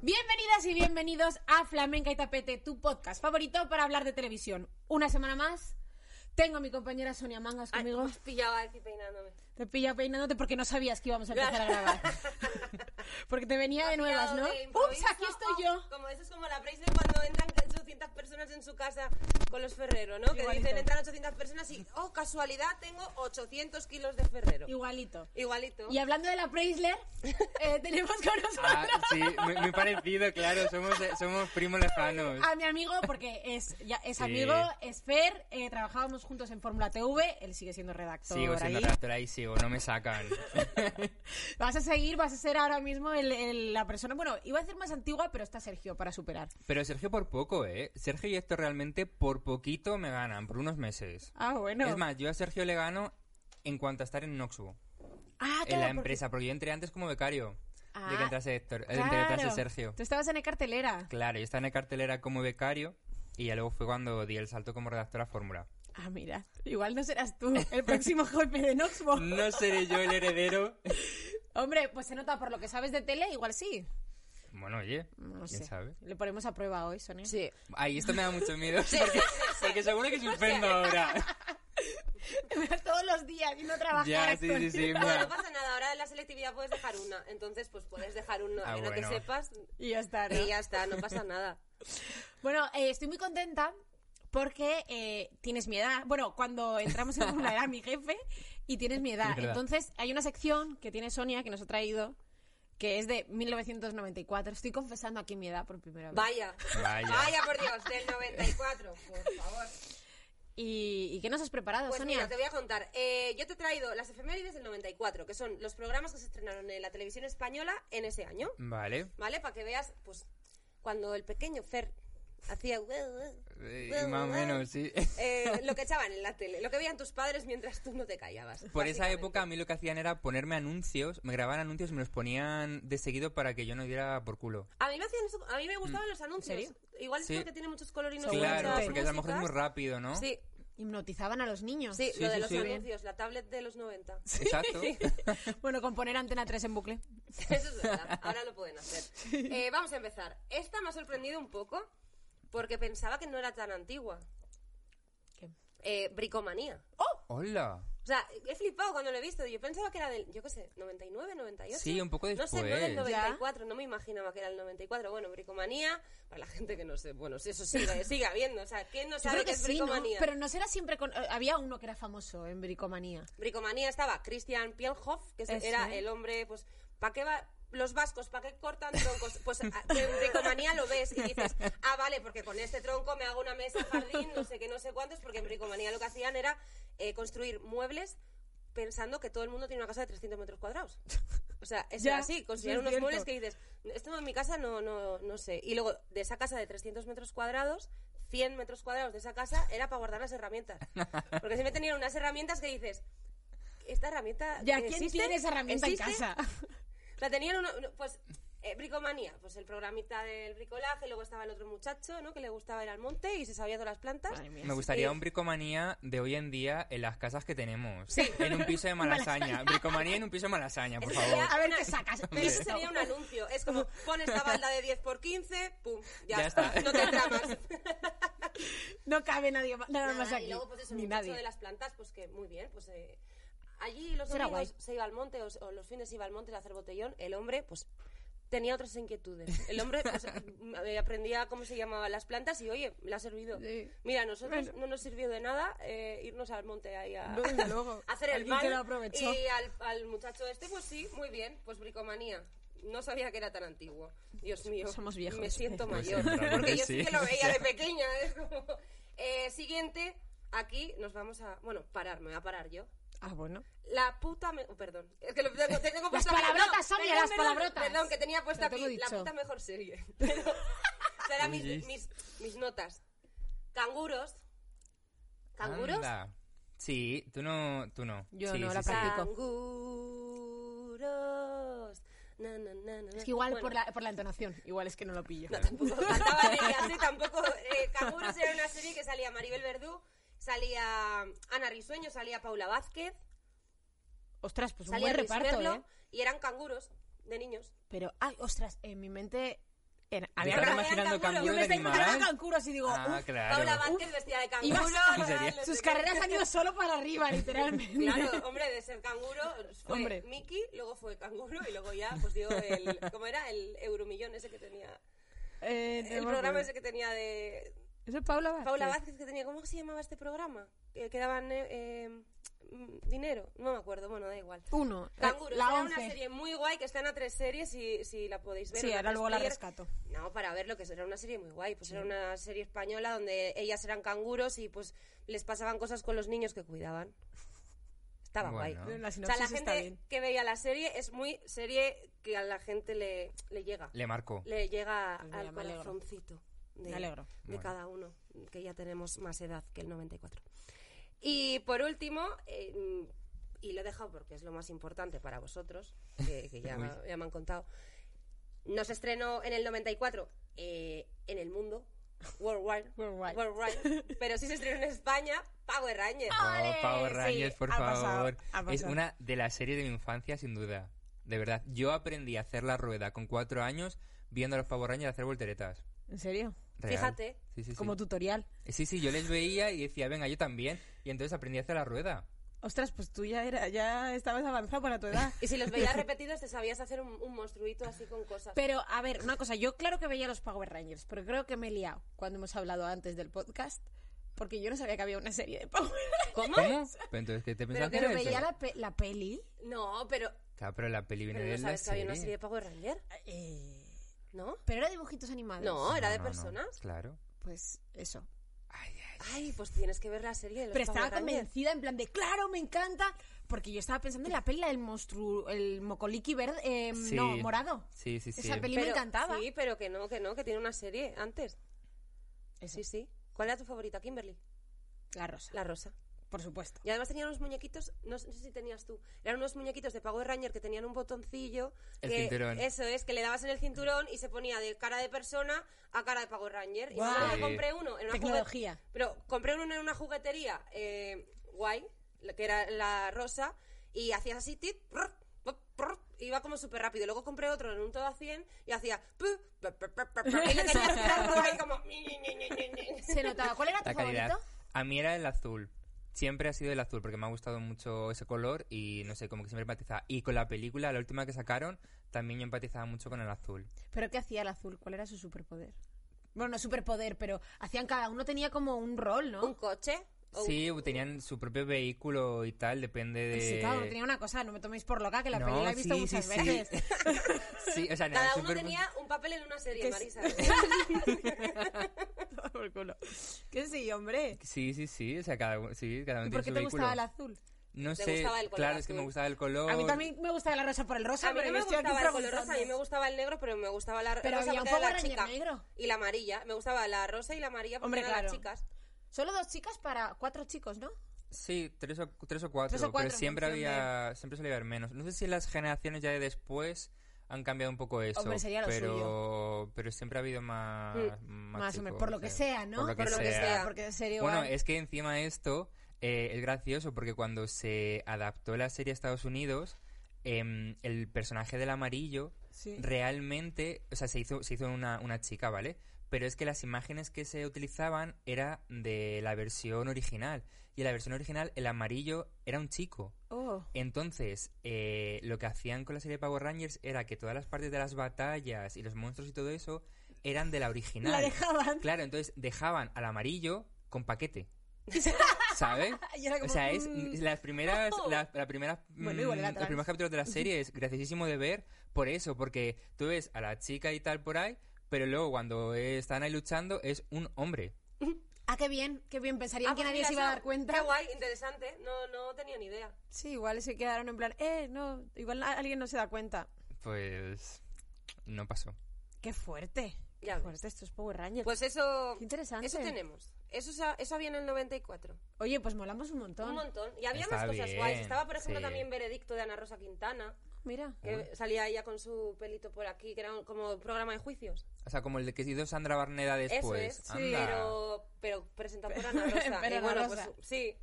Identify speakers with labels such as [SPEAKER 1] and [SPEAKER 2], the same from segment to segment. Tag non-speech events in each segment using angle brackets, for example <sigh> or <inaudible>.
[SPEAKER 1] Bienvenidas y bienvenidos a Flamenca y Tapete, tu podcast favorito para hablar de televisión. Una semana más, tengo a mi compañera Sonia Mangas
[SPEAKER 2] Ay,
[SPEAKER 1] conmigo.
[SPEAKER 2] me <laughs> has pillado aquí peinándome.
[SPEAKER 1] Te he pillado peinándote porque no sabías que íbamos a empezar a grabar. <laughs> Porque te venía de nuevas, ¿no?
[SPEAKER 2] Pillado de improviso.
[SPEAKER 1] ¡Ups! Aquí estoy yo.
[SPEAKER 2] Oh, como eso es como la prensa cuando entran 800 personas en su casa con los Ferrero, ¿no? Que
[SPEAKER 1] Igualito.
[SPEAKER 2] dicen entran 800 personas y, oh, casualidad, tengo 800 kilos de Ferrero.
[SPEAKER 1] Igualito.
[SPEAKER 2] Igualito.
[SPEAKER 1] Y hablando de la Preisler, <laughs> eh, tenemos con nosotros
[SPEAKER 3] Ah, sí, muy, muy parecido, claro, somos, eh, somos primos lejanos.
[SPEAKER 1] a mi amigo, porque es, ya, es
[SPEAKER 3] Sí.
[SPEAKER 1] amigo, es Fer, eh, trabajábamos juntos en Fórmula TV, él sigue siendo redactor
[SPEAKER 3] Sigo siendo
[SPEAKER 1] ahí.
[SPEAKER 3] redactor ahí, sigo, no me sacan.
[SPEAKER 1] Vas a seguir, vas a ser ahora mismo el- el- la persona, bueno, iba a ser más antigua, pero está Sergio para superar.
[SPEAKER 3] Pero Sergio por poco, ¿eh? Sergio y Héctor realmente por poquito me ganan, por unos meses.
[SPEAKER 1] Ah, bueno.
[SPEAKER 3] Es más, yo a Sergio le gano en cuanto a estar en Noxu,
[SPEAKER 1] ah,
[SPEAKER 3] en
[SPEAKER 1] claro,
[SPEAKER 3] la
[SPEAKER 1] porque-
[SPEAKER 3] empresa, porque yo entré antes como becario de
[SPEAKER 1] Ah,
[SPEAKER 3] que entrase Héctor, eh, de que
[SPEAKER 1] claro.
[SPEAKER 3] entrase Sergio.
[SPEAKER 1] Tú estabas en E cartelera.
[SPEAKER 3] Claro, yo estaba en la cartelera como becario y ya luego fue cuando di el salto como redactor a Fórmula.
[SPEAKER 1] Ah, mira, igual no serás tú el próximo
[SPEAKER 3] <laughs>
[SPEAKER 1] jefe de Noxbo.
[SPEAKER 3] No seré yo
[SPEAKER 1] <laughs>
[SPEAKER 3] el heredero.
[SPEAKER 1] Hombre, pues se nota por lo que sabes de tele, igual sí.
[SPEAKER 3] Bueno, oye,
[SPEAKER 1] No
[SPEAKER 3] quién
[SPEAKER 1] sé.
[SPEAKER 3] sabe.
[SPEAKER 1] Le ponemos a prueba hoy, Sonia.
[SPEAKER 2] Sí.
[SPEAKER 3] Ay, esto me da mucho miedo. Porque, porque seguro que se ofendo ahora.
[SPEAKER 1] <laughs> Todos los días y no trabajar.
[SPEAKER 3] Ya, sí,
[SPEAKER 1] con-
[SPEAKER 3] sí, sí.
[SPEAKER 2] Bueno, no
[SPEAKER 3] ma.
[SPEAKER 2] pasa nada, ahora en la selectividad puedes dejar una. Entonces, pues puedes dejar una
[SPEAKER 3] Ah,
[SPEAKER 2] que no
[SPEAKER 3] bueno.
[SPEAKER 2] te sepas
[SPEAKER 1] <laughs> Y ya está. ¿no?
[SPEAKER 2] y ya está, no pasa nada.
[SPEAKER 1] Bueno, eh, estoy muy contenta porque eh, tienes mi edad. Bueno, cuando entramos en Fórmula era mi jefe y tienes mi edad.
[SPEAKER 3] Es verdad.
[SPEAKER 1] Entonces, hay una sección que tiene Sonia que nos ha traído que es de 1994. Estoy confesando aquí mi edad por primera vez.
[SPEAKER 2] Vaya.
[SPEAKER 3] Vaya.
[SPEAKER 2] Vaya, por Dios, del 94, por favor.
[SPEAKER 1] ¿Y, ¿y qué nos has preparado,
[SPEAKER 2] Pues
[SPEAKER 1] Sonia?
[SPEAKER 2] mira, te voy a contar. Eh, yo te he traído las efemérides del 94, que son los programas que se estrenaron en la televisión española en ese año,
[SPEAKER 3] Vale.
[SPEAKER 2] ¿vale? Para que veas, pues, cuando el pequeño Fer hacía...
[SPEAKER 3] Eh, más o
[SPEAKER 2] <laughs>
[SPEAKER 3] menos, sí.
[SPEAKER 2] Eh, lo que echaban en la tele, lo que veían tus padres mientras tú no te callabas.
[SPEAKER 3] Por esa
[SPEAKER 2] básicamente.
[SPEAKER 3] época a mí lo que hacían era ponerme anuncios, me grababan anuncios y me los ponían de seguido para que yo no diera por culo.
[SPEAKER 2] A mí me, hacían eso- a mí me gustaban los anuncios.
[SPEAKER 1] serio?
[SPEAKER 2] Igual es
[SPEAKER 3] Mm. Sí.
[SPEAKER 2] porque tiene muchos colorinos. y
[SPEAKER 3] claro,
[SPEAKER 2] muchas
[SPEAKER 3] porque a lo mejor es muy
[SPEAKER 2] músicas.
[SPEAKER 3] rápido, ¿no?
[SPEAKER 2] Sí,
[SPEAKER 1] Hipnotizaban a los niños.
[SPEAKER 2] sí,
[SPEAKER 3] Sí,
[SPEAKER 2] lo de
[SPEAKER 3] sí,
[SPEAKER 2] los
[SPEAKER 3] sí.
[SPEAKER 2] anuncios, la tablet de los 90.
[SPEAKER 3] <laughs> Exacto.
[SPEAKER 1] <laughs> Bueno, con poner Antena 3 en bucle.
[SPEAKER 2] <laughs> Eso es verdad, ahora lo
[SPEAKER 1] <laughs>
[SPEAKER 2] pueden hacer. Eh, vamos a empezar. Esta me ha sorprendido un poco porque pensaba que no era tan antigua.
[SPEAKER 1] ¿Qué?
[SPEAKER 2] Eh, bricomanía.
[SPEAKER 3] Hola.
[SPEAKER 2] O sea, he flipado cuando lo he visto. Yo pensaba que era del, yo qué sé, 99, 98.
[SPEAKER 3] Sí, un poco
[SPEAKER 2] No sé, no del
[SPEAKER 3] después.
[SPEAKER 2] 94, no me imaginaba que era el 94. Bueno, bricomanía, para la gente que no sé, bueno, si eso sigue, sigue habiendo. O sea, ¿quién no
[SPEAKER 1] Yo
[SPEAKER 2] sabe
[SPEAKER 1] creo
[SPEAKER 2] qué
[SPEAKER 1] que
[SPEAKER 2] es
[SPEAKER 1] sí, ¿no?
[SPEAKER 2] bricomanía?
[SPEAKER 1] Pero no será siempre con... eh, Había uno que era famoso en Bricomanía.
[SPEAKER 2] Bricomanía estaba Christian Pielhoff, que se-
[SPEAKER 1] Ese.
[SPEAKER 2] era el hombre, pues, ¿para qué va? Los vascos, ¿para qué cortan troncos? Pues a- en bricomanía lo ves y dices, ah, vale, porque con este tronco me hago una mesa, jardín, no sé qué, no sé cuántos, porque en bricomanía lo que hacían era eh, construir muebles pensando que todo el mundo tiene una casa de 300 metros cuadrados. O sea, eso
[SPEAKER 1] Ya,
[SPEAKER 2] era así, construían
[SPEAKER 1] eso es
[SPEAKER 2] unos
[SPEAKER 1] cierto.
[SPEAKER 2] muebles que dices, esto en mi casa no, no, no sé. Y luego, de esa casa de 300 metros cuadrados, 100 metros cuadrados de esa casa era para guardar las herramientas. Porque siempre tenían unas herramientas que dices, esta herramienta.
[SPEAKER 1] Ya, ¿quién
[SPEAKER 2] existe?
[SPEAKER 1] tiene esa herramienta
[SPEAKER 2] ¿Existe?
[SPEAKER 1] en casa?
[SPEAKER 2] La tenían uno, uno- pues, eh, bricomanía, pues el programita del bricolaje, luego estaba el otro muchacho, ¿no? Que le gustaba ir al monte y se sabía todas las
[SPEAKER 1] <laughs>
[SPEAKER 2] plantas.
[SPEAKER 1] Madre mía.
[SPEAKER 3] Me gustaría
[SPEAKER 2] Sí.
[SPEAKER 3] un bricomanía de hoy en día en las casas que tenemos. En un piso de Malasaña. bricomanía en un piso de Malasaña, por
[SPEAKER 2] Eso
[SPEAKER 3] favor.
[SPEAKER 2] sería
[SPEAKER 1] A ver
[SPEAKER 2] una-
[SPEAKER 1] qué
[SPEAKER 2] <laughs>
[SPEAKER 1] sacas.
[SPEAKER 2] Pero eso sería un anuncio. Es como, pon esta balda de 10 por 15, pum, ya,
[SPEAKER 3] Ya
[SPEAKER 2] está.
[SPEAKER 3] está.
[SPEAKER 2] No te tramas.
[SPEAKER 1] No cabe nadie más, nada más
[SPEAKER 2] Nada,
[SPEAKER 1] aquí.
[SPEAKER 2] Y luego, pues eso,
[SPEAKER 1] ni
[SPEAKER 2] el muchacho
[SPEAKER 1] nadie.
[SPEAKER 2] de las plantas, pues que muy bien, pues eh, allí los
[SPEAKER 1] Será
[SPEAKER 2] domingos
[SPEAKER 1] guay.
[SPEAKER 2] se iba al monte, o, o los fines iba al monte a hacer botellón, el hombre, pues tenía otras inquietudes. El
[SPEAKER 1] <laughs>
[SPEAKER 2] hombre pues, eh, aprendía cómo se llamaban las plantas y, oye, le ha servido.
[SPEAKER 1] Sí.
[SPEAKER 2] Mira, a nosotros
[SPEAKER 1] Bueno.
[SPEAKER 2] no nos sirvió de nada eh, irnos al monte ahí a,
[SPEAKER 1] No,
[SPEAKER 2] <laughs>
[SPEAKER 1] desde <laughs> luego.
[SPEAKER 2] a hacer el
[SPEAKER 1] Alguien
[SPEAKER 2] mal.
[SPEAKER 1] que lo aprovechó.
[SPEAKER 2] Y al, al muchacho este, pues sí, muy bien, pues bricomanía. No sabía que era tan antiguo. Dios mío.
[SPEAKER 1] Somos viejos.
[SPEAKER 2] Me siento
[SPEAKER 3] Pues sí,
[SPEAKER 2] mayor.
[SPEAKER 3] realmente
[SPEAKER 2] porque yo sí
[SPEAKER 3] sí.
[SPEAKER 2] que lo veía
[SPEAKER 3] <laughs> Ya.
[SPEAKER 2] de pequeña. <laughs> eh, es como- Eh, siguiente, aquí nos vamos a. Bueno, parar, me voy a parar yo.
[SPEAKER 1] Ah, bueno.
[SPEAKER 2] La puta... me- oh, perdón. Es que lo tengo, tengo
[SPEAKER 1] Las
[SPEAKER 2] puesto aquí.
[SPEAKER 1] palabrotas,
[SPEAKER 2] No,
[SPEAKER 1] Sonia,
[SPEAKER 2] perdón,
[SPEAKER 1] las
[SPEAKER 2] perdón,
[SPEAKER 1] palabrotas.
[SPEAKER 2] Perdón, que tenía puesta
[SPEAKER 1] Ya te lo he
[SPEAKER 2] aquí. La
[SPEAKER 1] dicho.
[SPEAKER 2] puta mejor serie. <laughs> Pero... Serán mis,
[SPEAKER 3] Yes.
[SPEAKER 2] mis, mis notas. Canguros. ¿Canguros?
[SPEAKER 3] Anda. Sí, tú no, tú no.
[SPEAKER 1] Yo
[SPEAKER 3] Sí,
[SPEAKER 1] no,
[SPEAKER 3] sí,
[SPEAKER 1] la
[SPEAKER 3] sí.
[SPEAKER 1] práctica.
[SPEAKER 2] Canguros. Na, na, na, na, na.
[SPEAKER 1] Es que igual
[SPEAKER 2] Bueno, <laughs>
[SPEAKER 1] por, la, por la entonación, igual es que no lo pillo.
[SPEAKER 2] No, tampoco cantaba ni así, tampoco. Eh, Canguros era una serie que salía Maribel Verdú, salía Ana Risueño, salía Paula Vázquez,
[SPEAKER 1] Ostras, pues un
[SPEAKER 2] salía
[SPEAKER 1] buen
[SPEAKER 2] Luis
[SPEAKER 1] reparto,
[SPEAKER 2] Merlo,
[SPEAKER 1] ¿eh?
[SPEAKER 2] y eran canguros de niños.
[SPEAKER 1] Pero, ay, ostras, en mi mente... era-
[SPEAKER 3] ¿Te
[SPEAKER 1] había
[SPEAKER 3] estás
[SPEAKER 2] Pero
[SPEAKER 3] imaginando
[SPEAKER 2] eran Ah,
[SPEAKER 1] Yo
[SPEAKER 2] canguros.
[SPEAKER 3] canguro
[SPEAKER 1] me
[SPEAKER 3] de
[SPEAKER 1] estoy
[SPEAKER 3] animal?
[SPEAKER 1] imaginando a cancuros y digo,
[SPEAKER 3] Ah,
[SPEAKER 1] uf,
[SPEAKER 3] claro.
[SPEAKER 2] Paula Vázquez vestida de
[SPEAKER 3] <laughs>
[SPEAKER 1] Ibas-
[SPEAKER 2] canguro.
[SPEAKER 3] ¿En serio?
[SPEAKER 2] no
[SPEAKER 1] <laughs>
[SPEAKER 2] sé
[SPEAKER 1] sus
[SPEAKER 2] qué.
[SPEAKER 1] carreras
[SPEAKER 2] <laughs>
[SPEAKER 1] han ido solo para arriba, literalmente.
[SPEAKER 2] Claro, hombre, de ser canguro fue
[SPEAKER 1] Hombre.
[SPEAKER 2] Mickey, luego fue canguro y luego ya, pues dio el. ¿Cómo era? El euromillón ese que tenía.
[SPEAKER 1] <laughs> Eh,
[SPEAKER 2] El
[SPEAKER 1] <laughs> no,
[SPEAKER 2] programa
[SPEAKER 1] pero-
[SPEAKER 2] ese que tenía de.
[SPEAKER 1] Eso es Paula Vázquez.
[SPEAKER 2] Paula Vázquez que tenía, ¿cómo se llamaba este programa? Eh, que daban eh, eh, mm, dinero, no me acuerdo, bueno, da igual.
[SPEAKER 1] Uno. eh,
[SPEAKER 2] Canguros,
[SPEAKER 1] la
[SPEAKER 2] era
[SPEAKER 1] once.
[SPEAKER 2] una serie muy guay que está en a tres series si, si la podéis ver.
[SPEAKER 1] Sí,
[SPEAKER 2] una
[SPEAKER 1] ahora luego la
[SPEAKER 2] tres-player.
[SPEAKER 1] rescato.
[SPEAKER 2] No, para ver lo que es, era una serie muy guay. Pues era una serie española donde ellas eran canguros y pues les pasaban cosas con los niños que cuidaban. Estaba
[SPEAKER 3] Bueno.
[SPEAKER 2] guay.
[SPEAKER 1] La sinopsis
[SPEAKER 2] O sea, la
[SPEAKER 1] está
[SPEAKER 2] gente
[SPEAKER 1] bien.
[SPEAKER 2] que veía la serie es muy serie que a la gente le, le llega.
[SPEAKER 3] Le marcó.
[SPEAKER 2] Le llega
[SPEAKER 1] Pues mira,
[SPEAKER 2] al
[SPEAKER 1] me alegro.
[SPEAKER 2] corazoncito de,
[SPEAKER 1] Me alegro.
[SPEAKER 2] de
[SPEAKER 3] Bueno.
[SPEAKER 2] cada uno, que ya tenemos más edad que el 94. Y por último, eh, mm, y lo he dejado porque es lo más importante para vosotros, que, que
[SPEAKER 3] <laughs>
[SPEAKER 2] ya,
[SPEAKER 3] Uy.
[SPEAKER 2] ya me han contado, nos estrenó en el 94 eh, en el mundo, Worldwide,
[SPEAKER 1] Worldwide. <laughs> Ah.
[SPEAKER 2] Worldwide, pero sí se estrenó en España, Power Rangers.
[SPEAKER 3] Oh, Power
[SPEAKER 1] Sí,
[SPEAKER 3] Rangers, por
[SPEAKER 1] ha pasado,
[SPEAKER 3] favor.
[SPEAKER 1] ha
[SPEAKER 3] Es
[SPEAKER 1] pasado.
[SPEAKER 3] una de las series de mi infancia, sin duda. De verdad, yo aprendí a hacer la rueda con cuatro años viendo a los Power Rangers hacer volteretas.
[SPEAKER 1] ¿En serio?
[SPEAKER 3] Real.
[SPEAKER 2] Fíjate.
[SPEAKER 3] Sí, sí, sí.
[SPEAKER 1] Como tutorial.
[SPEAKER 3] Sí, sí, yo les veía y decía, venga, yo también. Y entonces aprendí a hacer la rueda.
[SPEAKER 1] Ostras, pues tú ya, era, ya estabas avanzado para tu
[SPEAKER 3] <laughs>
[SPEAKER 1] edad.
[SPEAKER 2] Y si los veías repetidos, te sabías hacer un, un monstruito así con cosas.
[SPEAKER 1] Pero, a ver, una cosa, yo claro que veía los Power Rangers, pero creo que me he liado cuando hemos hablado antes del podcast, porque yo no sabía que había una serie de Power Rangers.
[SPEAKER 3] ¿Cómo? ¿Cómo? Pero entonces, ¿qué te pensabas que
[SPEAKER 1] Pero
[SPEAKER 3] era eso?
[SPEAKER 1] veía la, pe- la peli.
[SPEAKER 2] No, pero,
[SPEAKER 3] Claro, pero la peli viene
[SPEAKER 2] pero no
[SPEAKER 3] de la
[SPEAKER 2] sabes que había
[SPEAKER 3] serie.
[SPEAKER 2] una serie de Power Ranger,
[SPEAKER 1] eh,
[SPEAKER 2] ¿no?
[SPEAKER 1] pero era dibujitos animados.
[SPEAKER 2] No, era
[SPEAKER 3] No,
[SPEAKER 2] de
[SPEAKER 3] no, no.
[SPEAKER 2] personas.
[SPEAKER 3] Claro.
[SPEAKER 1] Pues eso.
[SPEAKER 3] Ay, ay.
[SPEAKER 2] Ay, pues tienes que ver la serie de los
[SPEAKER 1] Pero estaba
[SPEAKER 2] Power Rangers.
[SPEAKER 1] convencida, en plan de, claro, me encanta. Porque yo estaba pensando en la peli la del monstruo, el mocoliki verde, eh,
[SPEAKER 3] Sí.
[SPEAKER 1] no, morado.
[SPEAKER 3] Sí, sí, sí.
[SPEAKER 1] Esa peli- Y me encantaba.
[SPEAKER 2] Sí, pero que no, que no, que tiene una serie antes.
[SPEAKER 1] Eso,
[SPEAKER 2] Sí, sí. ¿Cuál era tu favorita, Kimberly?
[SPEAKER 1] la rosa,
[SPEAKER 2] La rosa.
[SPEAKER 1] por supuesto.
[SPEAKER 2] Y además tenían unos muñequitos, no sé si tenías tú, eran unos muñequitos de Power Ranger que tenían un botoncillo.
[SPEAKER 3] El
[SPEAKER 2] que-
[SPEAKER 3] cinturón.
[SPEAKER 2] Eso es, que le dabas en el cinturón y se ponía de cara de persona a cara de Power Ranger. Y
[SPEAKER 1] Guau.
[SPEAKER 2] yo
[SPEAKER 3] Sí.
[SPEAKER 2] me compré uno en una juguete-
[SPEAKER 1] Tecnología.
[SPEAKER 2] Pero compré uno en una juguetería eh, guay, la- que era la rosa, y hacías así, tit, prr, pop, prr, iba como súper rápido. Luego compré otro en un todo a 100 y hacía... pu, pe, pe, pe, pe, pe, y le tenías
[SPEAKER 1] <laughs>
[SPEAKER 2] que dar por ahí como... ñi, ñi, ñi, ñi, ñi.
[SPEAKER 1] Se notaba. ¿Cuál era tu
[SPEAKER 3] La calidad.
[SPEAKER 1] favorito?
[SPEAKER 3] A mí era el azul. Siempre ha sido el azul porque me ha gustado mucho ese color y no sé, como que siempre empatizaba. Y con la película, la última que sacaron, también yo empatizaba mucho con el azul.
[SPEAKER 1] ¿Pero qué hacía el azul? ¿Cuál era su superpoder? Bueno, no superpoder, pero hacían cada uno tenía como un rol, ¿no?
[SPEAKER 2] Un coche.
[SPEAKER 1] Oh.
[SPEAKER 2] o un-
[SPEAKER 3] Sí, tenían su propio vehículo y tal, depende de.
[SPEAKER 2] Eh,
[SPEAKER 1] Sí, claro, tenía una cosa, no me toméis por loca, que la
[SPEAKER 3] No,
[SPEAKER 1] peli la he visto
[SPEAKER 3] sí,
[SPEAKER 1] muchas
[SPEAKER 3] sí,
[SPEAKER 2] <laughs>
[SPEAKER 3] sí.
[SPEAKER 1] veces.
[SPEAKER 3] <laughs> Sí, o sea, no,
[SPEAKER 2] Cada
[SPEAKER 3] era
[SPEAKER 2] uno
[SPEAKER 3] súper-
[SPEAKER 2] tenía un papel en una serie,
[SPEAKER 1] Que <laughs>
[SPEAKER 2] Marisa.
[SPEAKER 1] por culo. Que sí, hombre.
[SPEAKER 3] Sí, sí, sí, o sea, cada uno, sí, cada uno
[SPEAKER 1] ¿Y por
[SPEAKER 3] tiene
[SPEAKER 1] qué
[SPEAKER 3] su
[SPEAKER 1] te
[SPEAKER 3] vehículo.
[SPEAKER 1] gustaba el azul?
[SPEAKER 3] No
[SPEAKER 2] ¿Te
[SPEAKER 3] sé,
[SPEAKER 2] gustaba el color
[SPEAKER 3] claro, es que
[SPEAKER 2] azul?
[SPEAKER 3] me gustaba el color.
[SPEAKER 1] A mí también me gustaba la rosa por el rosa,
[SPEAKER 2] A mí
[SPEAKER 1] pero
[SPEAKER 2] no
[SPEAKER 1] yo
[SPEAKER 2] me
[SPEAKER 1] estoy aquí
[SPEAKER 2] gustaba el color
[SPEAKER 1] preguntando.
[SPEAKER 2] rosa, a mí me gustaba el negro, pero me gustaba la
[SPEAKER 1] Pero
[SPEAKER 2] rosa
[SPEAKER 1] había un
[SPEAKER 2] porque era la
[SPEAKER 1] Power Ranger
[SPEAKER 2] chica.
[SPEAKER 1] negro.
[SPEAKER 2] Y la amarilla. Me gustaba la rosa y la amarilla porque
[SPEAKER 1] Hombre,
[SPEAKER 2] eran las
[SPEAKER 1] claro.
[SPEAKER 2] chicas.
[SPEAKER 1] Solo dos chicas para cuatro chicos, ¿no?
[SPEAKER 3] Sí, tres o, tres o cuatro,
[SPEAKER 1] Tres o cuatro,
[SPEAKER 3] pero siempre
[SPEAKER 1] en función
[SPEAKER 3] había, siempre solía haber menos. No sé si las generaciones ya de después han cambiado un poco eso,
[SPEAKER 1] Hombre, sería lo Mm,
[SPEAKER 3] pero, pero siempre ha habido más, más,
[SPEAKER 1] Más o menos,
[SPEAKER 3] chicos,
[SPEAKER 1] por lo
[SPEAKER 2] eh,
[SPEAKER 1] que
[SPEAKER 3] sí.
[SPEAKER 1] sea, ¿no?
[SPEAKER 3] Por lo que sea.
[SPEAKER 1] porque en serio.
[SPEAKER 3] Bueno,
[SPEAKER 1] van-
[SPEAKER 3] es que encima esto eh, es gracioso porque cuando se adaptó la serie a Estados Unidos, em, el personaje del amarillo
[SPEAKER 1] Sí.
[SPEAKER 3] realmente, o sea, se hizo, se hizo una, una chica, ¿vale? Pero es que las imágenes que se utilizaban era de la versión original. Y en la versión original el amarillo era un chico.
[SPEAKER 1] Oh.
[SPEAKER 3] Entonces, eh, lo que hacían con la serie de Power Rangers era que todas las partes de las batallas y los monstruos y todo eso eran de la original.
[SPEAKER 1] La dejaban.
[SPEAKER 3] Claro, entonces dejaban al amarillo con paquete. ¿Sabes?
[SPEAKER 1] Y era como,
[SPEAKER 3] o sea, es
[SPEAKER 1] mm.
[SPEAKER 3] las primeras, las, las primeras,
[SPEAKER 1] Bueno, igual era
[SPEAKER 3] mm, los
[SPEAKER 1] trans.
[SPEAKER 3] primeros capítulos de la serie es graciosísimo de ver por eso, porque tú ves a la chica y tal por ahí, pero luego cuando eh, están ahí luchando es un hombre.
[SPEAKER 1] Ah, qué bien, qué bien. Pensarían
[SPEAKER 2] Ah,
[SPEAKER 1] que
[SPEAKER 2] pues
[SPEAKER 1] nadie
[SPEAKER 2] mira,
[SPEAKER 1] se iba a
[SPEAKER 2] eso,
[SPEAKER 1] dar cuenta.
[SPEAKER 2] Qué guay, interesante. No, no tenía ni idea.
[SPEAKER 1] Sí, igual se quedaron en plan, eh, no, igual a- alguien no se da cuenta.
[SPEAKER 3] Pues no pasó.
[SPEAKER 1] Qué fuerte. Qué
[SPEAKER 2] Ya ves.
[SPEAKER 1] fuerte estos Power Rangers.
[SPEAKER 2] Pues eso.
[SPEAKER 1] Qué interesante.
[SPEAKER 2] Eso tenemos. Eso, sa- eso había en el 94.
[SPEAKER 1] Oye, pues molamos un montón.
[SPEAKER 2] Un montón. Y había
[SPEAKER 3] Está
[SPEAKER 2] más cosas
[SPEAKER 3] bien,
[SPEAKER 2] guays. Estaba, por ejemplo,
[SPEAKER 3] sí.
[SPEAKER 2] también Veredicto de Ana Rosa Quintana,
[SPEAKER 1] Mira.
[SPEAKER 2] que salía ella con su pelito por aquí, que era un- como programa de juicios.
[SPEAKER 3] O sea, como el de que hizo Sandra Barneda después.
[SPEAKER 2] eso es.
[SPEAKER 3] pues, Anda.
[SPEAKER 2] Pero, pero presentado
[SPEAKER 1] <laughs>
[SPEAKER 2] por Ana Rosa.
[SPEAKER 1] Pero
[SPEAKER 2] y
[SPEAKER 1] Ana
[SPEAKER 2] bueno,
[SPEAKER 1] Rosa.
[SPEAKER 2] pues sí.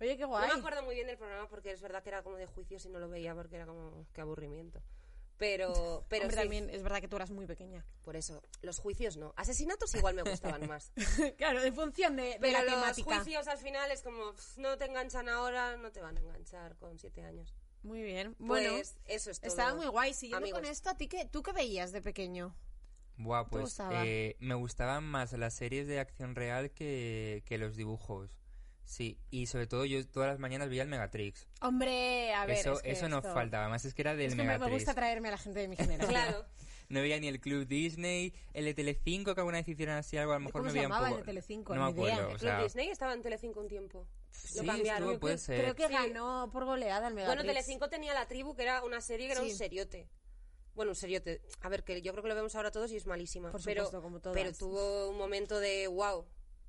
[SPEAKER 1] Oye, qué
[SPEAKER 2] No
[SPEAKER 1] guay.
[SPEAKER 2] me acuerdo muy bien del programa porque es verdad que era como de juicios y no lo veía porque era como qué aburrimiento. Pero, pero
[SPEAKER 1] Hombre,
[SPEAKER 2] sí,
[SPEAKER 1] también es verdad que tú eras muy pequeña. <laughs>
[SPEAKER 2] por eso, los juicios no. Asesinatos igual me gustaban más.
[SPEAKER 1] claro, en función de, de
[SPEAKER 2] Pero
[SPEAKER 1] la
[SPEAKER 2] los
[SPEAKER 1] temática.
[SPEAKER 2] juicios al final es como, "Pff, no te enganchan ahora, no te van a enganchar con siete años.
[SPEAKER 1] Muy bien. Bueno,
[SPEAKER 2] Bueno, eso es pues, todo.
[SPEAKER 1] estaba muy guay. Siguiendo
[SPEAKER 2] amigos.
[SPEAKER 1] con esto, ¿a ti qué, ¿tú qué veías de pequeño?
[SPEAKER 3] Buah, pues
[SPEAKER 1] gustaba?
[SPEAKER 3] eh, me gustaban más las series de acción real que, que los dibujos. Sí, y sobre todo yo todas las mañanas veía el Megatrix.
[SPEAKER 1] Hombre, a ver.
[SPEAKER 3] eso
[SPEAKER 1] es que
[SPEAKER 3] eso nos
[SPEAKER 1] esto-
[SPEAKER 3] faltaba, más es que era del
[SPEAKER 1] Es que me, me
[SPEAKER 3] Megatrix.
[SPEAKER 1] gusta traerme a la gente de mi
[SPEAKER 2] <laughs>
[SPEAKER 1] generación.
[SPEAKER 2] <laughs> Claro,
[SPEAKER 3] No veía ni el Club Disney, el de Telecinco que alguna vez hicieron así algo, a lo mejor
[SPEAKER 1] cómo
[SPEAKER 3] me
[SPEAKER 1] se
[SPEAKER 3] veía un
[SPEAKER 1] llamaba el
[SPEAKER 3] poco.
[SPEAKER 1] de Telecinco?
[SPEAKER 3] No me
[SPEAKER 1] Ni idea.
[SPEAKER 3] acuerdo,
[SPEAKER 1] El
[SPEAKER 3] o
[SPEAKER 2] Club
[SPEAKER 3] sea,
[SPEAKER 2] Disney estaba en Telecinco un tiempo.
[SPEAKER 3] sí,
[SPEAKER 2] cambiaron.
[SPEAKER 3] estuvo, pues. puede ser.
[SPEAKER 1] Creo que
[SPEAKER 2] Sí.
[SPEAKER 1] ganó por goleada el Megatrix.
[SPEAKER 2] Bueno, Telecinco tenía La Tribu, que era una serie que era
[SPEAKER 1] Sí.
[SPEAKER 2] un seriote. Bueno, un seriote. A ver, que yo creo que lo vemos ahora todos y es malísima.
[SPEAKER 1] Por
[SPEAKER 2] pero,
[SPEAKER 1] supuesto, como todas.
[SPEAKER 2] Pero tuvo un momento de wow.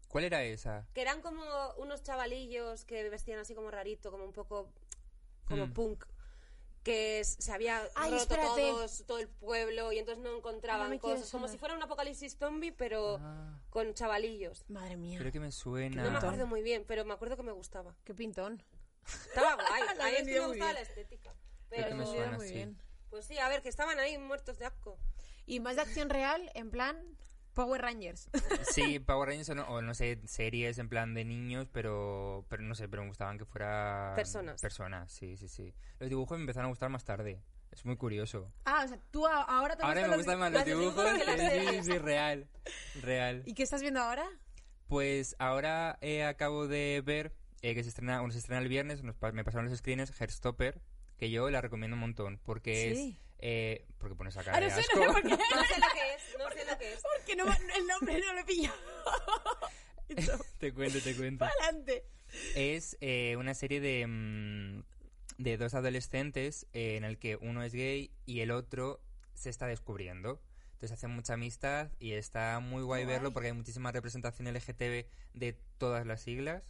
[SPEAKER 3] ¿Cuál era esa?
[SPEAKER 2] Que eran como unos chavalillos que vestían así como rarito, como un poco como
[SPEAKER 3] Mm.
[SPEAKER 2] punk. Que s- se había
[SPEAKER 1] Ay,
[SPEAKER 2] roto
[SPEAKER 1] espérate.
[SPEAKER 2] todos, todo el pueblo y entonces no encontraban
[SPEAKER 1] me quiere
[SPEAKER 2] cosas. Como
[SPEAKER 1] sonar.
[SPEAKER 2] si fuera un apocalipsis zombie, pero
[SPEAKER 3] Ah,
[SPEAKER 2] con chavalillos.
[SPEAKER 1] Madre mía.
[SPEAKER 3] creo que me suena.
[SPEAKER 2] No me
[SPEAKER 1] Ah.
[SPEAKER 2] acuerdo muy bien, pero me acuerdo que me gustaba.
[SPEAKER 1] Qué pintón.
[SPEAKER 2] Estaba guay.
[SPEAKER 1] La
[SPEAKER 2] A mí es que
[SPEAKER 1] vendió
[SPEAKER 2] me
[SPEAKER 1] muy
[SPEAKER 2] gustaba
[SPEAKER 1] bien.
[SPEAKER 2] la estética.
[SPEAKER 3] Creo que me
[SPEAKER 1] Lo
[SPEAKER 2] Pero,
[SPEAKER 1] lleva
[SPEAKER 3] suena,
[SPEAKER 1] muy
[SPEAKER 3] sí.
[SPEAKER 1] bien.
[SPEAKER 2] pues sí, a ver, que estaban ahí muertos de asco.
[SPEAKER 1] Y más de acción real, en plan Power Rangers.
[SPEAKER 3] Sí, Power Rangers o no, o no sé, series en plan de niños, pero, pero no sé, pero me gustaban que fuera...
[SPEAKER 2] Personas.
[SPEAKER 3] Personas, sí, sí, sí. Los dibujos me empezaron a gustar más tarde. Es muy curioso.
[SPEAKER 1] ah, o sea, tú a- ahora te
[SPEAKER 3] Ahora
[SPEAKER 1] gustan los
[SPEAKER 3] me gustan
[SPEAKER 1] di-
[SPEAKER 3] más los
[SPEAKER 2] los dibujos
[SPEAKER 3] dibujos.
[SPEAKER 2] que las
[SPEAKER 3] sí, sí,
[SPEAKER 2] series.
[SPEAKER 3] sí, real. Real.
[SPEAKER 1] ¿Y qué estás viendo ahora?
[SPEAKER 3] Pues ahora eh, acabo de ver eh, que se estrena, bueno, se estrena el viernes, nos pa- me pasaron los screeners, Herstopper, que yo la recomiendo un montón, porque
[SPEAKER 1] Sí.
[SPEAKER 3] es... eh, porque pones a cara
[SPEAKER 1] Ah, no
[SPEAKER 3] de
[SPEAKER 1] sé,
[SPEAKER 3] asco.
[SPEAKER 1] no sé por qué.
[SPEAKER 2] No sé lo que es, no sé lo que es.
[SPEAKER 1] <laughs> Porque no, va- el nombre no lo <laughs> pillo.
[SPEAKER 3] <laughs> te cuento, te cuento.
[SPEAKER 1] Adelante.
[SPEAKER 3] es eh, una serie de, mm, de dos adolescentes eh, en el que uno es gay y el otro se está descubriendo. Entonces hacen mucha amistad y está muy guay
[SPEAKER 1] Qué
[SPEAKER 3] verlo
[SPEAKER 1] guay.
[SPEAKER 3] porque hay muchísima representación LGTB de todas las siglas.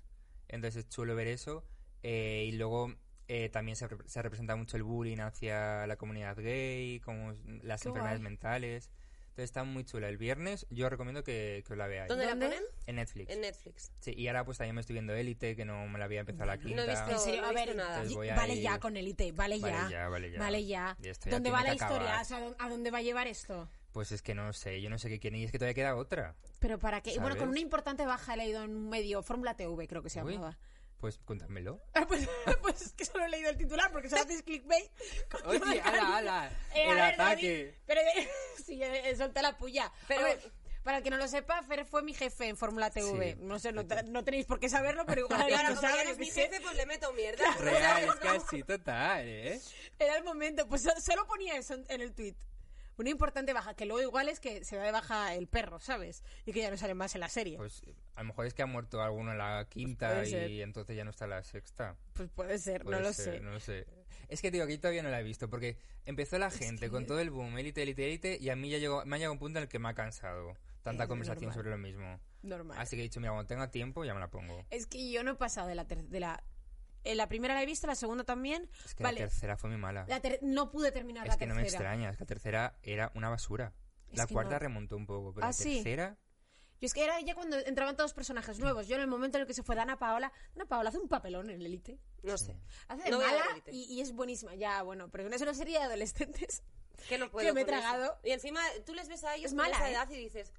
[SPEAKER 3] Entonces es chulo ver eso. Eh, y luego eh, también se, repre- se representa mucho el bullying hacia la comunidad gay, como s- las
[SPEAKER 1] Qué
[SPEAKER 3] enfermedades
[SPEAKER 1] guay.
[SPEAKER 3] mentales. Entonces está muy chula. El viernes yo recomiendo que, que os la veáis.
[SPEAKER 2] ¿Dónde,
[SPEAKER 1] ¿Dónde?
[SPEAKER 2] la ponen?
[SPEAKER 3] En Netflix.
[SPEAKER 2] En Netflix.
[SPEAKER 3] Sí, y ahora pues también me estoy viendo Élite, que no me la había empezado la quinta.
[SPEAKER 2] No he visto-
[SPEAKER 1] En serio,
[SPEAKER 2] no
[SPEAKER 1] a
[SPEAKER 2] he visto
[SPEAKER 1] ver,
[SPEAKER 2] nada.
[SPEAKER 1] y-
[SPEAKER 3] Pues Ah. voy a
[SPEAKER 1] vale
[SPEAKER 3] ir.
[SPEAKER 1] ya con Elite, vale ya.
[SPEAKER 3] Vale ya, vale ya.
[SPEAKER 1] Vale ya.
[SPEAKER 3] Ya estoy, ya
[SPEAKER 1] ¿Dónde va
[SPEAKER 3] tiene que
[SPEAKER 1] la historia?
[SPEAKER 3] acabar.
[SPEAKER 1] O sea, ¿a dónde- ¿a dónde va a llevar esto?
[SPEAKER 3] Pues es que no sé, yo no sé qué quieren y es que todavía queda otra.
[SPEAKER 1] Pero para qué. Y Bueno, con
[SPEAKER 3] ¿Sabes?
[SPEAKER 1] una importante baja he leído en un medio, Fórmula TV creo que se
[SPEAKER 3] Uy.
[SPEAKER 1] llamaba.
[SPEAKER 3] Pues cuéntamelo.
[SPEAKER 1] Ah, Pues, <laughs> pues es que solo he leído el titular porque solo haces clickbait.
[SPEAKER 3] Oye, ala, ala.
[SPEAKER 1] Eh, a
[SPEAKER 3] el
[SPEAKER 1] ver, David,
[SPEAKER 3] ataque.
[SPEAKER 1] pero <laughs> sí, eh, eh, solta la puya. Pero
[SPEAKER 2] Pero-
[SPEAKER 1] para el que no lo sepa, Fer fue mi jefe en Fórmula TV.
[SPEAKER 3] Sí.
[SPEAKER 1] No sé, no, te- no tenéis por qué saberlo, pero igual
[SPEAKER 2] Y ahora,
[SPEAKER 1] lo
[SPEAKER 2] como ya
[SPEAKER 1] sabe,
[SPEAKER 2] no es
[SPEAKER 1] yo
[SPEAKER 2] mi
[SPEAKER 1] qué sé.
[SPEAKER 2] jefe, pues le meto mierda. <laughs>
[SPEAKER 1] <laughs>
[SPEAKER 3] Real, es casi total, ¿eh?
[SPEAKER 1] Era el momento, pues so- solo ponía eso en- en el tweet. Una importante baja, que luego igual es que se da de baja el perro, ¿sabes? Y que ya no sale más en la serie. Pues,
[SPEAKER 3] Pues a lo mejor es que ha muerto alguno en la quinta
[SPEAKER 1] puede
[SPEAKER 3] y
[SPEAKER 1] ser.
[SPEAKER 3] entonces ya no está la sexta.
[SPEAKER 1] Pues puede ser,
[SPEAKER 3] Puede
[SPEAKER 1] no lo
[SPEAKER 3] ser,
[SPEAKER 1] sé.
[SPEAKER 3] No lo sé. Es que digo que yo todavía no la he visto porque empezó la gente con todo el boom, élite, élite, élite y a mí ya llegó, me ha llegado un punto en el que me ha cansado. Tanta
[SPEAKER 1] Es
[SPEAKER 3] conversación
[SPEAKER 1] normal.
[SPEAKER 3] sobre lo mismo.
[SPEAKER 1] Normal.
[SPEAKER 3] Así que he dicho, mira, cuando tenga tiempo ya me la pongo.
[SPEAKER 1] Es que yo no he pasado de la ter- de la eh, la primera la he visto, la segunda también.
[SPEAKER 3] Es que
[SPEAKER 1] vale.
[SPEAKER 3] la tercera fue muy mala.
[SPEAKER 1] la ter- no pude terminar
[SPEAKER 3] Es
[SPEAKER 1] la
[SPEAKER 3] que no
[SPEAKER 1] tercera.
[SPEAKER 3] me extraña, es que la tercera era una basura.
[SPEAKER 1] Es
[SPEAKER 3] la
[SPEAKER 1] que
[SPEAKER 3] cuarta
[SPEAKER 1] no.
[SPEAKER 3] remontó un poco, pero
[SPEAKER 1] Ah,
[SPEAKER 3] la
[SPEAKER 1] sí.
[SPEAKER 3] tercera.
[SPEAKER 1] Yo es que era ya cuando entraban todos personajes nuevos. Yo en el momento en el que se fue Dana Paola, Dana Paola hace un papelón en el Elite.
[SPEAKER 2] No sé.
[SPEAKER 1] Hace de
[SPEAKER 2] No voy a ver
[SPEAKER 1] mala
[SPEAKER 2] Élite.
[SPEAKER 1] y, y es buenísima. Ya, bueno, pero es una serie de adolescentes.
[SPEAKER 2] Que no puedo.
[SPEAKER 1] Que me he
[SPEAKER 2] con eso.
[SPEAKER 1] tragado.
[SPEAKER 2] Y encima tú les ves a
[SPEAKER 1] Es
[SPEAKER 2] ellos con
[SPEAKER 1] mala,
[SPEAKER 2] esa
[SPEAKER 1] ¿eh?
[SPEAKER 2] edad y dices,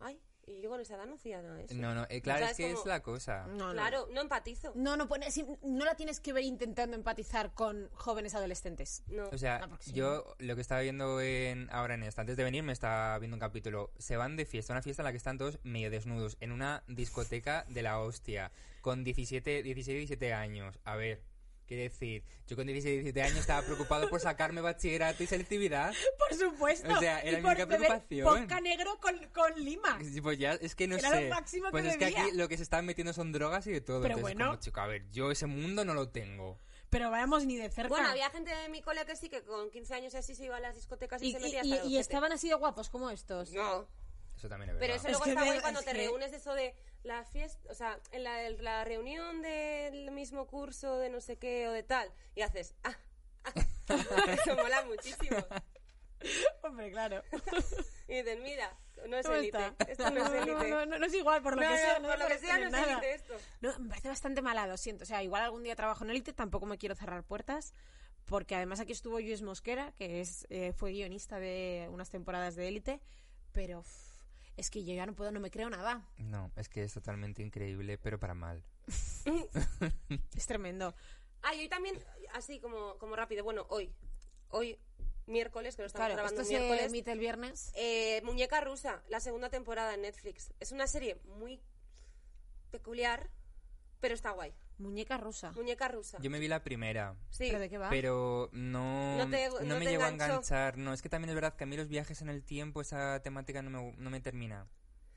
[SPEAKER 2] ay, y yo con esa edad no hacía nada de eso.
[SPEAKER 3] No, no, eh, claro,
[SPEAKER 2] O sea,
[SPEAKER 3] es
[SPEAKER 2] es
[SPEAKER 3] que
[SPEAKER 2] como-
[SPEAKER 3] es la cosa.
[SPEAKER 1] No,
[SPEAKER 2] Claro, no empatizo.
[SPEAKER 1] No, no, pone- sí, no la tienes que ver intentando empatizar con jóvenes adolescentes.
[SPEAKER 2] No.
[SPEAKER 3] O sea,
[SPEAKER 1] Ah, porque sí.
[SPEAKER 3] yo lo que estaba viendo en, ahora en esta, antes de venir, me estaba viendo un capítulo. Se van de fiesta, una fiesta en la que están todos medio desnudos, en una discoteca de la hostia, con 17, 16, 17 años. A ver, Quiere decir, yo con 16 17 años estaba preocupado por sacarme bachillerato y selectividad.
[SPEAKER 1] <laughs> Por supuesto.
[SPEAKER 3] O sea, era
[SPEAKER 1] y
[SPEAKER 3] mi
[SPEAKER 1] por
[SPEAKER 3] única
[SPEAKER 1] beber
[SPEAKER 3] preocupación.
[SPEAKER 1] Vodka negro con, con lima.
[SPEAKER 3] Y Pues ya, es que no
[SPEAKER 1] Era lo
[SPEAKER 3] sé.
[SPEAKER 1] máximo que
[SPEAKER 3] pues es que
[SPEAKER 1] bebía.
[SPEAKER 3] aquí lo que se están metiendo son drogas y de todo.
[SPEAKER 1] Pero
[SPEAKER 3] Entonces,
[SPEAKER 1] bueno.
[SPEAKER 3] como, chico, a ver, yo ese mundo no lo tengo.
[SPEAKER 1] Pero vayamos ni de cerca.
[SPEAKER 2] Bueno, había gente de mi cole que sí, que con 15 años y así se iba a las discotecas y,
[SPEAKER 1] y,
[SPEAKER 2] se
[SPEAKER 1] y-
[SPEAKER 2] metía
[SPEAKER 1] y-
[SPEAKER 2] hasta el
[SPEAKER 1] y
[SPEAKER 2] ojete.
[SPEAKER 1] estaban así de guapos como estos.
[SPEAKER 2] No,
[SPEAKER 3] Eso también es verdad.
[SPEAKER 2] pero eso
[SPEAKER 1] Es
[SPEAKER 2] luego
[SPEAKER 1] que
[SPEAKER 2] está guay
[SPEAKER 1] veo-
[SPEAKER 2] cuando
[SPEAKER 1] es
[SPEAKER 2] te
[SPEAKER 1] que-
[SPEAKER 2] reúnes eso de la fiesta, o sea, en la, en la reunión del mismo curso de no sé qué o de tal, y haces, ah, ah, <laughs> eso mola muchísimo.
[SPEAKER 1] <laughs> Hombre, claro. <laughs>
[SPEAKER 2] Y dices, mira, no es
[SPEAKER 1] ¿Cómo
[SPEAKER 2] élite,
[SPEAKER 1] está?
[SPEAKER 2] esto no
[SPEAKER 1] <laughs>
[SPEAKER 2] es
[SPEAKER 1] no,
[SPEAKER 2] élite.
[SPEAKER 1] no, no, no es igual, por lo
[SPEAKER 2] No,
[SPEAKER 1] que
[SPEAKER 2] no,
[SPEAKER 1] sea.
[SPEAKER 2] por lo que sea, no
[SPEAKER 1] es
[SPEAKER 2] es élite esto.
[SPEAKER 1] No, me parece bastante mala, lo siento. O sea, igual algún día trabajo en Elite, tampoco me quiero cerrar puertas. Porque además aquí estuvo Luis Mosquera, que es, eh, fue guionista de unas temporadas de Elite. Pero uf, es que yo ya no puedo, no me creo nada.
[SPEAKER 3] No, es que es totalmente increíble, pero para mal.
[SPEAKER 1] Es tremendo.
[SPEAKER 2] Ah, y hoy también, así como, como rápido, bueno, hoy, hoy, miércoles, que lo estamos
[SPEAKER 1] Claro,
[SPEAKER 2] grabando
[SPEAKER 1] esto se
[SPEAKER 2] miércoles,
[SPEAKER 1] emite el viernes.
[SPEAKER 2] eh, Muñeca Rusa, la segunda temporada en Netflix. Es una serie muy peculiar, pero está guay.
[SPEAKER 1] Muñeca rusa.
[SPEAKER 2] Muñeca Rusa.
[SPEAKER 3] Yo me vi la primera,
[SPEAKER 2] Sí.
[SPEAKER 1] ¿Pero de qué va?
[SPEAKER 3] pero no,
[SPEAKER 2] No te- no
[SPEAKER 3] me
[SPEAKER 2] te
[SPEAKER 3] llegó a
[SPEAKER 2] enganchó.
[SPEAKER 3] enganchar. No, es que también es verdad que a mí los viajes en el tiempo, esa temática no me, no me termina.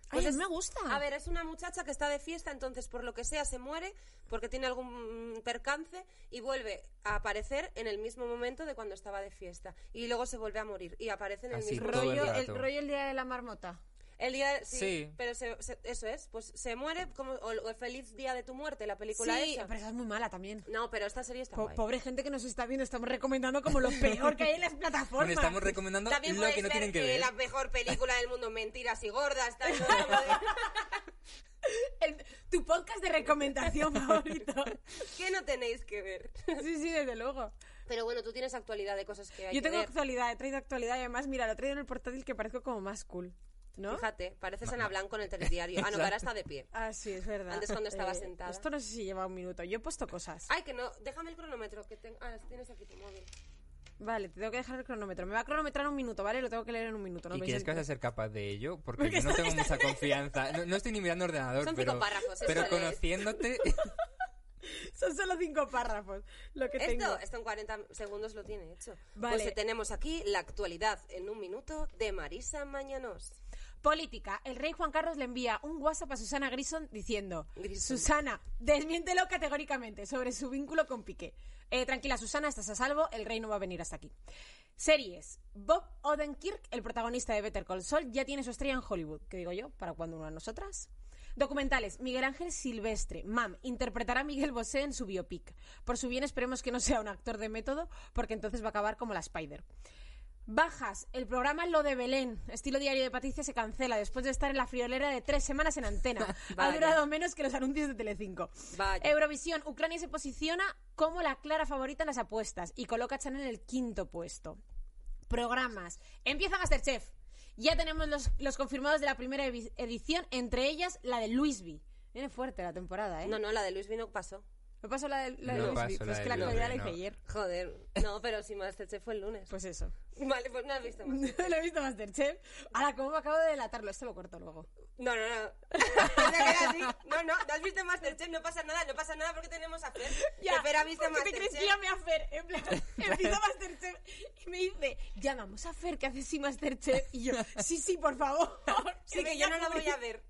[SPEAKER 1] Ay,
[SPEAKER 2] Pues
[SPEAKER 1] a mí
[SPEAKER 2] es-
[SPEAKER 1] me gusta.
[SPEAKER 2] A ver, es una muchacha que está de fiesta, entonces por lo que sea se muere porque tiene algún mm, percance y vuelve a aparecer en el mismo momento de cuando estaba de fiesta. Y luego se vuelve a morir y aparece en el
[SPEAKER 3] Así,
[SPEAKER 2] mismo...
[SPEAKER 3] todo el
[SPEAKER 1] rollo, el,
[SPEAKER 3] rato.
[SPEAKER 1] rollo el día de la marmota.
[SPEAKER 2] El día de- sí,
[SPEAKER 3] Sí.
[SPEAKER 2] pero se- se- eso es, pues se muere como o, o el feliz día de tu muerte, la película
[SPEAKER 1] Sí,
[SPEAKER 2] esa.
[SPEAKER 1] pero esa es muy mala también.
[SPEAKER 2] No, pero esta serie está
[SPEAKER 1] Po-
[SPEAKER 2] guay.
[SPEAKER 1] pobre gente que nos está viendo, estamos recomendando como lo peor que hay en las plataformas.
[SPEAKER 3] Bueno, estamos recomendando
[SPEAKER 2] También
[SPEAKER 3] lo
[SPEAKER 2] puedes
[SPEAKER 3] que no
[SPEAKER 2] ver
[SPEAKER 3] tienen que
[SPEAKER 2] eh,
[SPEAKER 3] ver.
[SPEAKER 2] la mejor película del mundo, mentiras y gordas, tal,
[SPEAKER 3] <laughs>
[SPEAKER 1] El- tu podcast de <laughs> recomendación favorito.
[SPEAKER 2] que no tenéis que ver.
[SPEAKER 1] Sí, sí, desde luego.
[SPEAKER 2] Pero bueno, tú tienes actualidad de cosas que hay
[SPEAKER 1] Yo
[SPEAKER 2] que
[SPEAKER 1] tengo
[SPEAKER 2] ver.
[SPEAKER 1] actualidad, he traído actualidad y además, mira, lo he traído en el portátil que parezco como más cool. ¿No?
[SPEAKER 2] Fíjate, pareces Ana Blanco en el telediario.
[SPEAKER 3] <laughs>
[SPEAKER 2] Ah, no, que ahora está de pie.
[SPEAKER 1] Ah, sí, es verdad. Eh,
[SPEAKER 2] Antes cuando estaba sentada.
[SPEAKER 1] Esto no sé si lleva un minuto. Yo he puesto cosas.
[SPEAKER 2] Ay, que no, déjame el cronómetro que tengo. Ah, tienes aquí tu móvil.
[SPEAKER 1] Vale, te tengo que dejar el cronómetro. Me va a cronometrar un minuto, ¿vale? Lo tengo que leer en un minuto. No
[SPEAKER 3] ¿Y
[SPEAKER 1] penséis
[SPEAKER 3] crees que vas
[SPEAKER 1] que-
[SPEAKER 3] a ser capaz de ello? Porque, yo
[SPEAKER 2] <laughs>
[SPEAKER 3] no tengo mucha confianza. No, no estoy ni mirando ordenador,
[SPEAKER 2] Son cinco
[SPEAKER 3] pero,
[SPEAKER 2] párrafos,
[SPEAKER 3] pero
[SPEAKER 2] eso es. <laughs>
[SPEAKER 3] conociéndote...
[SPEAKER 1] <laughs> Son solo cinco párrafos. Lo que tengo.
[SPEAKER 2] Esto, esto en 40 segundos lo tiene hecho.
[SPEAKER 1] Vale.
[SPEAKER 2] Pues eh, tenemos aquí la actualidad en un minuto de Marisa Mañanos.
[SPEAKER 1] Política. El rey Juan Carlos le envía un WhatsApp a Susana Grison diciendo:
[SPEAKER 2] Grison.
[SPEAKER 1] Susana, desmiéntelo categóricamente sobre su vínculo con Piqué. Eh, tranquila, Susana, estás a salvo. El rey no va a venir hasta aquí. Series. Bob Odenkirk, el protagonista de Better Call Saul, ya tiene su estrella en Hollywood. ¿Qué digo yo? ¿Para cuándo una a nosotras? Documentales. Miguel Ángel Silvestre, MAM, interpretará a Miguel Bosé en su biopic. Por su bien esperemos que no sea un actor de método, porque entonces va a acabar como la Spider. Bajas, el programa Lo de Belén, estilo diario de Patricia, se cancela después de estar en la friolera de tres semanas en antena. ha
[SPEAKER 2] Vaya.
[SPEAKER 1] durado menos que los anuncios de Telecinco.
[SPEAKER 2] Vaya.
[SPEAKER 1] Eurovisión, Ucrania se posiciona como la clara favorita en las apuestas y coloca a Chanel en el quinto puesto. Programas. Empieza Masterchef. Ya tenemos los, los confirmados de la primera evi- edición, entre ellas la de Luisby. Viene fuerte la temporada, ¿eh?
[SPEAKER 2] No, no, la de Luis Vino pasó.
[SPEAKER 1] Me pasó la de, la de
[SPEAKER 3] No
[SPEAKER 1] Luisby.
[SPEAKER 3] pasó
[SPEAKER 1] Pues
[SPEAKER 3] la
[SPEAKER 1] es
[SPEAKER 3] de
[SPEAKER 1] que la
[SPEAKER 3] Luisby,
[SPEAKER 1] actualidad la hice
[SPEAKER 3] no.
[SPEAKER 1] ayer.
[SPEAKER 2] Joder, no, pero si Masterchef fue el lunes.
[SPEAKER 1] Pues eso. <laughs>
[SPEAKER 2] Vale, pues no has visto más.
[SPEAKER 1] No lo he visto Masterchef. Ahora, ¿cómo me acabo de delatarlo? Esto lo corto luego.
[SPEAKER 2] No, no,
[SPEAKER 1] <laughs>
[SPEAKER 2] no. Pensé que era así. No, no, no has visto Masterchef, no pasa nada, no pasa nada porque tenemos a Fer. Que Fer ha visto
[SPEAKER 1] ¿por qué te crees que
[SPEAKER 2] Masterchef.
[SPEAKER 1] llame a Fer? En
[SPEAKER 2] <laughs>
[SPEAKER 1] plan, <laughs> empiezo Masterchef y me dice, llamamos a Fer, que hace sí Masterchef. Y yo, sí, sí, por favor. <laughs>
[SPEAKER 2] Sí, <laughs> que yo no la voy a ver.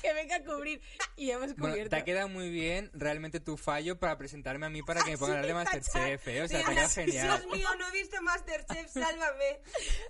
[SPEAKER 1] Que venga a cubrir. Y hemos
[SPEAKER 3] Bueno,
[SPEAKER 1] cubierto.
[SPEAKER 3] te ha quedado muy bien realmente tu fallo para presentarme a mí para que me pongan a hablar de
[SPEAKER 1] Así me
[SPEAKER 3] Masterchef, ¿eh? O sea, te ha quedado
[SPEAKER 1] tachan.
[SPEAKER 3] genial.
[SPEAKER 2] Dios mío, no he visto
[SPEAKER 1] <laughs>
[SPEAKER 2] Masterchef, sálvame.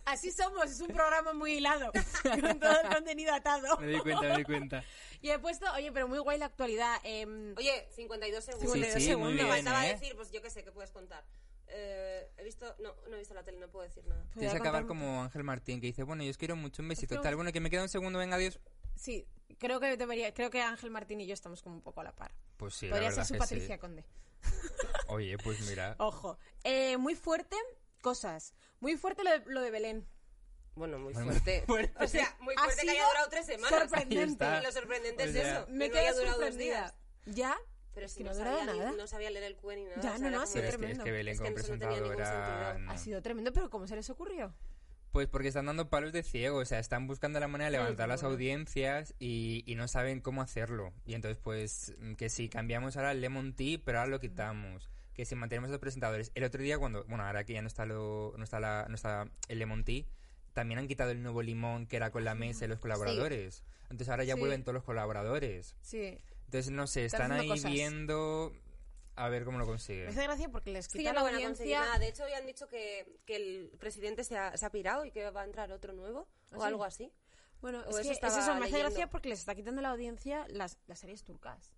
[SPEAKER 1] Así somos, es un programa muy
[SPEAKER 3] <laughs>
[SPEAKER 1] hilado, <laughs> con todo el contenido atado.
[SPEAKER 3] Me doy cuenta, me doy cuenta.
[SPEAKER 1] Y he puesto, oye, pero muy guay la actualidad. em,
[SPEAKER 2] Oye, 52 segundos.
[SPEAKER 3] Sí,
[SPEAKER 1] Bueno,
[SPEAKER 3] sí,
[SPEAKER 1] segundo.
[SPEAKER 3] muy
[SPEAKER 2] Me
[SPEAKER 3] bien,
[SPEAKER 2] faltaba
[SPEAKER 3] ¿eh?
[SPEAKER 2] decir, pues yo qué sé, ¿qué puedes contar? Eh, he visto, no, no he visto la tele, no puedo decir nada.
[SPEAKER 1] voy a
[SPEAKER 3] Tienes que acabar
[SPEAKER 1] contar-
[SPEAKER 3] como Ángel Martín, que dice, bueno, yo os quiero mucho, un besito,
[SPEAKER 1] Pero-
[SPEAKER 3] tal, bueno, que me queda un segundo, venga, adiós.
[SPEAKER 1] Sí, creo que debería, creo que Ángel Martín y yo estamos como un poco a la par.
[SPEAKER 3] Pues sí,
[SPEAKER 1] Podría
[SPEAKER 3] la
[SPEAKER 1] ser
[SPEAKER 3] verdad
[SPEAKER 1] su
[SPEAKER 3] que sí.
[SPEAKER 1] Patricia Conde.
[SPEAKER 3] Oye, pues mira.
[SPEAKER 1] Ojo. Eh, muy fuerte, cosas. Muy fuerte lo de, lo de Belén.
[SPEAKER 2] Bueno, muy
[SPEAKER 1] <laughs>
[SPEAKER 3] Bueno,
[SPEAKER 2] fuerte.
[SPEAKER 3] fuerte.
[SPEAKER 2] O sea, muy
[SPEAKER 1] Ha
[SPEAKER 2] fuerte que haya
[SPEAKER 1] sido
[SPEAKER 2] durado tres semanas.
[SPEAKER 1] sorprendente.
[SPEAKER 3] Ahí está.
[SPEAKER 2] Y lo sorprendente
[SPEAKER 3] O
[SPEAKER 2] es
[SPEAKER 3] sea,
[SPEAKER 2] eso.
[SPEAKER 1] Me
[SPEAKER 2] que no haya
[SPEAKER 1] quedé
[SPEAKER 2] durado dos
[SPEAKER 1] sorprendida.
[SPEAKER 2] días.
[SPEAKER 1] ¿Ya?
[SPEAKER 2] Pero si
[SPEAKER 1] Que no
[SPEAKER 2] no,
[SPEAKER 1] ha durado
[SPEAKER 2] sabía ni-
[SPEAKER 1] nada.
[SPEAKER 2] no sabía leer el cuen ni
[SPEAKER 1] Ya,
[SPEAKER 2] nada. o sea,
[SPEAKER 1] no,
[SPEAKER 2] era
[SPEAKER 1] no, sí.
[SPEAKER 2] como-
[SPEAKER 3] Pero es que, es
[SPEAKER 1] tremendo.
[SPEAKER 3] que Belén
[SPEAKER 2] Es que
[SPEAKER 3] como
[SPEAKER 2] eso no tenía ningún
[SPEAKER 3] presentadora...
[SPEAKER 2] sentido.
[SPEAKER 3] no.
[SPEAKER 1] Ha sido tremendo, pero ¿cómo se les ocurrió?
[SPEAKER 3] Pues porque están dando palos de ciego, o sea, están buscando la manera de levantar las
[SPEAKER 1] bueno.
[SPEAKER 3] audiencias y, y no saben cómo hacerlo. Y entonces, pues, mm, que si cambiamos ahora el Lemon Tea, pero ahora lo quitamos. que si mantenemos a los presentadores. El otro día, cuando, bueno, ahora que ya no está, lo, no está, la, no está el Lemon Tea, también han quitado el nuevo limón que era con la mesa y los colaboradores. Entonces ahora ya
[SPEAKER 4] Sí.
[SPEAKER 3] vuelven todos los colaboradores.
[SPEAKER 4] Sí.
[SPEAKER 3] Entonces, no sé,
[SPEAKER 4] Están
[SPEAKER 3] están ahí
[SPEAKER 4] haciendo cosas.
[SPEAKER 3] viendo a ver cómo lo
[SPEAKER 1] Me
[SPEAKER 3] consiguen.
[SPEAKER 1] hace gracia porque les
[SPEAKER 2] Sí,
[SPEAKER 1] quita
[SPEAKER 2] ya
[SPEAKER 1] la
[SPEAKER 2] no van a conseguir
[SPEAKER 1] audiencia.
[SPEAKER 2] nada. De hecho, hoy han dicho que, que el presidente se ha, se ha pirado y que va a entrar otro nuevo
[SPEAKER 1] ¿Ah,
[SPEAKER 2] o
[SPEAKER 1] sí?
[SPEAKER 2] algo así.
[SPEAKER 1] Bueno,
[SPEAKER 2] O
[SPEAKER 1] es
[SPEAKER 2] eso
[SPEAKER 1] que es
[SPEAKER 2] estaba
[SPEAKER 1] eso, me hace
[SPEAKER 2] leyendo.
[SPEAKER 1] gracia porque les está quitando la audiencia las, las series turcas.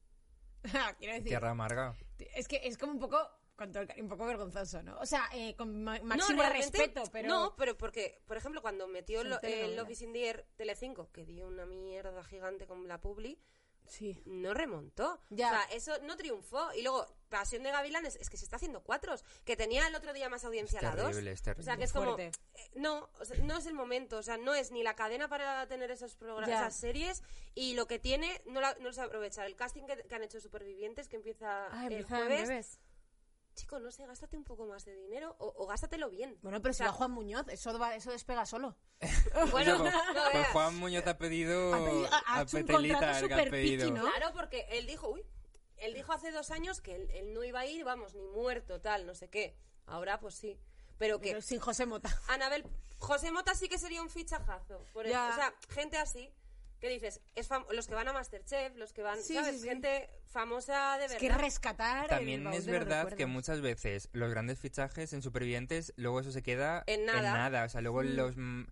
[SPEAKER 1] <laughs> Ah, Quiero decir,
[SPEAKER 3] Tierra amarga.
[SPEAKER 1] es que es como un poco, con todo el cariño, un poco vergonzoso, ¿no? O sea, eh, con ma-
[SPEAKER 2] No,
[SPEAKER 1] máximo
[SPEAKER 2] realmente,
[SPEAKER 1] respeto, pero...
[SPEAKER 2] No, pero porque, por ejemplo, cuando metió
[SPEAKER 1] Son
[SPEAKER 2] lo- el
[SPEAKER 1] telenovelas.
[SPEAKER 2] Office in the Air Telecinco, que dio una mierda gigante con la publi,
[SPEAKER 1] Sí.
[SPEAKER 2] no remontó.
[SPEAKER 1] Ya.
[SPEAKER 2] O sea, eso no triunfó. Y luego, Pasión de Gavilanes, es que se está haciendo cuatros, que tenía el otro día más audiencia la dos.
[SPEAKER 3] Terrible, es
[SPEAKER 2] O
[SPEAKER 3] terrible.
[SPEAKER 2] sea, que es como...
[SPEAKER 1] Fuerte.
[SPEAKER 2] eh, no, o sea, no es el momento. O sea, no es ni la cadena para tener esos programas,
[SPEAKER 1] Ya.
[SPEAKER 2] esas series, y lo que tiene no, la, no los aprovecha. El casting que, que han hecho Supervivientes, que empieza
[SPEAKER 1] Ah,
[SPEAKER 2] el
[SPEAKER 1] empieza en
[SPEAKER 2] jueves...
[SPEAKER 1] breves.
[SPEAKER 2] Chico, no sé, gástate un poco más de dinero o, o
[SPEAKER 1] <laughs>
[SPEAKER 2] gástatelo bien.
[SPEAKER 1] Bueno, pero si
[SPEAKER 2] O sea,
[SPEAKER 1] va Juan Muñoz, eso, va- eso despega solo.
[SPEAKER 2] Bueno,
[SPEAKER 3] Luego,
[SPEAKER 2] <laughs> no
[SPEAKER 3] pues
[SPEAKER 2] veas.
[SPEAKER 3] Juan Muñoz ha pedido
[SPEAKER 1] Ha pedido- ha- ha
[SPEAKER 3] a
[SPEAKER 1] hecho un
[SPEAKER 3] Petelita
[SPEAKER 1] contrato
[SPEAKER 3] el que ha
[SPEAKER 1] súper piqui,
[SPEAKER 3] pedido.
[SPEAKER 1] ¿no?
[SPEAKER 2] Claro, porque él dijo, uy, él dijo hace dos años que él, él no iba a ir, vamos, ni muerto, tal, no sé qué. Ahora pues sí. Pero que
[SPEAKER 1] Pero sin José Mota.
[SPEAKER 2] Anabel, José Mota sí que sería un fichajazo. Por
[SPEAKER 1] Ya.
[SPEAKER 2] eso. O sea, gente así que dices, es fam- los que van a Masterchef, los que van,
[SPEAKER 1] Sí,
[SPEAKER 2] ¿sabes?
[SPEAKER 1] sí, sí.
[SPEAKER 2] Gente famosa de
[SPEAKER 1] Es
[SPEAKER 2] verdad.
[SPEAKER 1] que rescatar... el
[SPEAKER 3] También
[SPEAKER 1] baúl
[SPEAKER 3] es
[SPEAKER 1] de los
[SPEAKER 3] verdad que
[SPEAKER 1] recuerdos.
[SPEAKER 3] muchas veces los grandes fichajes en supervivientes, luego eso se queda
[SPEAKER 2] En nada.
[SPEAKER 3] O sea, luego los. mm,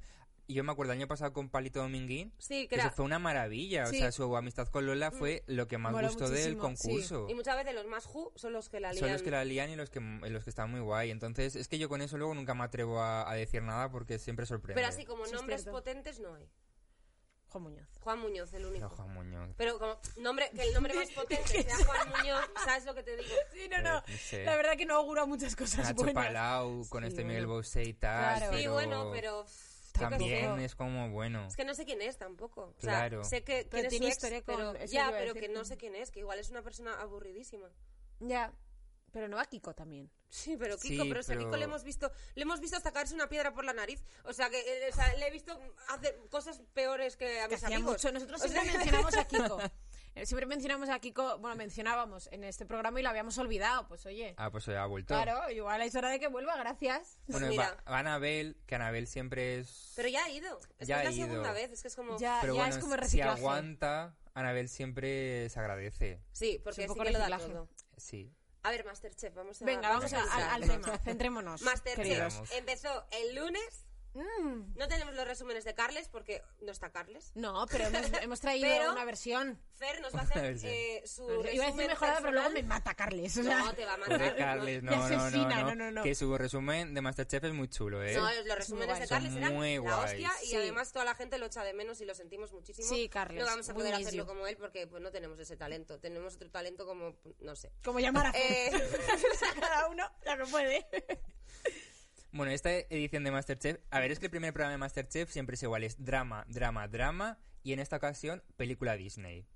[SPEAKER 3] Yo me acuerdo el año pasado con Palito Dominguín.
[SPEAKER 2] Sí,
[SPEAKER 3] Que
[SPEAKER 2] que era-
[SPEAKER 3] eso fue una maravilla.
[SPEAKER 1] Sí. Mm.
[SPEAKER 3] O sea, su amistad con Lola fue lo que más
[SPEAKER 1] Mola
[SPEAKER 3] gustó del
[SPEAKER 1] muchísimo, sí.
[SPEAKER 3] concurso.
[SPEAKER 2] Y muchas veces los más ju son los que la lían.
[SPEAKER 3] Son los que la lían y los que, los que están muy guay. Entonces, es que yo con eso luego nunca me atrevo a, a decir nada porque siempre sorprende.
[SPEAKER 2] Pero así como
[SPEAKER 1] Eso es
[SPEAKER 2] nombres
[SPEAKER 1] cierto.
[SPEAKER 2] potentes no hay.
[SPEAKER 1] Juan Muñoz.
[SPEAKER 2] Juan Muñoz, el único.
[SPEAKER 3] No, Juan Muñoz.
[SPEAKER 2] Pero como nombre, que el nombre
[SPEAKER 1] <laughs>
[SPEAKER 2] más potente sea Juan Muñoz, ¿sabes lo que te digo?
[SPEAKER 1] Sí, no, no.
[SPEAKER 3] Eh, no sé.
[SPEAKER 1] La verdad que no augura muchas cosas
[SPEAKER 3] Nacho
[SPEAKER 1] buenas.
[SPEAKER 3] Palau con
[SPEAKER 1] Sí,
[SPEAKER 3] este
[SPEAKER 1] bueno.
[SPEAKER 3] Miguel Bosé y tal.
[SPEAKER 1] Claro.
[SPEAKER 2] Sí, bueno, pero. pff, yo qué
[SPEAKER 3] También
[SPEAKER 2] sé.
[SPEAKER 3] es como bueno.
[SPEAKER 2] Es que no sé quién es tampoco. O sea,
[SPEAKER 3] Claro.
[SPEAKER 2] sé que quién
[SPEAKER 1] Pero
[SPEAKER 2] es
[SPEAKER 1] tiene
[SPEAKER 2] su ex,
[SPEAKER 1] historia con-
[SPEAKER 2] pero-
[SPEAKER 1] eso
[SPEAKER 2] ya,
[SPEAKER 1] iba a
[SPEAKER 2] pero
[SPEAKER 1] decir.
[SPEAKER 2] que no sé quién es, que igual es una persona aburridísima.
[SPEAKER 1] Ya. Pero no va Kiko también.
[SPEAKER 2] Sí, pero
[SPEAKER 3] Sí,
[SPEAKER 2] Kiko, pero, o sea,
[SPEAKER 3] pero-
[SPEAKER 2] Kiko le hemos visto, le hemos visto hasta caerse una piedra por la nariz. O sea, que eh, o sea, le he visto hacer cosas peores que a
[SPEAKER 1] Que
[SPEAKER 2] mis
[SPEAKER 1] hacía
[SPEAKER 2] amigos.
[SPEAKER 1] mucho. Nosotros
[SPEAKER 2] O sea,
[SPEAKER 1] siempre
[SPEAKER 2] <laughs>
[SPEAKER 1] mencionamos a Kiko. Eh, Siempre mencionamos a Kiko, bueno, mencionábamos en este programa y lo habíamos olvidado. Pues oye,
[SPEAKER 3] Ah, pues ya ha vuelto.
[SPEAKER 1] claro, igual es hora de que vuelva, gracias.
[SPEAKER 3] Bueno,
[SPEAKER 2] Pues
[SPEAKER 3] va-
[SPEAKER 2] mira.
[SPEAKER 3] Anabel, que Anabel siempre es.
[SPEAKER 2] Pero ya ha ido. Es
[SPEAKER 3] Ya
[SPEAKER 2] que
[SPEAKER 3] ha
[SPEAKER 2] es la
[SPEAKER 3] ido.
[SPEAKER 2] segunda vez, es que es como.
[SPEAKER 1] Ya,
[SPEAKER 3] Pero
[SPEAKER 1] ya
[SPEAKER 3] bueno,
[SPEAKER 1] es como
[SPEAKER 3] si
[SPEAKER 1] reciclaje.
[SPEAKER 3] aguanta, Anabel siempre se agradece.
[SPEAKER 2] Sí, porque
[SPEAKER 1] Es un
[SPEAKER 2] sí
[SPEAKER 1] poco
[SPEAKER 2] que lo da
[SPEAKER 1] reciclaje.
[SPEAKER 2] todo.
[SPEAKER 3] Sí.
[SPEAKER 2] A ver, Masterchef, vamos a
[SPEAKER 1] Venga, vamos a- al,
[SPEAKER 2] analizar.
[SPEAKER 1] al tema, centrémonos. queridos.
[SPEAKER 3] Vamos.
[SPEAKER 2] Masterchef empezó el lunes.
[SPEAKER 1] Mm.
[SPEAKER 2] No tenemos los resúmenes de Carles porque no está Carles.
[SPEAKER 1] No, pero hemos, hemos traído
[SPEAKER 2] Pero-
[SPEAKER 1] una versión.
[SPEAKER 2] Fer nos va a
[SPEAKER 3] <laughs> A
[SPEAKER 2] hacer
[SPEAKER 3] ver, sí.
[SPEAKER 2] eh, su
[SPEAKER 1] Iba a decir
[SPEAKER 2] resumen
[SPEAKER 1] mejorada, pero luego me
[SPEAKER 2] personal.
[SPEAKER 1] mata Carles. o sea. <laughs>
[SPEAKER 2] No, te va a
[SPEAKER 3] Pobre
[SPEAKER 2] matar.
[SPEAKER 3] Carles, no,
[SPEAKER 1] Me
[SPEAKER 3] no, no,
[SPEAKER 1] asesina,
[SPEAKER 3] no,
[SPEAKER 1] no, no, no.
[SPEAKER 3] Que su resumen de Masterchef es muy chulo, ¿eh?
[SPEAKER 2] No, los resúmenes
[SPEAKER 1] guay.
[SPEAKER 2] de Carles
[SPEAKER 3] Son
[SPEAKER 2] eran
[SPEAKER 3] muy
[SPEAKER 2] la
[SPEAKER 3] guays.
[SPEAKER 2] hostia y
[SPEAKER 1] Sí.
[SPEAKER 2] además toda la gente lo echa de menos y lo sentimos muchísimo.
[SPEAKER 1] Sí, Carles,
[SPEAKER 2] No vamos a
[SPEAKER 1] we
[SPEAKER 2] poder
[SPEAKER 1] miss
[SPEAKER 2] hacerlo
[SPEAKER 1] you.
[SPEAKER 2] como él porque pues, no tenemos ese talento. Tenemos otro talento como, no sé.
[SPEAKER 1] Como llamar a Fer. <laughs>
[SPEAKER 2] Eh, <laughs>
[SPEAKER 1] cada uno la que puede.
[SPEAKER 3] Bueno, esta edición de Masterchef, a ver, es que el primer programa de Masterchef siempre es igual, es drama, drama, drama, y en esta ocasión, película Disney.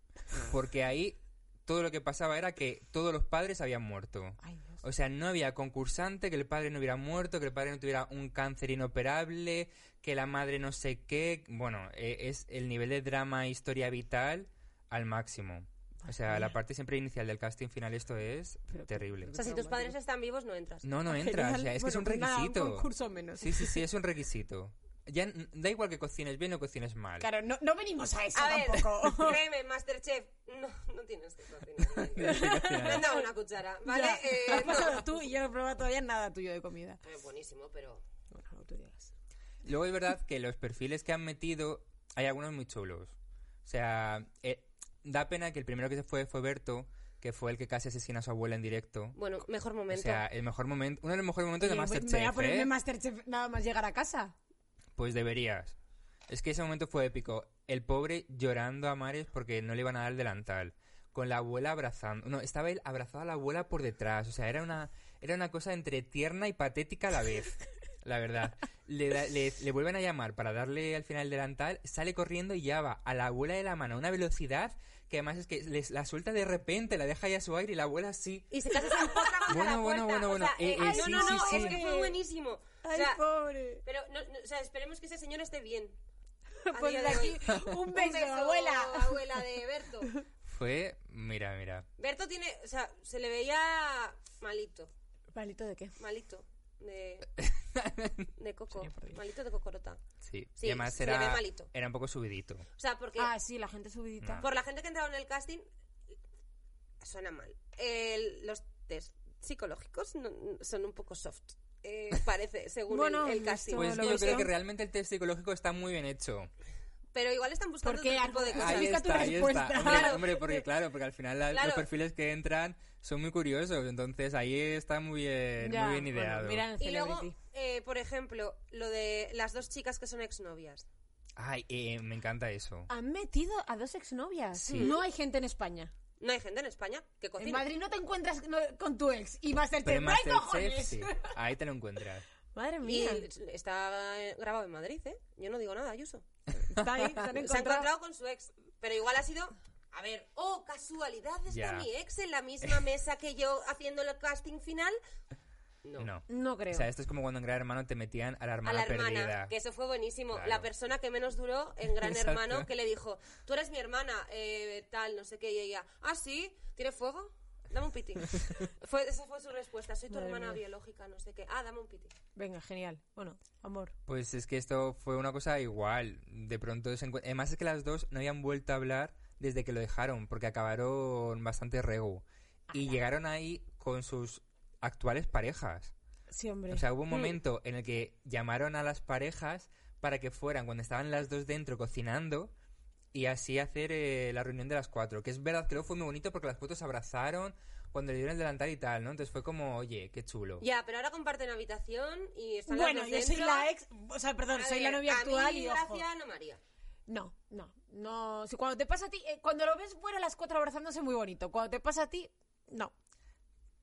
[SPEAKER 3] Porque ahí todo lo que pasaba era que todos los padres habían muerto. O sea, no había concursante que el padre no hubiera muerto, que el padre no tuviera un cáncer inoperable, que la madre no sé qué. Bueno, eh, es el nivel de drama e historia vital al máximo. O sea, la parte siempre inicial del casting final, esto es terrible.
[SPEAKER 2] <laughs> o sea, si tus padres están vivos, no entras.
[SPEAKER 3] No, no entra, o sea, es que es un requisito.
[SPEAKER 1] un concurso menos.
[SPEAKER 3] Sí, sí, sí, es un requisito. Ya n- da igual que cocines bien o cocines mal. <laughs>
[SPEAKER 1] Claro, no, no venimos a eso
[SPEAKER 2] A ver,
[SPEAKER 1] tampoco.
[SPEAKER 2] créeme, Masterchef, no, no tienes que
[SPEAKER 3] <laughs>
[SPEAKER 2] cocinar. bien. Me han dado una cuchara, <laughs> ¿vale?
[SPEAKER 1] Ya.
[SPEAKER 2] Eh,
[SPEAKER 1] Has <laughs>
[SPEAKER 2] no.
[SPEAKER 1] pasado tú y yo no he probado todavía nada tuyo de comida.
[SPEAKER 2] Eh, buenísimo, pero...
[SPEAKER 1] Bueno, no tú digas.
[SPEAKER 3] Luego es verdad que los perfiles que han metido, hay algunos muy chulos. O sea, eh, da pena que el primero que se fue fue Berto, que fue el que casi asesina a su abuela en directo.
[SPEAKER 2] Bueno, mejor
[SPEAKER 3] O
[SPEAKER 2] momento.
[SPEAKER 3] sea, el mejor momento, uno de los mejores momentos de
[SPEAKER 1] Oye,
[SPEAKER 3] Masterchef.
[SPEAKER 1] me voy a ponerme
[SPEAKER 3] ¿eh?
[SPEAKER 1] Masterchef nada más llegar a casa.
[SPEAKER 3] Pues deberías. Es que ese momento fue épico. El pobre llorando a mares porque no le iban a dar el delantal. Con la abuela abrazando. No, estaba él abrazado a la abuela por detrás. O sea, era una, era una cosa entre tierna y patética a la vez. La verdad. Le, da- le- le vuelven a llamar para darle al final el delantal. Sale corriendo y ya va a la abuela de la mano a una velocidad que además es que les, la suelta de repente, la deja ya a su aire y la abuela sí.
[SPEAKER 2] Y se casa sin potra contra
[SPEAKER 3] Bueno,
[SPEAKER 2] la
[SPEAKER 3] bueno,
[SPEAKER 2] puerta.
[SPEAKER 3] bueno,
[SPEAKER 2] o
[SPEAKER 3] bueno.
[SPEAKER 2] sea,
[SPEAKER 3] Eh,
[SPEAKER 2] eh,
[SPEAKER 3] eh,
[SPEAKER 2] ay,
[SPEAKER 3] sí,
[SPEAKER 2] no, no,
[SPEAKER 3] sí,
[SPEAKER 2] es
[SPEAKER 3] sí.
[SPEAKER 2] que fue buenísimo.
[SPEAKER 1] Ay,
[SPEAKER 2] o sea,
[SPEAKER 1] pobre.
[SPEAKER 2] Pero, no, no, o sea, esperemos que ese señor esté bien. A día
[SPEAKER 1] Ponle
[SPEAKER 2] de
[SPEAKER 1] aquí
[SPEAKER 2] <laughs> hoy.
[SPEAKER 1] un beso, abuela.
[SPEAKER 2] abuela de Berto.
[SPEAKER 3] fue. Mira, mira.
[SPEAKER 2] Berto tiene, o sea, se le veía malito,
[SPEAKER 1] ¿Palito de qué?
[SPEAKER 2] malito, de,
[SPEAKER 1] <laughs>
[SPEAKER 2] de coco,
[SPEAKER 1] Sería por Dios.
[SPEAKER 2] malito de cocorota.
[SPEAKER 3] Sí.
[SPEAKER 2] Sí,
[SPEAKER 3] y además
[SPEAKER 2] se le ve
[SPEAKER 3] era,
[SPEAKER 2] malito.
[SPEAKER 3] era un poco subidito.
[SPEAKER 2] O sea, porque
[SPEAKER 1] Ah, sí, la gente subidita.
[SPEAKER 3] Ah,
[SPEAKER 2] por la gente que ha entrado en el casting, suena mal. El- los test psicológicos no- son un poco soft, eh, parece, <laughs> según
[SPEAKER 1] Bueno,
[SPEAKER 2] el, el casting.
[SPEAKER 1] esto
[SPEAKER 3] Pues es
[SPEAKER 1] lo
[SPEAKER 3] que yo
[SPEAKER 1] busco.
[SPEAKER 3] creo que realmente el test psicológico está muy bien hecho.
[SPEAKER 2] Pero igual están buscando
[SPEAKER 1] Porque
[SPEAKER 2] otro tipo de
[SPEAKER 1] algo-
[SPEAKER 2] cosas.
[SPEAKER 3] Ahí
[SPEAKER 1] Busca tu
[SPEAKER 3] está, ahí está.
[SPEAKER 1] respuesta.
[SPEAKER 3] Hombre,
[SPEAKER 2] Claro.
[SPEAKER 3] hombre, porque claro, porque al final la-
[SPEAKER 2] Claro.
[SPEAKER 3] los perfiles que entran son muy curiosos, entonces ahí está muy bien,
[SPEAKER 1] Ya,
[SPEAKER 3] eh, muy bien
[SPEAKER 1] bueno,
[SPEAKER 3] ideado.
[SPEAKER 1] mira en
[SPEAKER 2] Y luego,
[SPEAKER 1] Celebrity.
[SPEAKER 2] eh, por ejemplo, lo de las dos chicas que son exnovias.
[SPEAKER 3] Ay, eh, me encanta eso.
[SPEAKER 1] Han metido a dos exnovias.
[SPEAKER 3] Sí.
[SPEAKER 1] No hay gente en España.
[SPEAKER 2] No hay gente en España que
[SPEAKER 1] En
[SPEAKER 2] cocina.
[SPEAKER 1] Madrid no te encuentras no- con tu ex. Y Masterchef,
[SPEAKER 3] Pero
[SPEAKER 1] no hay
[SPEAKER 3] Masterchef,
[SPEAKER 1] cojones.
[SPEAKER 3] sí, ahí te lo encuentras.
[SPEAKER 1] <laughs> Madre
[SPEAKER 2] Y
[SPEAKER 1] mía.
[SPEAKER 2] está eh, grabado en Madrid, ¿eh? Yo no digo nada, Ayuso.
[SPEAKER 1] Está ahí, se han
[SPEAKER 2] Se ha
[SPEAKER 1] encontrado.
[SPEAKER 2] encontrado con su ex, pero igual ha sido... A ver, oh, casualidad, está
[SPEAKER 3] Ya.
[SPEAKER 2] mi ex en la misma mesa que yo haciendo el casting final. No.
[SPEAKER 3] No.
[SPEAKER 1] No creo.
[SPEAKER 3] O sea, esto es como cuando en Gran Hermano te metían a la
[SPEAKER 2] A
[SPEAKER 3] hermana,
[SPEAKER 2] la hermana,
[SPEAKER 3] perdida.
[SPEAKER 2] que eso fue buenísimo.
[SPEAKER 3] Claro.
[SPEAKER 2] La persona que menos duró en Gran
[SPEAKER 3] Exacto.
[SPEAKER 2] Hermano, que le dijo, tú eres mi hermana, eh, tal, no sé qué, y ella, ah, sí, ¿tiene fuego? Dame un
[SPEAKER 3] <laughs>
[SPEAKER 2] piti. fue, esa fue su respuesta, soy tu
[SPEAKER 1] Madre
[SPEAKER 2] hermana
[SPEAKER 1] mía.
[SPEAKER 2] biológica, no sé qué. Ah, dame un piti.
[SPEAKER 1] Venga, genial. Bueno, amor.
[SPEAKER 3] Pues es que esto fue una cosa igual. De pronto se encuent- Además es que las dos no habían vuelto a hablar desde que lo dejaron, porque acabaron bastante rego. Y llegaron ahí con sus actuales parejas.
[SPEAKER 1] Sí, hombre.
[SPEAKER 3] O sea, hubo un momento en el que llamaron a las parejas para que fueran cuando estaban las dos dentro cocinando y así hacer eh, la reunión de las cuatro. Que es verdad que luego fue muy bonito porque las cuatro se abrazaron cuando le dieron el delantal y tal, ¿no? Entonces fue como, oye, qué chulo.
[SPEAKER 2] Ya, pero ahora comparten habitación y están las
[SPEAKER 1] bueno,
[SPEAKER 2] dos
[SPEAKER 1] yo soy
[SPEAKER 2] dentro.
[SPEAKER 1] la ex. O sea, perdón,
[SPEAKER 2] A
[SPEAKER 1] soy
[SPEAKER 2] ver,
[SPEAKER 1] la novia
[SPEAKER 2] a
[SPEAKER 1] actual
[SPEAKER 2] mí,
[SPEAKER 1] y ojo.
[SPEAKER 2] gracias, no María.
[SPEAKER 1] No, no, no. Si cuando te pasa a ti, eh, cuando lo ves fuera las cuatro abrazándose muy bonito. Cuando te pasa a ti, no.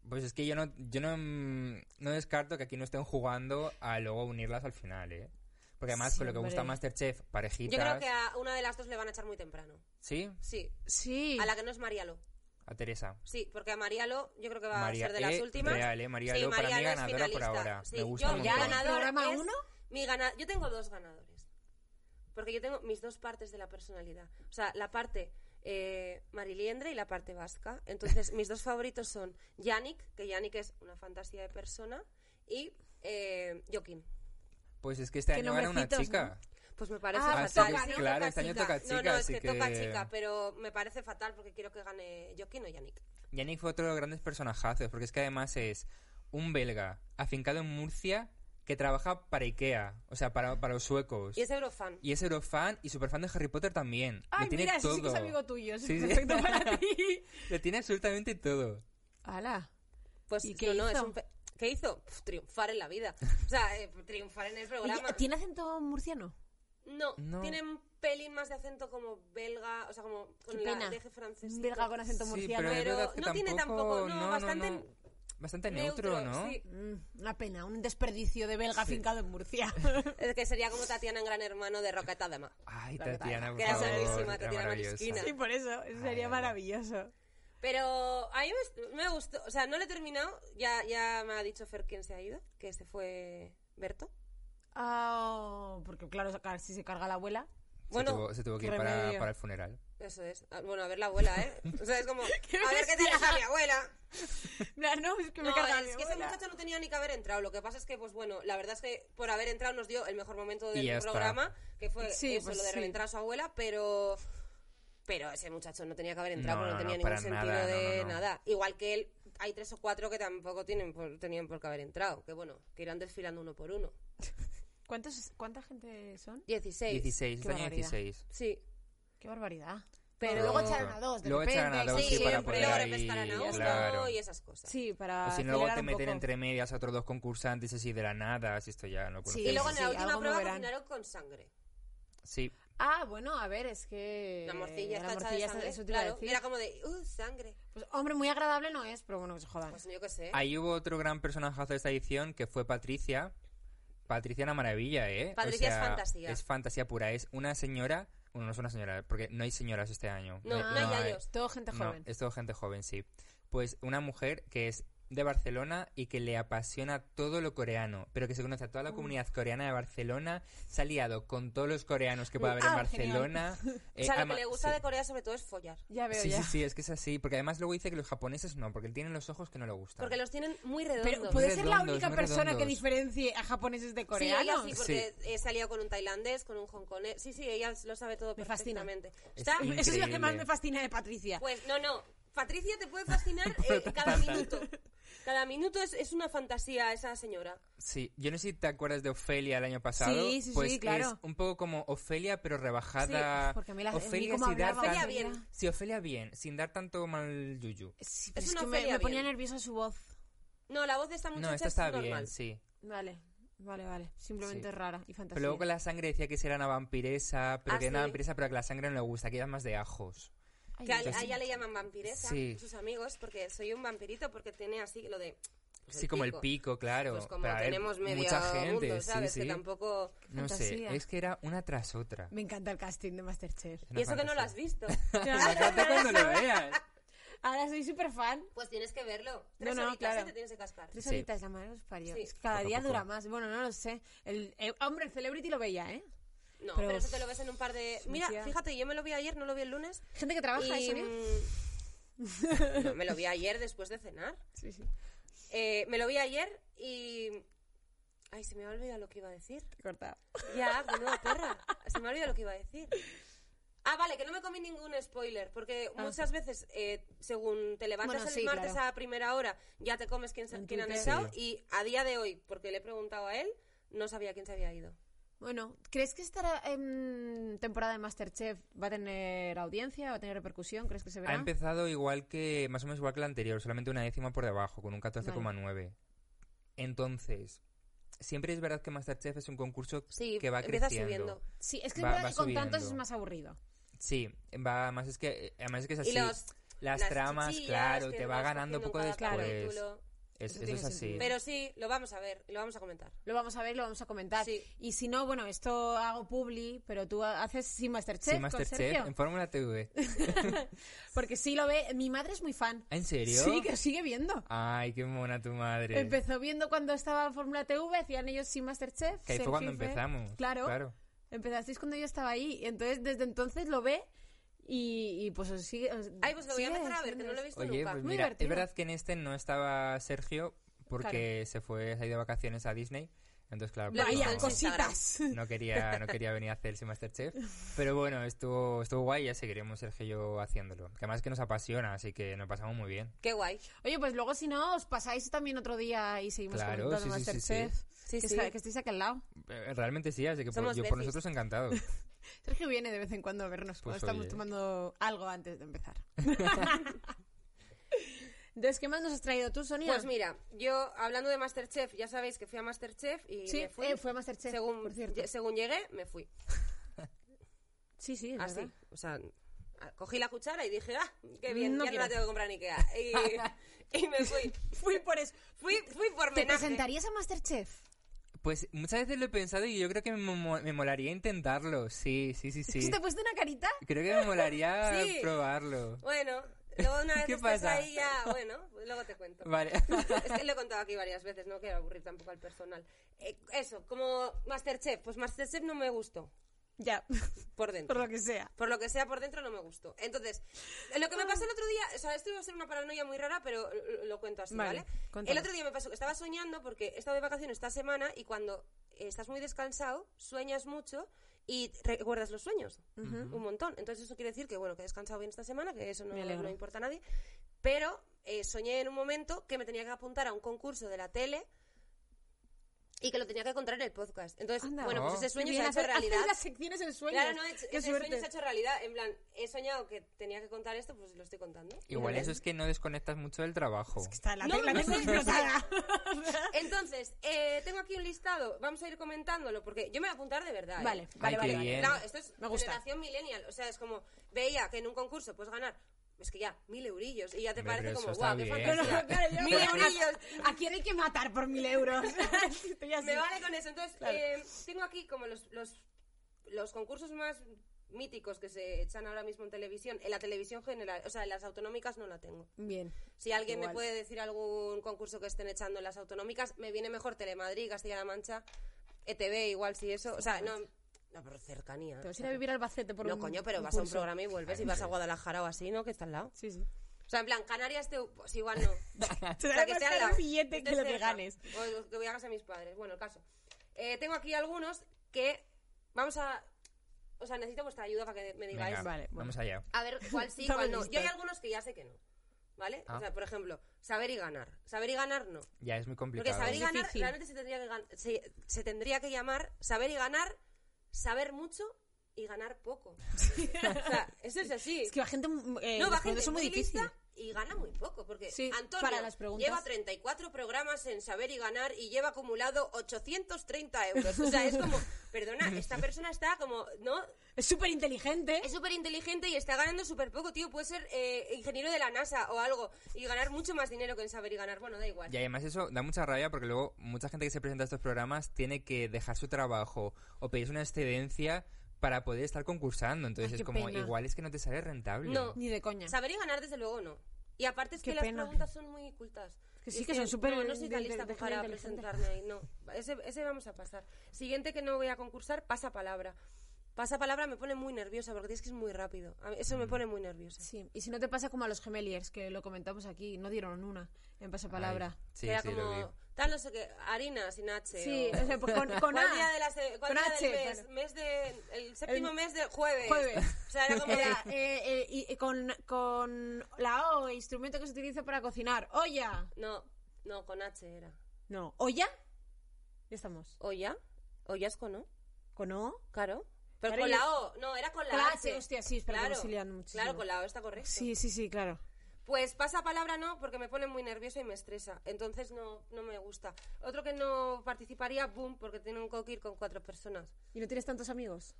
[SPEAKER 3] Pues es que yo no, yo no, mm, no descarto que aquí no estén jugando a luego unirlas al final, ¿eh? Porque además
[SPEAKER 1] Sí,
[SPEAKER 3] con lo que
[SPEAKER 1] hombre.
[SPEAKER 3] gusta Masterchef, parejitas...
[SPEAKER 2] Yo creo que a una de las dos le van a echar muy temprano.
[SPEAKER 3] ¿Sí?
[SPEAKER 2] Sí,
[SPEAKER 1] Sí.
[SPEAKER 2] a la que no es Marialo.
[SPEAKER 3] A Teresa.
[SPEAKER 2] Sí, porque a Marialo yo creo que va
[SPEAKER 3] María
[SPEAKER 2] a ser de las
[SPEAKER 3] E.
[SPEAKER 2] últimas.
[SPEAKER 3] Real, ¿eh? María
[SPEAKER 2] sí,
[SPEAKER 3] Lo, para mí,
[SPEAKER 2] Marialo es
[SPEAKER 3] ganadora por
[SPEAKER 2] finalista.
[SPEAKER 3] ahora.
[SPEAKER 2] Sí,
[SPEAKER 3] Me gusta
[SPEAKER 2] yo,
[SPEAKER 3] un
[SPEAKER 2] mi
[SPEAKER 3] montón.
[SPEAKER 2] ganador
[SPEAKER 1] ¿Programa
[SPEAKER 2] es-
[SPEAKER 1] uno?
[SPEAKER 2] Mi gana... Yo tengo dos ganadores. Porque yo tengo mis dos partes de la personalidad. O sea, la parte eh, mariliendre y la parte vasca. Entonces, mis dos favoritos son Yannick, que Yannick es una fantasía de persona, y eh, Joaquín.
[SPEAKER 3] Pues es que este
[SPEAKER 1] Qué
[SPEAKER 3] año gana una
[SPEAKER 1] nombrecitos,
[SPEAKER 3] chica.
[SPEAKER 2] Pues me parece
[SPEAKER 1] Ah,
[SPEAKER 3] Así
[SPEAKER 2] fatal.
[SPEAKER 3] es,
[SPEAKER 1] ¿no?
[SPEAKER 3] claro,
[SPEAKER 1] Toca
[SPEAKER 3] este año
[SPEAKER 1] chica.
[SPEAKER 3] toca
[SPEAKER 2] No,
[SPEAKER 3] chica,
[SPEAKER 2] no, es
[SPEAKER 3] así
[SPEAKER 2] que,
[SPEAKER 3] que...
[SPEAKER 2] toca chica, pero me parece fatal porque quiero que gane Joaquín o Yannick.
[SPEAKER 3] Yannick fue otro de los grandes personajazos, porque es que además es un belga afincado en Murcia que trabaja para Ikea, o sea, para, para los suecos.
[SPEAKER 2] Y es Eurofan.
[SPEAKER 3] Y es eurofan y superfan de Harry Potter también.
[SPEAKER 1] Ay,
[SPEAKER 3] Lo tiene
[SPEAKER 1] mira,
[SPEAKER 3] todo.
[SPEAKER 1] sí que es amigo tuyo. Es
[SPEAKER 3] Sí, sí.
[SPEAKER 1] perfecto
[SPEAKER 3] <laughs>
[SPEAKER 1] para ti.
[SPEAKER 3] Lo tiene absolutamente todo.
[SPEAKER 1] Ala.
[SPEAKER 2] Pues
[SPEAKER 1] ¿Y qué
[SPEAKER 2] no, no, es
[SPEAKER 1] hizo?
[SPEAKER 2] un pe- ¿Qué hizo? Pf, triunfar en
[SPEAKER 1] <laughs>
[SPEAKER 2] la vida. O sea, eh, triunfar en el programa.
[SPEAKER 1] Oye, ¿Tiene acento murciano?
[SPEAKER 2] No,
[SPEAKER 3] No.
[SPEAKER 2] tiene un pelín más de acento como belga, o sea, como con
[SPEAKER 1] Qué
[SPEAKER 2] la
[SPEAKER 1] pena.
[SPEAKER 2] deje francés.
[SPEAKER 1] Belga con acento
[SPEAKER 3] Sí,
[SPEAKER 1] murciano.
[SPEAKER 3] pero es
[SPEAKER 2] Pero
[SPEAKER 3] verdad que
[SPEAKER 2] no tiene tampoco, no, bastante
[SPEAKER 3] Bastante neutro, ¿no?
[SPEAKER 2] sí.
[SPEAKER 1] Mm, una pena, un desperdicio de belga afincado en
[SPEAKER 3] <laughs>
[SPEAKER 1] Murcia.
[SPEAKER 2] Es que sería como Tatiana en Gran Hermano de Roqueta Dama.
[SPEAKER 3] Ay,
[SPEAKER 1] La verdad,
[SPEAKER 3] Tatiana, por
[SPEAKER 2] que era
[SPEAKER 3] favor.
[SPEAKER 2] sanísima,
[SPEAKER 3] era
[SPEAKER 2] Tatiana
[SPEAKER 3] maravillosa.
[SPEAKER 2] Marisquina.
[SPEAKER 1] sí, por eso. eso
[SPEAKER 3] Ay, ay,
[SPEAKER 1] sería
[SPEAKER 3] ay.
[SPEAKER 1] maravilloso.
[SPEAKER 2] Pero a mí me, me gustó, o sea, no lo he terminado, ya, ya me ha dicho Fer quién se ha ido, que se fue Berto.
[SPEAKER 1] Ah, porque claro, sacar- si se carga la abuela.
[SPEAKER 3] Se
[SPEAKER 2] Bueno,
[SPEAKER 3] tuvo, se tuvo que ir
[SPEAKER 1] qué
[SPEAKER 3] para,
[SPEAKER 1] remedio.
[SPEAKER 3] para el funeral.
[SPEAKER 2] eso es. Ah, Bueno, a ver la abuela, ¿eh? O sea,
[SPEAKER 1] <laughs>
[SPEAKER 2] es como, a ver qué te
[SPEAKER 1] bestia!
[SPEAKER 2] deja mi abuela.
[SPEAKER 1] Mira, <laughs> no, es que me
[SPEAKER 2] No,
[SPEAKER 1] carga
[SPEAKER 2] es
[SPEAKER 1] mi
[SPEAKER 2] que ese
[SPEAKER 1] abuela.
[SPEAKER 2] muchacho no tenía ni que haber entrado. Lo que pasa es que, pues bueno, la verdad es que por haber entrado nos dio el mejor momento
[SPEAKER 3] Y ya
[SPEAKER 2] del
[SPEAKER 3] está.
[SPEAKER 2] programa, que fue
[SPEAKER 1] Sí,
[SPEAKER 2] eso,
[SPEAKER 1] pues
[SPEAKER 2] lo de
[SPEAKER 1] sí.
[SPEAKER 2] reventar a su abuela, pero. Pero ese muchacho no tenía que haber entrado,
[SPEAKER 3] No,
[SPEAKER 2] porque no,
[SPEAKER 3] no,
[SPEAKER 2] tenía
[SPEAKER 3] no,
[SPEAKER 2] ningún
[SPEAKER 3] para
[SPEAKER 2] sentido
[SPEAKER 3] nada,
[SPEAKER 2] de
[SPEAKER 3] no, no, no.
[SPEAKER 2] nada. Igual que él, hay tres o cuatro que tampoco tienen por- tenían por qué haber entrado. Que bueno, que irán desfilando uno por uno.
[SPEAKER 1] ¿Cuántos, ¿Cuánta gente son?
[SPEAKER 2] 16.
[SPEAKER 3] 16,
[SPEAKER 1] Qué
[SPEAKER 3] este año
[SPEAKER 1] barbaridad.
[SPEAKER 3] 16.
[SPEAKER 2] Sí.
[SPEAKER 1] Qué barbaridad.
[SPEAKER 2] Pero-
[SPEAKER 1] luego echaron a dos. De
[SPEAKER 3] Luego
[SPEAKER 1] repente,
[SPEAKER 3] echaron a dos,
[SPEAKER 1] sí,
[SPEAKER 3] Pues sí, para
[SPEAKER 2] siempre.
[SPEAKER 3] poder
[SPEAKER 2] Luego
[SPEAKER 3] ahí,
[SPEAKER 2] repescaran a uno
[SPEAKER 3] claro.
[SPEAKER 2] y esas cosas.
[SPEAKER 1] Sí,
[SPEAKER 2] Ah,
[SPEAKER 1] para.
[SPEAKER 3] o Pues si no, luego
[SPEAKER 1] acelerar
[SPEAKER 3] te
[SPEAKER 1] un
[SPEAKER 3] meten
[SPEAKER 1] poco.
[SPEAKER 3] entre medias a otros dos concursantes así de la nada, si esto ya no
[SPEAKER 1] Sí,
[SPEAKER 2] Y luego en
[SPEAKER 1] sí,
[SPEAKER 2] la última
[SPEAKER 1] algo
[SPEAKER 2] prueba
[SPEAKER 1] moverán.
[SPEAKER 2] cocinaron con sangre.
[SPEAKER 3] Sí,
[SPEAKER 1] Ah, bueno, a ver, es que.
[SPEAKER 2] La morcilla
[SPEAKER 1] Eh, la
[SPEAKER 2] está hecha
[SPEAKER 1] morcilla,
[SPEAKER 2] de sangre.
[SPEAKER 1] eso te iba a
[SPEAKER 2] claro,
[SPEAKER 1] decir.
[SPEAKER 2] era como de, uh, sangre.
[SPEAKER 1] Pues, hombre, muy agradable no es, pero bueno, que se jodan.
[SPEAKER 2] Pues yo qué sé.
[SPEAKER 3] ahí hubo otro gran personajazo de esta edición que fue Patricia. Patricia una maravilla, ¿eh? O
[SPEAKER 2] Patricia es
[SPEAKER 3] sea,
[SPEAKER 2] fantasía.
[SPEAKER 3] Es fantasía pura, es una señora, bueno, no es una señora, porque no hay señoras este año.
[SPEAKER 2] No, no hay años.
[SPEAKER 1] Todo gente
[SPEAKER 3] no,
[SPEAKER 1] joven.
[SPEAKER 3] es todo gente joven, sí. Pues una mujer que es de Barcelona y que le apasiona todo lo coreano, pero que se conoce a toda
[SPEAKER 1] Mm.
[SPEAKER 3] la comunidad coreana de Barcelona, se ha liado con todos los coreanos que puede haber en
[SPEAKER 1] Ah, genial. <laughs>
[SPEAKER 3] Barcelona.
[SPEAKER 2] o
[SPEAKER 3] eh,
[SPEAKER 2] sea, lo
[SPEAKER 3] ama-
[SPEAKER 2] que le gusta
[SPEAKER 3] sí.
[SPEAKER 2] de Corea sobre todo es follar.
[SPEAKER 1] Ya veo,
[SPEAKER 3] Sí,
[SPEAKER 1] ya.
[SPEAKER 3] sí, sí, es que es así, porque además luego dice que los japoneses no, porque tienen los ojos que no le gustan.
[SPEAKER 2] Porque los tienen muy redondos.
[SPEAKER 1] Pero puede
[SPEAKER 3] Muy
[SPEAKER 1] ser la
[SPEAKER 3] redondos,
[SPEAKER 1] única
[SPEAKER 3] muy
[SPEAKER 1] persona que
[SPEAKER 3] redondos.
[SPEAKER 1] diferencie a japoneses de
[SPEAKER 2] Sí, ella
[SPEAKER 1] coreanos.
[SPEAKER 2] sí, porque he salido con un tailandés, con un hongkonés. Sí, sí, ella lo sabe todo
[SPEAKER 1] Me fascina.
[SPEAKER 2] perfectamente.
[SPEAKER 3] Es
[SPEAKER 2] Está,
[SPEAKER 1] <laughs>
[SPEAKER 3] increíble.
[SPEAKER 1] Eso es lo que más me fascina de Patricia.
[SPEAKER 2] <laughs> pues no, no. Patricia te puede fascinar eh, cada minuto. Cada minuto es, es una fantasía esa señora.
[SPEAKER 3] Sí, yo no sé si te acuerdas de Ofelia el año pasado.
[SPEAKER 1] Sí, sí, sí,
[SPEAKER 3] pues
[SPEAKER 1] claro.
[SPEAKER 3] Es un poco como Ofelia, pero rebajada.
[SPEAKER 1] Sí, porque a mí la-
[SPEAKER 3] Ofelia,
[SPEAKER 1] ni cómo
[SPEAKER 3] sin dar
[SPEAKER 1] hablaba,
[SPEAKER 3] tan-
[SPEAKER 2] Ofelia bien.
[SPEAKER 3] Sí, Ofelia bien, sin dar tanto mal yuyu.
[SPEAKER 1] Sí,
[SPEAKER 2] Es
[SPEAKER 1] es,
[SPEAKER 2] una
[SPEAKER 1] que me,
[SPEAKER 2] Ofelia
[SPEAKER 1] me ponía
[SPEAKER 2] bien.
[SPEAKER 1] nerviosa su voz.
[SPEAKER 2] No, la voz de esta muchacha
[SPEAKER 3] No, esta
[SPEAKER 2] es
[SPEAKER 3] está
[SPEAKER 2] normal.
[SPEAKER 3] bien, sí.
[SPEAKER 1] Vale, vale, vale. Simplemente
[SPEAKER 3] Sí.
[SPEAKER 1] es rara y fantástica.
[SPEAKER 3] Pero luego con la sangre decía que si era una vampiresa, pero
[SPEAKER 2] Ah,
[SPEAKER 3] que era una
[SPEAKER 2] sí.
[SPEAKER 3] vampiresa, pero que la sangre no le gusta, que era más de ajos.
[SPEAKER 2] Que a,
[SPEAKER 3] Dios.
[SPEAKER 2] a ella le llaman vampiresa,
[SPEAKER 3] Sí.
[SPEAKER 2] sus amigos, porque soy un vampirito porque tiene así lo de... pues,
[SPEAKER 3] sí, como el pico, claro.
[SPEAKER 2] Pues como
[SPEAKER 3] Pero, a ver,
[SPEAKER 2] tenemos medio
[SPEAKER 3] mucha gente,
[SPEAKER 2] mundo,
[SPEAKER 3] sí,
[SPEAKER 2] ¿sabes?
[SPEAKER 3] sí.
[SPEAKER 2] Que tampoco...
[SPEAKER 3] No sé,
[SPEAKER 1] Fantasía.
[SPEAKER 3] es que era una tras otra.
[SPEAKER 1] Me encanta el casting de
[SPEAKER 3] <laughs>
[SPEAKER 1] Masterchef. <laughs>
[SPEAKER 3] Una
[SPEAKER 2] Y eso que no lo
[SPEAKER 3] fantasía.
[SPEAKER 2] has visto.
[SPEAKER 3] <laughs> Me encanta cuando lo veas.
[SPEAKER 1] Ahora soy súper fan.
[SPEAKER 2] Pues tienes que verlo.
[SPEAKER 1] No,
[SPEAKER 2] Tres
[SPEAKER 1] no,
[SPEAKER 2] horitas,
[SPEAKER 1] claro.
[SPEAKER 2] ¿eh? te tienes que cascar.
[SPEAKER 1] Tres
[SPEAKER 3] Sí.
[SPEAKER 1] horitas, la madre que os parió.
[SPEAKER 2] Sí.
[SPEAKER 1] Es que cada
[SPEAKER 3] Poco a
[SPEAKER 1] día
[SPEAKER 3] poco.
[SPEAKER 1] dura más. Bueno, no lo sé. El, eh, hombre, el Celebrity lo veía, ¿eh?
[SPEAKER 2] No,
[SPEAKER 1] Pero,
[SPEAKER 2] pero, eso te lo ves en un par de...
[SPEAKER 1] sí,
[SPEAKER 2] Mira,
[SPEAKER 1] tía. Ah,
[SPEAKER 2] fíjate, yo me lo vi ayer, no lo vi el lunes.
[SPEAKER 1] Gente que trabaja ¿eh,
[SPEAKER 2] y,
[SPEAKER 1] eso, ¿no?
[SPEAKER 2] mm, no, me lo vi ayer después de cenar.
[SPEAKER 1] Sí, sí.
[SPEAKER 2] Eh, me lo vi ayer y... Ay, se me ha olvidado lo que iba a decir.
[SPEAKER 1] Te he cortado.
[SPEAKER 2] Ya, de nuevo, perra. Se me ha olvidado lo que iba a decir. Ah, vale, que no me comí ningún spoiler, porque muchas veces, eh, según te levantas
[SPEAKER 1] Ah. Bueno,
[SPEAKER 2] el
[SPEAKER 1] sí,
[SPEAKER 2] martes
[SPEAKER 1] claro.
[SPEAKER 2] a primera hora, ya te comes quién, se-
[SPEAKER 1] En
[SPEAKER 2] quién han
[SPEAKER 1] Twitter.
[SPEAKER 2] estado, y a día de hoy, porque le he preguntado a él, no sabía quién se había ido.
[SPEAKER 1] Bueno, ¿crees que esta em, temporada de Masterchef va a tener audiencia? ¿Va a tener repercusión? ¿Crees que se verá?
[SPEAKER 3] Ha empezado igual que, más o menos igual que la anterior, solamente una décima por debajo, con un 14,9. Entonces, siempre es verdad que Masterchef es un concurso
[SPEAKER 2] Sí,
[SPEAKER 3] que va
[SPEAKER 2] empieza
[SPEAKER 3] creciendo.
[SPEAKER 2] subiendo.
[SPEAKER 1] Sí, es que
[SPEAKER 3] Va-
[SPEAKER 1] es verdad
[SPEAKER 3] va
[SPEAKER 1] que con tantos
[SPEAKER 3] subiendo.
[SPEAKER 1] es más aburrido.
[SPEAKER 3] Sí, va, además es que, además es que es así.
[SPEAKER 2] y los,
[SPEAKER 3] las, tramas,
[SPEAKER 2] chichillas
[SPEAKER 3] claro,
[SPEAKER 2] que
[SPEAKER 3] te va
[SPEAKER 2] vas
[SPEAKER 3] ganando un
[SPEAKER 2] cogiendo
[SPEAKER 3] poco
[SPEAKER 2] en cada
[SPEAKER 3] después.
[SPEAKER 2] capítulo.
[SPEAKER 3] Es-
[SPEAKER 1] Eso
[SPEAKER 3] eso
[SPEAKER 1] tiene
[SPEAKER 3] es así.
[SPEAKER 1] sentido.
[SPEAKER 2] Pero sí, lo vamos a ver, y lo vamos a comentar.
[SPEAKER 1] Lo vamos a ver, lo vamos a comentar.
[SPEAKER 2] Sí.
[SPEAKER 1] Y si no, bueno, esto hago publi, pero tú ha- haces sin Masterchef,
[SPEAKER 3] Sí,
[SPEAKER 1] con
[SPEAKER 3] Masterchef
[SPEAKER 1] Sergio.
[SPEAKER 3] en Fórmula TV.
[SPEAKER 1] Porque sí lo ve. Mi madre es muy fan.
[SPEAKER 3] ¿Ah, ¿En serio?
[SPEAKER 1] Sí, que sigue viendo.
[SPEAKER 3] Ay, qué mona tu madre.
[SPEAKER 1] Empezó viendo cuando estaba en Fórmula TV, hacían ellos sin Masterchef.
[SPEAKER 3] que ahí fue
[SPEAKER 1] Sergio
[SPEAKER 3] cuando
[SPEAKER 1] y Fer.
[SPEAKER 3] empezamos.
[SPEAKER 1] Claro, Empezasteis cuando yo estaba ahí. y Entonces, desde entonces lo ve y, y, pues os sigue. os-
[SPEAKER 2] Ay, pues lo voy a
[SPEAKER 1] sigue
[SPEAKER 2] empezar a ver, que
[SPEAKER 1] haciendo
[SPEAKER 2] no lo he
[SPEAKER 1] eso.
[SPEAKER 2] visto
[SPEAKER 3] Oye,
[SPEAKER 2] nunca.
[SPEAKER 3] pues
[SPEAKER 1] Muy
[SPEAKER 3] mira,
[SPEAKER 1] divertido.
[SPEAKER 3] es verdad que en este no estaba Sergio porque se fue, se ha ido de vacaciones a Disney. Entonces, claro,
[SPEAKER 2] Lo he
[SPEAKER 3] pues
[SPEAKER 2] visto
[SPEAKER 1] Vaya
[SPEAKER 2] en
[SPEAKER 3] no,
[SPEAKER 1] cositas.
[SPEAKER 3] no quería, no quería venir a hacer el Masterchef. Pero bueno, estuvo, estuvo guay y ya seguiremos Sergio y yo haciéndolo. Que además es que nos apasiona, así que nos pasamos muy bien.
[SPEAKER 2] Qué guay.
[SPEAKER 1] Oye, pues luego si no, os pasáis también otro día y seguimos
[SPEAKER 3] Claro,
[SPEAKER 1] comentando
[SPEAKER 3] sí, sí, sí,
[SPEAKER 1] Masterchef.
[SPEAKER 2] Sí,
[SPEAKER 1] que,
[SPEAKER 2] sí.
[SPEAKER 1] está- que estáis aquí al lado.
[SPEAKER 3] Eh, Realmente sí, así que por-
[SPEAKER 2] Somos
[SPEAKER 3] yo por
[SPEAKER 2] becis.
[SPEAKER 1] <laughs>
[SPEAKER 3] nosotros encantado.
[SPEAKER 1] Sergio viene de vez en cuando a vernos cuando
[SPEAKER 3] Pues
[SPEAKER 1] estamos
[SPEAKER 3] oye.
[SPEAKER 1] tomando algo antes de
[SPEAKER 3] <laughs>
[SPEAKER 1] empezar. Entonces, ¿qué más nos has traído tú, Sonia?
[SPEAKER 2] Pues mira, yo hablando de Masterchef, ya sabéis que fui a Masterchef y
[SPEAKER 1] sí,
[SPEAKER 2] me fui.
[SPEAKER 1] eh, fue Masterchef,
[SPEAKER 2] según,
[SPEAKER 1] por cierto.
[SPEAKER 2] lle- según llegué, me fui.
[SPEAKER 1] Sí, sí, es
[SPEAKER 2] Así.
[SPEAKER 1] verdad.
[SPEAKER 2] O sea, a- cogí la cuchara y dije, ah, qué bien,
[SPEAKER 1] No
[SPEAKER 2] ya no
[SPEAKER 1] quiero.
[SPEAKER 2] la tengo que comprar en Ikea.
[SPEAKER 1] <laughs>
[SPEAKER 2] Y, y me fui.
[SPEAKER 1] Fui por eso.
[SPEAKER 2] Fui, fui por
[SPEAKER 1] ¿Te
[SPEAKER 2] menaje.
[SPEAKER 1] presentarías a Masterchef?
[SPEAKER 3] Pues muchas veces lo he pensado y yo creo que me, mo- me molaría intentarlo. Sí, sí, sí,
[SPEAKER 1] ¿Sí
[SPEAKER 3] sí.
[SPEAKER 1] te he puesto una carita?
[SPEAKER 3] Creo que
[SPEAKER 1] <laughs>
[SPEAKER 3] me molaría
[SPEAKER 2] Sí.
[SPEAKER 3] probarlo.
[SPEAKER 2] Bueno, luego
[SPEAKER 3] <laughs>
[SPEAKER 2] una vez que
[SPEAKER 3] ¿Qué
[SPEAKER 2] estés
[SPEAKER 3] pasa?
[SPEAKER 2] ahí ya, bueno, pues luego te cuento.
[SPEAKER 1] <laughs>
[SPEAKER 3] Vale.
[SPEAKER 2] Es que lo he contado aquí varias veces, no quiero aburrir tampoco al personal. Eh, eso, como Masterchef, pues Masterchef no me gustó
[SPEAKER 1] Ya,
[SPEAKER 2] por
[SPEAKER 1] <laughs>
[SPEAKER 2] dentro.
[SPEAKER 1] por lo que sea.
[SPEAKER 2] Por lo que sea por dentro no me gustó. Entonces, lo que me pasó el otro día, o sea, esto iba a ser una paranoia muy rara, pero lo, lo cuento así,
[SPEAKER 1] Vale,
[SPEAKER 2] ¿vale?
[SPEAKER 1] cuéntalo.
[SPEAKER 2] El otro día me pasó que estaba soñando porque he estado de vacaciones esta semana y cuando eh, estás muy descansado, sueñas mucho y recuerdas los sueños un montón. Entonces eso quiere decir que, bueno, que he descansado bien esta semana, que eso no,
[SPEAKER 1] Me alegro.
[SPEAKER 2] no importa a nadie. Pero eh, soñé en un momento que me tenía que apuntar a un concurso de la tele y que lo tenía que contar en el podcast. Entonces,
[SPEAKER 1] Anda.
[SPEAKER 2] bueno, pues
[SPEAKER 3] Oh.
[SPEAKER 2] ese
[SPEAKER 1] Qué
[SPEAKER 2] sueño
[SPEAKER 1] bien,
[SPEAKER 2] se ha hecho
[SPEAKER 1] haces- haces
[SPEAKER 2] realidad.
[SPEAKER 1] las secciones en sueños.
[SPEAKER 2] Claro, no, es-
[SPEAKER 1] Qué
[SPEAKER 2] ese
[SPEAKER 1] suerte.
[SPEAKER 2] sueño se ha hecho realidad. En plan, he soñado que tenía que contar esto, pues lo estoy contando.
[SPEAKER 3] Igual eso es que no desconectas mucho del trabajo.
[SPEAKER 1] Está la
[SPEAKER 2] No,
[SPEAKER 1] tecla
[SPEAKER 2] no
[SPEAKER 1] tengo
[SPEAKER 2] sé.
[SPEAKER 1] explotada.
[SPEAKER 2] Entonces, eh, tengo aquí un listado. Vamos a ir comentándolo porque yo me voy a apuntar de verdad. ¿eh?
[SPEAKER 1] Vale,
[SPEAKER 3] Ay,
[SPEAKER 1] vale,
[SPEAKER 3] qué
[SPEAKER 1] vale. vale.
[SPEAKER 3] bien.
[SPEAKER 2] Claro, esto es
[SPEAKER 1] Me gusta.
[SPEAKER 2] generación millennial. O sea, es como, veía que en un concurso puedes ganar, es que ya, mil eurillos. Y ya te
[SPEAKER 3] Hombre,
[SPEAKER 2] parece
[SPEAKER 3] pero
[SPEAKER 2] como,
[SPEAKER 3] eso está
[SPEAKER 2] guau, qué <laughs>
[SPEAKER 3] bien.
[SPEAKER 1] No, no,
[SPEAKER 2] fantasía.
[SPEAKER 1] claro, yo-
[SPEAKER 2] Mil eurillos.
[SPEAKER 1] ¿A quién hay que matar por mil
[SPEAKER 2] <laughs>
[SPEAKER 1] euros? Estoy así.
[SPEAKER 2] Me vale con eso. Entonces,
[SPEAKER 1] Claro.
[SPEAKER 2] eh, tengo aquí como los, los, los concursos más míticos que se echan ahora mismo en televisión, en la televisión general, o sea, en las autonómicas no la tengo.
[SPEAKER 1] Bien.
[SPEAKER 2] Si alguien
[SPEAKER 1] Igual.
[SPEAKER 2] me puede decir algún concurso que estén echando en las autonómicas, me viene mejor Telemadrid, Castilla-La Mancha, ETV igual, si eso, o sea, no, no, pero cercanía.
[SPEAKER 1] Te vas a ir a vivir al Bacete por
[SPEAKER 2] no,
[SPEAKER 1] un
[SPEAKER 2] coño, pero
[SPEAKER 1] un
[SPEAKER 2] vas a un
[SPEAKER 1] curso.
[SPEAKER 2] programa y vuelves y vas a Guadalajara o así, ¿no? Que está al lado.
[SPEAKER 1] Sí,
[SPEAKER 2] <laughs>
[SPEAKER 1] sí.
[SPEAKER 2] O sea, en plan, Canarias te... Pues igual
[SPEAKER 1] <laughs>
[SPEAKER 2] no.
[SPEAKER 1] Te
[SPEAKER 2] O
[SPEAKER 1] da
[SPEAKER 2] sea,
[SPEAKER 1] más
[SPEAKER 2] sea
[SPEAKER 1] caro
[SPEAKER 2] la-
[SPEAKER 1] el billete que lo que
[SPEAKER 2] cerca.
[SPEAKER 1] ganes.
[SPEAKER 2] O que voy a casa de mis padres. Bueno, el caso. Eh, tengo aquí algunos que vamos a... O sea, necesito vuestra ayuda para que me digáis.
[SPEAKER 3] Venga,
[SPEAKER 1] vale, bueno.
[SPEAKER 3] vamos allá.
[SPEAKER 2] A ver
[SPEAKER 1] <laughs>
[SPEAKER 2] cuál sí,
[SPEAKER 1] Estamos
[SPEAKER 2] cuál no. Yo
[SPEAKER 1] listos.
[SPEAKER 2] hay algunos que ya sé que no. ¿Vale?
[SPEAKER 3] Ah.
[SPEAKER 2] O sea, por ejemplo, saber y ganar. Saber y ganar no.
[SPEAKER 3] Ya es muy
[SPEAKER 2] Porque
[SPEAKER 3] complicado.
[SPEAKER 2] saber y
[SPEAKER 1] Es
[SPEAKER 2] ganar
[SPEAKER 1] difícil.
[SPEAKER 2] realmente se tendría que gan- se, se tendría que llamar saber y ganar, saber mucho y ganar poco. <laughs> o sea, eso es así.
[SPEAKER 1] Es que la gente. Eh,
[SPEAKER 2] No, va
[SPEAKER 1] responde,
[SPEAKER 2] gente
[SPEAKER 1] eso es muy difícil.
[SPEAKER 2] lista y gana muy poco, porque
[SPEAKER 1] Sí,
[SPEAKER 2] Antonio
[SPEAKER 1] para las preguntas.
[SPEAKER 2] lleva 34 programas en Saber y Ganar y lleva acumulado 830 euros. O sea, es como, perdona, esta persona está como, ¿no?
[SPEAKER 1] Es súper inteligente.
[SPEAKER 2] Es súper inteligente y está ganando súper poco, tío. Puede ser eh, ingeniero de la NASA o algo y ganar mucho más dinero que en Saber y Ganar. Bueno, da igual.
[SPEAKER 3] Y además eso da mucha rabia porque luego mucha gente que se presenta a estos programas tiene que dejar su trabajo o pedir una excedencia para poder estar concursando. Entonces
[SPEAKER 1] Ay, qué
[SPEAKER 3] es como,
[SPEAKER 1] pena.
[SPEAKER 3] igual es que no te sale rentable.
[SPEAKER 2] No.
[SPEAKER 1] Ni de coña.
[SPEAKER 2] Saber y ganar, desde luego, no. Y aparte es
[SPEAKER 1] Qué
[SPEAKER 2] que las
[SPEAKER 1] pena.
[SPEAKER 2] preguntas son muy cultas.
[SPEAKER 1] Que
[SPEAKER 2] Y
[SPEAKER 1] sí,
[SPEAKER 2] es
[SPEAKER 1] que son súper
[SPEAKER 2] No, no soy
[SPEAKER 1] de-
[SPEAKER 2] tan
[SPEAKER 1] de-
[SPEAKER 2] lista
[SPEAKER 1] de gente
[SPEAKER 2] para
[SPEAKER 1] inteligente.
[SPEAKER 2] presentarme ahí, no. Ese, ese vamos a pasar. Siguiente que no voy a concursar, pasa palabra. Pasa palabra me pone muy nerviosa porque tienes que es muy rápido. A mí Eso
[SPEAKER 3] Mm.
[SPEAKER 2] me pone muy nerviosa.
[SPEAKER 1] Sí. Y si no te pasa como a los gemeliers, que lo comentamos aquí, no dieron una en pasapalabra.
[SPEAKER 3] Ay, sí,
[SPEAKER 2] Era
[SPEAKER 3] sí,
[SPEAKER 2] como,
[SPEAKER 3] lo vi.
[SPEAKER 2] tal no sé qué, harina sin H.
[SPEAKER 1] Sí,
[SPEAKER 2] o-
[SPEAKER 1] o sea, pues con,
[SPEAKER 2] <laughs>
[SPEAKER 1] con
[SPEAKER 2] ¿Cuál día,
[SPEAKER 1] A.
[SPEAKER 2] de la se- cuál
[SPEAKER 1] Con
[SPEAKER 2] día del
[SPEAKER 1] H,
[SPEAKER 2] mes?
[SPEAKER 1] claro.
[SPEAKER 2] Mes de- el séptimo
[SPEAKER 1] El-
[SPEAKER 2] mes de jueves.
[SPEAKER 1] Jueves.
[SPEAKER 2] O sea, era
[SPEAKER 1] <laughs>
[SPEAKER 2] como...
[SPEAKER 1] Era, eh, eh, y, y con, con la O, instrumento que se utiliza para cocinar. ¡Olla!
[SPEAKER 2] No, no, con H era.
[SPEAKER 1] No. ¿Olla? Ya estamos.
[SPEAKER 2] Olla, ollasco, ¿no?
[SPEAKER 1] ¿Con O?
[SPEAKER 2] Claro. Pero
[SPEAKER 1] Claro,
[SPEAKER 2] con
[SPEAKER 1] y-
[SPEAKER 2] la O, no, era con la
[SPEAKER 1] Con la
[SPEAKER 2] H.
[SPEAKER 1] H, hostia, sí, espera, que
[SPEAKER 2] claro,
[SPEAKER 1] me estoy liando muchísimo.
[SPEAKER 2] Claro, con la O está correcto.
[SPEAKER 1] Sí, sí, sí, claro.
[SPEAKER 2] Pues pasa palabra no, porque me pone muy nerviosa y me estresa. Entonces no, no me gusta. Otro que no participaría, boom, porque tiene un coquir con cuatro personas.
[SPEAKER 1] ¿Y no tienes tantos amigos?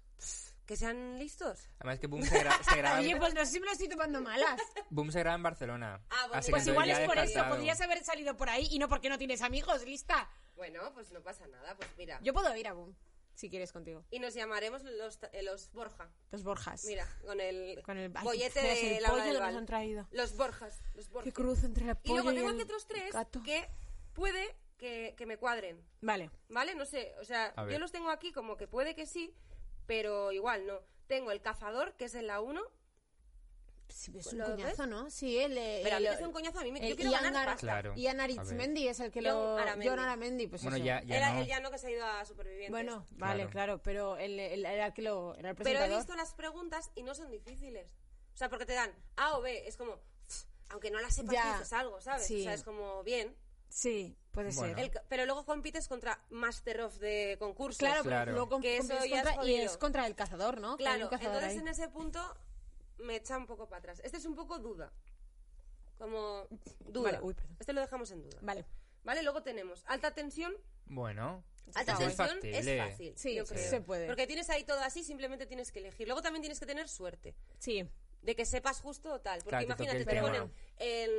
[SPEAKER 2] ¿Que sean listos?
[SPEAKER 3] Además
[SPEAKER 1] <laughs>
[SPEAKER 3] que Boom se, gra- se graba,
[SPEAKER 1] Oye, pues no sé si me lo estoy tomando malas.
[SPEAKER 3] Boom se graba en Barcelona.
[SPEAKER 2] Ah, bueno.
[SPEAKER 3] Así que
[SPEAKER 1] Pues igual
[SPEAKER 3] entonces
[SPEAKER 1] es
[SPEAKER 3] ya
[SPEAKER 1] por eso.
[SPEAKER 3] descartado.
[SPEAKER 1] Podrías haber salido por ahí y no porque no tienes amigos, lista.
[SPEAKER 2] Bueno, pues no pasa nada, pues mira.
[SPEAKER 1] Yo puedo ir a Boom, si quieres contigo.
[SPEAKER 2] Y nos llamaremos los, ta- eh, los Borja.
[SPEAKER 1] Los Borjas.
[SPEAKER 2] Mira, con el,
[SPEAKER 1] Con el ay,
[SPEAKER 2] bollete
[SPEAKER 1] qué feas,
[SPEAKER 2] de
[SPEAKER 1] el pollo
[SPEAKER 2] Laura del
[SPEAKER 1] que nos
[SPEAKER 2] Val.
[SPEAKER 1] han traído.
[SPEAKER 2] Los Borjas. Los Borjas.
[SPEAKER 1] Qué cruz entre la
[SPEAKER 2] y
[SPEAKER 1] pollo
[SPEAKER 2] luego tengo
[SPEAKER 1] el
[SPEAKER 2] aquí otros tres
[SPEAKER 1] gato.
[SPEAKER 2] que puede que, que me cuadren.
[SPEAKER 1] Vale.
[SPEAKER 2] ¿Vale? No sé, o sea,
[SPEAKER 3] A ver.
[SPEAKER 2] yo los tengo aquí como que puede que sí, pero igual no. Tengo el cazador, que es en la 1.
[SPEAKER 1] Sí, pues es un
[SPEAKER 2] ¿Lo ves?
[SPEAKER 1] coñazo, ¿no? Sí, el... el-
[SPEAKER 2] Pero a mí me hace
[SPEAKER 1] el-
[SPEAKER 2] un coñazo, a mí me
[SPEAKER 1] el
[SPEAKER 2] yo quiero
[SPEAKER 1] Ian
[SPEAKER 2] ganar
[SPEAKER 1] Gar-
[SPEAKER 2] pasta.
[SPEAKER 3] Claro.
[SPEAKER 1] Ian
[SPEAKER 3] A ver.
[SPEAKER 1] Arizmendi es el que
[SPEAKER 2] John
[SPEAKER 1] lo...
[SPEAKER 2] Aramendi.
[SPEAKER 1] John Aramendi, pues
[SPEAKER 3] Bueno,
[SPEAKER 1] eso.
[SPEAKER 3] ya, ya
[SPEAKER 2] Era
[SPEAKER 3] no.
[SPEAKER 2] el llano que se ha ido a supervivientes.
[SPEAKER 1] Bueno, vale,
[SPEAKER 3] Claro.
[SPEAKER 1] claro, pero él, él era, que lo, era el
[SPEAKER 2] pero he
[SPEAKER 1] presentador.
[SPEAKER 2] visto las preguntas y no son difíciles. O sea, porque te dan A o B, es como, pff, aunque no las sepas,
[SPEAKER 1] Ya.
[SPEAKER 2] dices algo, ¿sabes?
[SPEAKER 1] Sí.
[SPEAKER 2] O sea, es como, bien.
[SPEAKER 1] Sí, puede
[SPEAKER 3] Bueno.
[SPEAKER 1] ser.
[SPEAKER 2] El ca- pero luego compites contra Master of de concursos.
[SPEAKER 1] Claro,
[SPEAKER 3] Claro.
[SPEAKER 1] pero luego
[SPEAKER 2] Que
[SPEAKER 1] compites
[SPEAKER 2] eso ya es
[SPEAKER 1] contra, y
[SPEAKER 2] jodido.
[SPEAKER 1] es contra el cazador, ¿no? Que hay
[SPEAKER 2] Claro,
[SPEAKER 1] un cazador
[SPEAKER 2] entonces
[SPEAKER 1] ahí.
[SPEAKER 2] en ese punto me echa un poco para atrás. Este es un poco duda. Como duda.
[SPEAKER 1] Vale, uy, perdón.
[SPEAKER 2] este lo dejamos en duda.
[SPEAKER 1] Vale.
[SPEAKER 2] Vale, luego tenemos alta tensión.
[SPEAKER 3] Bueno,
[SPEAKER 1] Ah,
[SPEAKER 2] Alta
[SPEAKER 3] es
[SPEAKER 2] tensión es
[SPEAKER 3] factible.
[SPEAKER 2] fácil.
[SPEAKER 1] Sí,
[SPEAKER 2] yo
[SPEAKER 1] sí,
[SPEAKER 2] creo.
[SPEAKER 1] se puede.
[SPEAKER 2] Porque tienes ahí todo así, simplemente tienes que elegir. Luego también tienes que tener suerte
[SPEAKER 1] Sí.
[SPEAKER 2] de que sepas justo o tal. Porque
[SPEAKER 3] Claro, te toque
[SPEAKER 2] imagínate,
[SPEAKER 3] el
[SPEAKER 2] te
[SPEAKER 3] tema.
[SPEAKER 2] ponen en,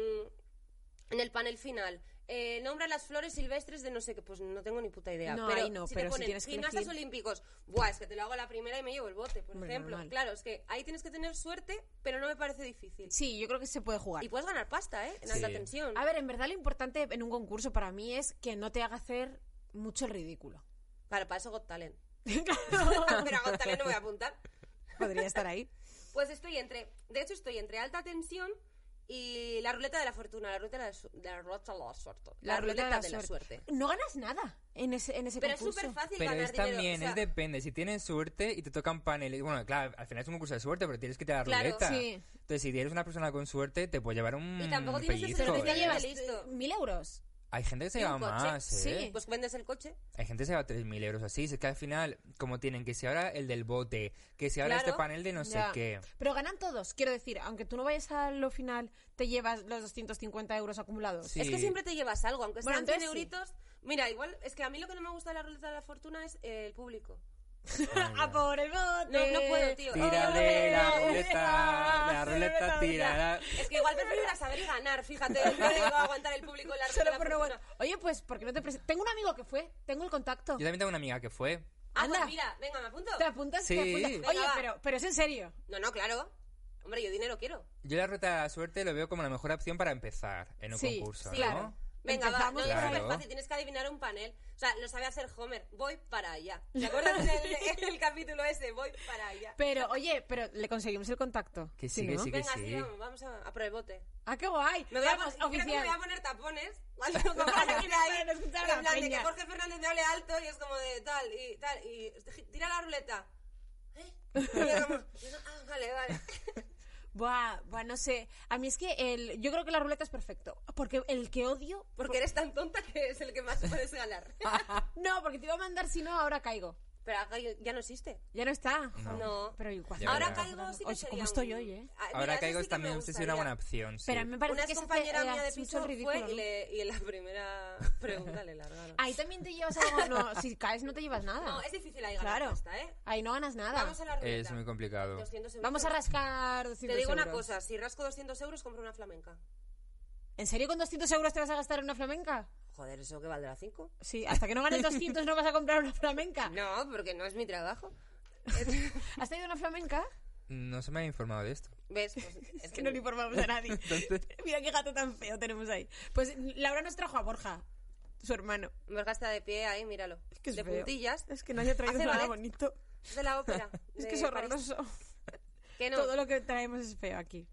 [SPEAKER 2] en el panel final. eh, nombra las flores silvestres de no sé qué, pues no tengo ni puta idea.
[SPEAKER 1] No,
[SPEAKER 2] pero
[SPEAKER 1] ahí no,
[SPEAKER 2] si
[SPEAKER 1] pero
[SPEAKER 2] te
[SPEAKER 1] si
[SPEAKER 2] ponen
[SPEAKER 1] tienes que
[SPEAKER 2] gimnastas
[SPEAKER 1] elegir.
[SPEAKER 2] olímpicos, buah, es que te lo hago a la primera y me llevo el bote, por
[SPEAKER 1] Hombre,
[SPEAKER 2] ejemplo.
[SPEAKER 1] normal.
[SPEAKER 2] Claro, es que ahí tienes que tener suerte, pero no me parece difícil.
[SPEAKER 1] Sí, yo creo que se puede jugar.
[SPEAKER 2] Y puedes ganar pasta, ¿eh? En
[SPEAKER 3] Sí.
[SPEAKER 2] alta tensión.
[SPEAKER 1] A ver, en verdad lo importante en un concurso para mí es que no te haga hacer mucho el ridículo. <laughs>
[SPEAKER 2] Claro, para eso Got Talent. <laughs>
[SPEAKER 1] Claro.
[SPEAKER 2] pero a Got Talent no me voy a apuntar.
[SPEAKER 1] Podría estar ahí.
[SPEAKER 2] Pues estoy entre, de hecho estoy entre alta tensión y la ruleta de la fortuna, la ruleta de la, su- la ruleta de la suerte. La, ruleta, de la suerte.
[SPEAKER 1] No ganas nada en ese, en ese
[SPEAKER 2] Pero es
[SPEAKER 1] concurso.
[SPEAKER 2] súper fácil
[SPEAKER 3] Pero
[SPEAKER 2] ganar
[SPEAKER 3] es también,
[SPEAKER 2] dinero. o sea,
[SPEAKER 3] es depende. Si tienes suerte y te tocan paneles. Bueno, claro, al final es un concurso de suerte, pero tienes que tirar
[SPEAKER 2] Claro.
[SPEAKER 3] ruleta.
[SPEAKER 1] Sí.
[SPEAKER 3] Entonces, si eres una persona con suerte, te puede llevar un.
[SPEAKER 2] Y tampoco tienes que ser
[SPEAKER 3] pellizco,
[SPEAKER 2] especial
[SPEAKER 3] ¿eh?
[SPEAKER 2] y
[SPEAKER 1] Llevas
[SPEAKER 2] Listo.
[SPEAKER 1] eh, mil euros.
[SPEAKER 3] Hay gente que se
[SPEAKER 2] Y un
[SPEAKER 3] lleva
[SPEAKER 2] coche.
[SPEAKER 3] más, ¿eh?
[SPEAKER 1] Sí.
[SPEAKER 2] Pues vendes el coche.
[SPEAKER 3] Hay gente que se lleva 3.000 euros así. Si es que al final, como tienen que si ahora el del bote, que si ahora este
[SPEAKER 2] Claro.
[SPEAKER 3] panel de no sé
[SPEAKER 1] Ya.
[SPEAKER 3] qué.
[SPEAKER 1] Pero ganan todos. Quiero decir, aunque tú no vayas a lo final, te llevas los 250 euros acumulados.
[SPEAKER 3] Sí.
[SPEAKER 2] Es que siempre te llevas algo, aunque
[SPEAKER 1] Bueno,
[SPEAKER 2] sean 100
[SPEAKER 1] entonces sí.
[SPEAKER 2] euritos. Mira, igual, es que a mí lo que no me gusta de la ruleta de la fortuna es eh, el público.
[SPEAKER 1] ¡A por el bote!
[SPEAKER 2] No, no puedo, tío. <laughs>
[SPEAKER 3] Tírale la <laughs> ruleta, la
[SPEAKER 1] Sí,
[SPEAKER 3] ruleta,
[SPEAKER 1] ruleta,
[SPEAKER 3] tírala.
[SPEAKER 2] Es que igual prefiero ir a saber y ganar, fíjate. No digo aguantar el público en la ruleta
[SPEAKER 1] <laughs> Solo
[SPEAKER 2] de la
[SPEAKER 1] por no-
[SPEAKER 2] fortuna.
[SPEAKER 1] Oye, pues, ¿por qué no te presentas? Tengo un amigo que fue, tengo el contacto.
[SPEAKER 3] Yo también tengo una amiga que fue.
[SPEAKER 2] Ah,
[SPEAKER 1] Anda.
[SPEAKER 2] pues mira, venga, me apunto.
[SPEAKER 1] ¿Te apuntas?
[SPEAKER 3] Sí.
[SPEAKER 1] ¿Te apuntas?
[SPEAKER 3] Venga,
[SPEAKER 1] Oye,
[SPEAKER 2] va.
[SPEAKER 1] pero, pero es en serio.
[SPEAKER 2] No, no, claro. Hombre, yo dinero quiero.
[SPEAKER 3] Yo la ruta a la suerte lo veo como la mejor opción para empezar en un
[SPEAKER 1] Sí,
[SPEAKER 3] concurso,
[SPEAKER 1] sí,
[SPEAKER 3] ¿no?
[SPEAKER 1] claro.
[SPEAKER 2] Venga, va, no
[SPEAKER 1] Empezamos
[SPEAKER 2] es
[SPEAKER 3] por
[SPEAKER 2] súper
[SPEAKER 3] ahí.
[SPEAKER 2] fácil, tienes que adivinar un panel. O sea, lo sabe hacer Homer, voy para allá. ¿Te acuerdas del <laughs> el capítulo ese? Voy para allá.
[SPEAKER 1] Pero, oye, pero le conseguimos el contacto.
[SPEAKER 3] Que sí, que
[SPEAKER 1] ¿no?
[SPEAKER 3] sí, que
[SPEAKER 2] Venga,
[SPEAKER 3] sí.
[SPEAKER 2] sí, vamos, vamos a, a por el bote.
[SPEAKER 1] Ah, qué guay.
[SPEAKER 2] Me voy a,
[SPEAKER 1] Vamos,
[SPEAKER 2] pon- creo que me
[SPEAKER 1] oficial.
[SPEAKER 2] voy a poner tapones. <laughs> ¿vale? Como
[SPEAKER 1] <laughs>
[SPEAKER 2] para ir ahí,
[SPEAKER 1] Para no escuchar a la
[SPEAKER 2] en plan de que
[SPEAKER 1] peña.
[SPEAKER 2] Jorge Fernández me hable alto y es como de tal y tal. Y tira la ruleta. ¿Eh? Y yo como, ah, vale, vale.
[SPEAKER 1] <laughs> Buah, buah, no sé. A mí es que el, yo creo que la ruleta es perfecto. Porque el que odio. <laughs>
[SPEAKER 2] Porque eres tan tonta que es el que más puedes ganar.
[SPEAKER 1] No, porque te iba a mandar si no, ahora caigo.
[SPEAKER 2] Pero acá ya no existe.
[SPEAKER 1] Ya no está.
[SPEAKER 3] No.
[SPEAKER 2] No.
[SPEAKER 1] Pero igual.
[SPEAKER 3] Ya
[SPEAKER 2] Ahora
[SPEAKER 3] verás.
[SPEAKER 2] caigo sí que
[SPEAKER 1] Oye,
[SPEAKER 2] sería
[SPEAKER 1] como
[SPEAKER 2] un-
[SPEAKER 1] estoy hoy, ¿eh?
[SPEAKER 2] Ah, mira,
[SPEAKER 3] Ahora
[SPEAKER 2] eso
[SPEAKER 3] caigo
[SPEAKER 2] sí que
[SPEAKER 3] también,
[SPEAKER 2] me
[SPEAKER 3] no sé si era una buena
[SPEAKER 2] gustaña.
[SPEAKER 3] opción. sí.
[SPEAKER 1] Pero a mí me parece que
[SPEAKER 2] Una
[SPEAKER 1] se hace-
[SPEAKER 2] compañera
[SPEAKER 1] eh,
[SPEAKER 2] mía de
[SPEAKER 1] hace mucho
[SPEAKER 2] piso
[SPEAKER 1] ridículo,
[SPEAKER 2] fue y,
[SPEAKER 1] ¿no? Ah.
[SPEAKER 2] le- y en la
[SPEAKER 1] <laughs>
[SPEAKER 2] primera pregunta le largaron.
[SPEAKER 1] Ahí también te llevas algo. No,
[SPEAKER 2] <laughs>
[SPEAKER 1] si caes no te llevas nada.
[SPEAKER 2] No, es difícil ahí ganar
[SPEAKER 1] Claro.
[SPEAKER 2] pasta, ¿eh?
[SPEAKER 1] Ahí no ganas nada.
[SPEAKER 2] Vamos a la ruleta.
[SPEAKER 3] Es muy complicado.
[SPEAKER 2] 200 euros.
[SPEAKER 1] Vamos a rascar 200
[SPEAKER 2] Te digo una
[SPEAKER 1] euros.
[SPEAKER 2] cosa, si rasco 200 euros compro una flamenca.
[SPEAKER 1] ¿En serio con 200 euros te vas a gastar en una flamenca?
[SPEAKER 2] Joder, ¿eso que valdrá 5?
[SPEAKER 1] Sí, hasta que no ganes 200 no vas a comprar una <laughs> flamenca.
[SPEAKER 2] No, porque no es mi
[SPEAKER 1] <laughs>
[SPEAKER 2] trabajo.
[SPEAKER 1] ¿Has traído una flamenca?
[SPEAKER 3] No se me ha informado de esto.
[SPEAKER 2] ¿Ves? Pues,
[SPEAKER 1] Es que no le informamos a <laughs> nadie. Mira qué gato tan feo tenemos ahí. Pues Laura nos trajo a Borja, su hermano.
[SPEAKER 2] Borja está de pie ahí, míralo.
[SPEAKER 1] Es que es
[SPEAKER 2] de
[SPEAKER 1] feo.
[SPEAKER 2] puntillas.
[SPEAKER 1] Es que no haya traído
[SPEAKER 2] Hace
[SPEAKER 1] nada
[SPEAKER 2] ballet.
[SPEAKER 1] bonito.
[SPEAKER 2] Es de la ópera.
[SPEAKER 1] <laughs> Es
[SPEAKER 2] de
[SPEAKER 1] que es
[SPEAKER 2] París.
[SPEAKER 1] horroroso.
[SPEAKER 2] Que no,
[SPEAKER 1] Todo lo que traemos es feo aquí.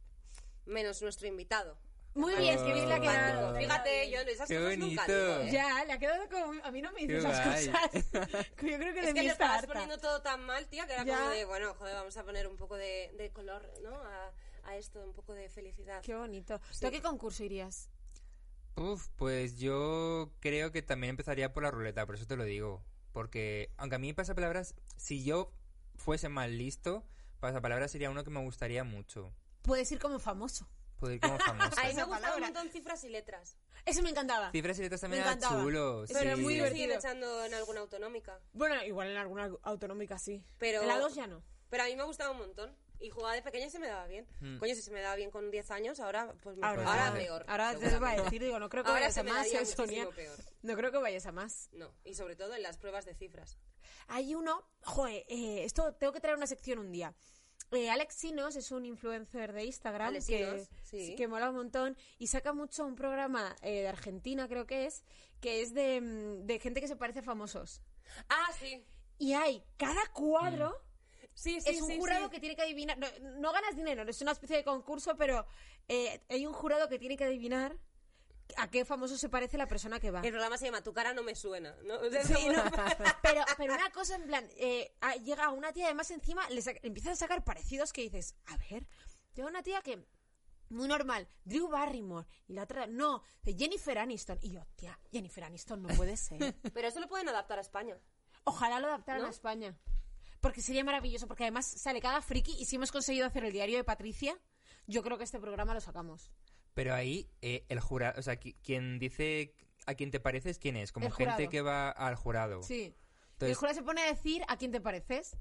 [SPEAKER 2] menos nuestro invitado.
[SPEAKER 1] Muy bien,
[SPEAKER 3] Ah.
[SPEAKER 1] que bien le ha quedado.
[SPEAKER 2] Fíjate, yo esas
[SPEAKER 3] Qué
[SPEAKER 2] cosas nunca
[SPEAKER 3] bonito.
[SPEAKER 2] digo, ¿eh?
[SPEAKER 1] Ya, le ha quedado como... muy- A mí no me dice
[SPEAKER 3] Qué
[SPEAKER 1] esas
[SPEAKER 3] guay.
[SPEAKER 1] cosas.
[SPEAKER 2] <laughs>
[SPEAKER 1] <laughs> Yo creo que de
[SPEAKER 2] Es
[SPEAKER 1] mí
[SPEAKER 2] que lo
[SPEAKER 1] está
[SPEAKER 2] estabas
[SPEAKER 1] harta.
[SPEAKER 2] poniendo todo tan mal, tía, que era
[SPEAKER 1] Ya.
[SPEAKER 2] como de, bueno, joder, vamos a poner un poco de, de color, ¿no? A, a esto, un poco de felicidad.
[SPEAKER 1] Qué bonito. ¿Tú a qué concurso irías?
[SPEAKER 3] Uf, pues yo creo que también empezaría por la ruleta, por eso te lo digo. Porque, aunque a mí pasapalabras, si yo fuese más listo, pasapalabras sería uno que me gustaría mucho.
[SPEAKER 1] Puedes ir como famoso. <laughs>
[SPEAKER 3] Poder ir como famoso.
[SPEAKER 2] A mí me
[SPEAKER 1] Esa
[SPEAKER 2] gustan un
[SPEAKER 1] palabra.
[SPEAKER 2] montón cifras y letras.
[SPEAKER 1] Eso me encantaba.
[SPEAKER 3] Cifras y letras también
[SPEAKER 1] Me
[SPEAKER 3] era
[SPEAKER 1] encantaba.
[SPEAKER 3] chulo.
[SPEAKER 1] Eso era
[SPEAKER 3] sí.
[SPEAKER 1] muy
[SPEAKER 2] Sí,
[SPEAKER 1] divertido.
[SPEAKER 2] siguen echando en alguna autonómica.
[SPEAKER 1] Bueno, igual en alguna autonómica sí.
[SPEAKER 2] Pero-
[SPEAKER 1] En la 2 ya no.
[SPEAKER 2] Pero a mí me gustaba un montón. Y jugaba de pequeña y se me daba bien. Coño, si se me daba bien con 10 años, ahora pues me
[SPEAKER 1] Ahora,
[SPEAKER 2] ahora
[SPEAKER 3] ahora-
[SPEAKER 2] peor.
[SPEAKER 1] Ahora te lo
[SPEAKER 2] seguramente.
[SPEAKER 1] voy a decir, digo, no creo que
[SPEAKER 2] Ahora
[SPEAKER 1] vayas
[SPEAKER 2] se
[SPEAKER 1] a
[SPEAKER 2] me
[SPEAKER 1] más,
[SPEAKER 2] daría
[SPEAKER 1] eh, Sonia.
[SPEAKER 2] muchísimo peor.
[SPEAKER 1] No creo que vayas a más.
[SPEAKER 2] No, y sobre todo en las pruebas de cifras.
[SPEAKER 1] Hay uno, joder, eh, esto tengo que traer una sección un día. Eh, Alex Sinos es un influencer de Instagram
[SPEAKER 2] Alex
[SPEAKER 1] que,
[SPEAKER 2] Sinos, sí.
[SPEAKER 1] que mola un montón y saca mucho un programa eh, de Argentina, creo que es, que es de, mm, de gente que se parece a famosos.
[SPEAKER 2] Ah, sí.
[SPEAKER 1] Y hay cada cuadro.
[SPEAKER 2] Sí, Mm. sí,
[SPEAKER 1] es un
[SPEAKER 2] sí,
[SPEAKER 1] jurado
[SPEAKER 2] sí.
[SPEAKER 1] que tiene que adivinar. No, no ganas dinero, no es una especie de concurso, pero eh, hay un jurado que tiene que adivinar a qué famoso se parece la persona que va.
[SPEAKER 2] El programa se llama Tu cara no me suena, ¿no? O sea, es
[SPEAKER 1] <laughs> Sí,
[SPEAKER 2] <laughs> como-
[SPEAKER 1] no, pero, pero una cosa en plan, eh, ah, llega una tía además encima, le, saca- le empiezan a sacar parecidos que dices, a ver, llega una tía que, muy normal, Drew Barrymore, y la otra, no, de Jennifer Aniston, y yo, tía, Jennifer Aniston no puede ser.
[SPEAKER 2] Pero eso lo pueden adaptar a España.
[SPEAKER 1] <laughs> Ojalá lo adaptaran
[SPEAKER 2] ¿No?
[SPEAKER 1] a España. Porque sería maravilloso, porque además sale cada friki y si hemos conseguido hacer el diario de Patricia, yo creo que este programa lo sacamos.
[SPEAKER 3] Pero ahí, eh, el jurado, o sea, qui- quien dice a quien te pareces, ¿quién es? Como
[SPEAKER 1] El
[SPEAKER 3] gente
[SPEAKER 1] jurado.
[SPEAKER 3] que va al jurado.
[SPEAKER 1] Sí. el
[SPEAKER 3] Entonces-
[SPEAKER 1] jurado se pone a decir a quién te pareces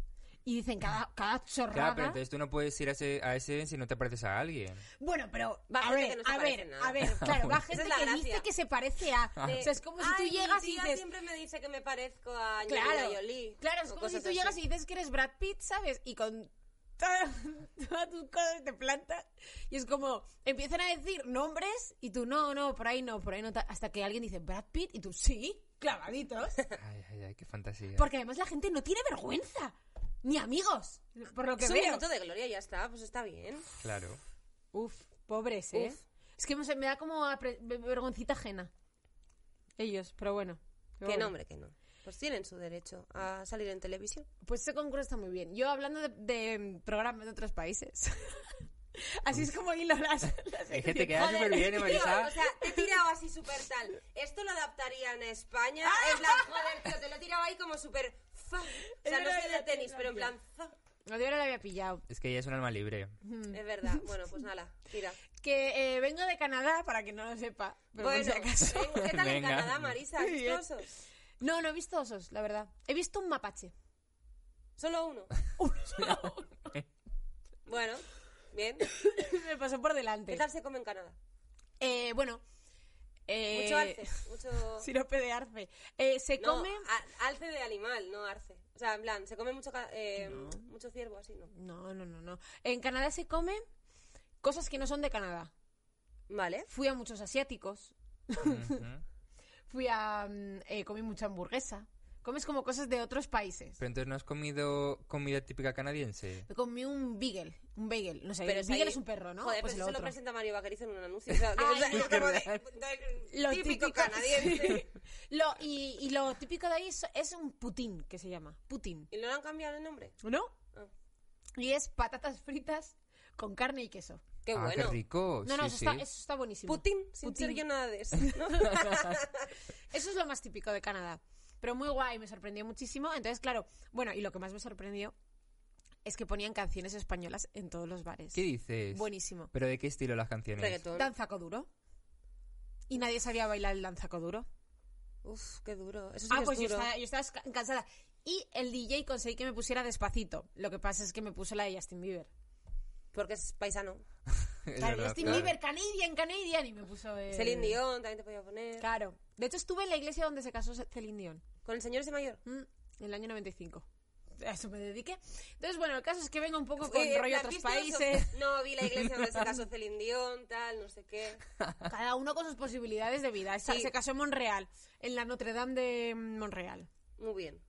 [SPEAKER 1] y dicen cada, cada chorrada.
[SPEAKER 3] Claro, pero entonces tú no puedes ir a ese, a ese si no te pareces a alguien.
[SPEAKER 1] Bueno, pero
[SPEAKER 2] Va
[SPEAKER 1] a
[SPEAKER 2] gente
[SPEAKER 1] ver,
[SPEAKER 2] que no se
[SPEAKER 1] a
[SPEAKER 2] parece
[SPEAKER 1] ver,
[SPEAKER 2] nada.
[SPEAKER 1] a ver, claro, va
[SPEAKER 3] bueno.
[SPEAKER 1] gente
[SPEAKER 2] Esa es la
[SPEAKER 1] que
[SPEAKER 2] gracia. Ah.
[SPEAKER 1] dice que se parece a. Ah. O sea, es como si tú
[SPEAKER 2] Eh, Ay, mi
[SPEAKER 1] llegas y
[SPEAKER 2] tía
[SPEAKER 1] dices,
[SPEAKER 2] siempre me dice que me parezco a
[SPEAKER 1] claro,
[SPEAKER 2] Angelina Jolie.
[SPEAKER 1] claro, es
[SPEAKER 2] o
[SPEAKER 1] como si
[SPEAKER 2] cosas
[SPEAKER 1] tú
[SPEAKER 2] así.
[SPEAKER 1] llegas y dices que eres Brad Pitt, ¿sabes? Y con toda- <laughs> todas tus cosas te plantas y es como empiezan a decir nombres y tú no, no, por ahí no, por ahí no, ta-". hasta que alguien dice Brad Pitt y tú sí,
[SPEAKER 2] <laughs>
[SPEAKER 1] clavaditos.
[SPEAKER 3] Ay, ay, ay, qué fantasía.
[SPEAKER 1] Porque además la gente no tiene vergüenza, ni amigos, por lo que
[SPEAKER 2] Es un
[SPEAKER 1] veo.
[SPEAKER 2] minuto de gloria y ya está, pues está bien.
[SPEAKER 3] Claro.
[SPEAKER 1] Uf, pobres, ¿eh?
[SPEAKER 2] Uf.
[SPEAKER 1] Es que no sé, me da como apre- ve- vergoncita ajena. Ellos, pero bueno. pero
[SPEAKER 2] Que
[SPEAKER 1] bueno.
[SPEAKER 2] no, hombre, que no. Pues tienen su derecho a salir en televisión.
[SPEAKER 1] Pues ese concurso está muy bien. Yo hablando de, de programas de otros países. <laughs> Así es como hilo las... las
[SPEAKER 3] Hay gente que da súper bien, ¿eh, Marisa.
[SPEAKER 2] o sea, te he tirado así súper tal. Esto lo adaptarían a España. Es la joder, tío, te lo he tirado ahí como súper fa. O sea,
[SPEAKER 1] Ah. Es
[SPEAKER 2] no
[SPEAKER 1] verdad,
[SPEAKER 2] sé
[SPEAKER 1] ya
[SPEAKER 2] de
[SPEAKER 1] te
[SPEAKER 2] tenis, pero en plan fa.
[SPEAKER 1] No, yo no lo había pillado.
[SPEAKER 3] Es que ella es un alma libre.
[SPEAKER 1] Hmm.
[SPEAKER 2] Es verdad. Bueno, pues nada,
[SPEAKER 1] <laughs>
[SPEAKER 2] tira.
[SPEAKER 1] Que eh, vengo de Canadá, para que no lo sepa. Pero por
[SPEAKER 2] Bueno, ¿eh?
[SPEAKER 1] si acaso. <laughs>
[SPEAKER 2] ¿qué tal en
[SPEAKER 3] Venga.
[SPEAKER 2] Canadá, Marisa?
[SPEAKER 1] Muy bien.
[SPEAKER 2] ¿Chistosos?
[SPEAKER 1] No, no he visto osos, la verdad. He visto un mapache.
[SPEAKER 2] Solo uno. <laughs> Bueno, bien.
[SPEAKER 1] <laughs> Me pasó por delante.
[SPEAKER 2] ¿Qué tal se come en Canadá?
[SPEAKER 1] Eh, bueno, Eh,
[SPEAKER 2] Mucho arce,
[SPEAKER 1] <laughs>
[SPEAKER 2] mucho...
[SPEAKER 1] Sirope de arce. Eh, se
[SPEAKER 2] No,
[SPEAKER 1] come...
[SPEAKER 2] a- alce de animal, no arce. O sea, en plan, se come mucho, ca- eh,
[SPEAKER 1] No.
[SPEAKER 2] mucho ciervo así, ¿no?
[SPEAKER 1] No, no, no, no. En Canadá se come cosas que no son de Canadá.
[SPEAKER 2] Vale.
[SPEAKER 1] Fui a muchos asiáticos,
[SPEAKER 3] Ujú.
[SPEAKER 1] fui a... mm, eh, comí mucha hamburguesa. Comes como cosas de otros países.
[SPEAKER 3] Pero entonces no has comido comida típica canadiense.
[SPEAKER 1] Me comí un beagle, un bagel. No sé,
[SPEAKER 2] Pero
[SPEAKER 1] el
[SPEAKER 2] si
[SPEAKER 1] beagle
[SPEAKER 2] ahí-
[SPEAKER 1] es un perro, ¿no?
[SPEAKER 2] Joder,
[SPEAKER 1] pues
[SPEAKER 2] pero
[SPEAKER 1] lo
[SPEAKER 2] eso lo
[SPEAKER 1] otro.
[SPEAKER 2] presenta Mario Vaquerizo en un anuncio. O sea, que-
[SPEAKER 1] Ay,
[SPEAKER 2] o sea,
[SPEAKER 1] es
[SPEAKER 2] es como de-
[SPEAKER 3] verdad.
[SPEAKER 2] de-
[SPEAKER 1] Lo
[SPEAKER 2] típico, canadiense.
[SPEAKER 1] <laughs> lo, y, y lo típico de ahí es, es un putín, que se llama. Putín.
[SPEAKER 2] <laughs> ¿Y no le han cambiado el nombre?
[SPEAKER 1] ¿No?
[SPEAKER 2] Ah.
[SPEAKER 1] Y es patatas fritas con carne y queso.
[SPEAKER 2] Qué
[SPEAKER 3] ah,
[SPEAKER 2] bueno.
[SPEAKER 3] qué rico.
[SPEAKER 1] No, no,
[SPEAKER 3] sí,
[SPEAKER 1] eso,
[SPEAKER 3] sí.
[SPEAKER 1] Está, eso está buenísimo.
[SPEAKER 2] Putin, sin
[SPEAKER 1] Putin.
[SPEAKER 2] ser yo nada de eso.
[SPEAKER 1] <laughs>
[SPEAKER 2] ¿no?
[SPEAKER 1] Eso es lo más típico de Canadá. Pero muy guay, me sorprendió muchísimo. Entonces, claro, bueno, y lo que más me sorprendió es que ponían canciones españolas en todos los bares.
[SPEAKER 3] ¿Qué dices?
[SPEAKER 1] Buenísimo.
[SPEAKER 3] ¿Pero de qué estilo las canciones?
[SPEAKER 2] Reggaetón.
[SPEAKER 1] Danzaco duro. Y nadie sabía bailar el danzaco duro.
[SPEAKER 2] Uf, qué duro. Eso sí
[SPEAKER 1] Ah,
[SPEAKER 2] que
[SPEAKER 1] pues yo
[SPEAKER 2] es duro.
[SPEAKER 1] estaba, yo estaba esca- cansada. Y el DJ conseguí que me pusiera despacito. Lo que pasa es que me puso la de Justin Bieber.
[SPEAKER 2] Porque es paisano.
[SPEAKER 3] <laughs> Es
[SPEAKER 1] Claro,
[SPEAKER 3] verdad,
[SPEAKER 1] Justin
[SPEAKER 3] claro.
[SPEAKER 1] Bieber, Canadian, Canadian. Y me puso. eh,
[SPEAKER 2] Celine Dion también te podía poner.
[SPEAKER 1] Claro. De hecho, estuve en la iglesia donde se casó Celine Dion.
[SPEAKER 2] Con el señor ese mayor.
[SPEAKER 1] Mm, en el año 95. A eso me dediqué. Entonces, bueno, el caso es que vengo un poco con
[SPEAKER 2] Eh, en
[SPEAKER 1] rollo
[SPEAKER 2] plan,
[SPEAKER 1] otros
[SPEAKER 2] ¿viste eso?
[SPEAKER 1] países.
[SPEAKER 2] <laughs> No, vi la iglesia donde se
[SPEAKER 1] <laughs>
[SPEAKER 2] casó Celine Dion, tal, no sé qué.
[SPEAKER 1] Cada uno con sus posibilidades de vida. Esa-
[SPEAKER 2] Sí.
[SPEAKER 1] Se casó en Montreal, en la Notre Dame de mm, Montreal.
[SPEAKER 2] Muy bien.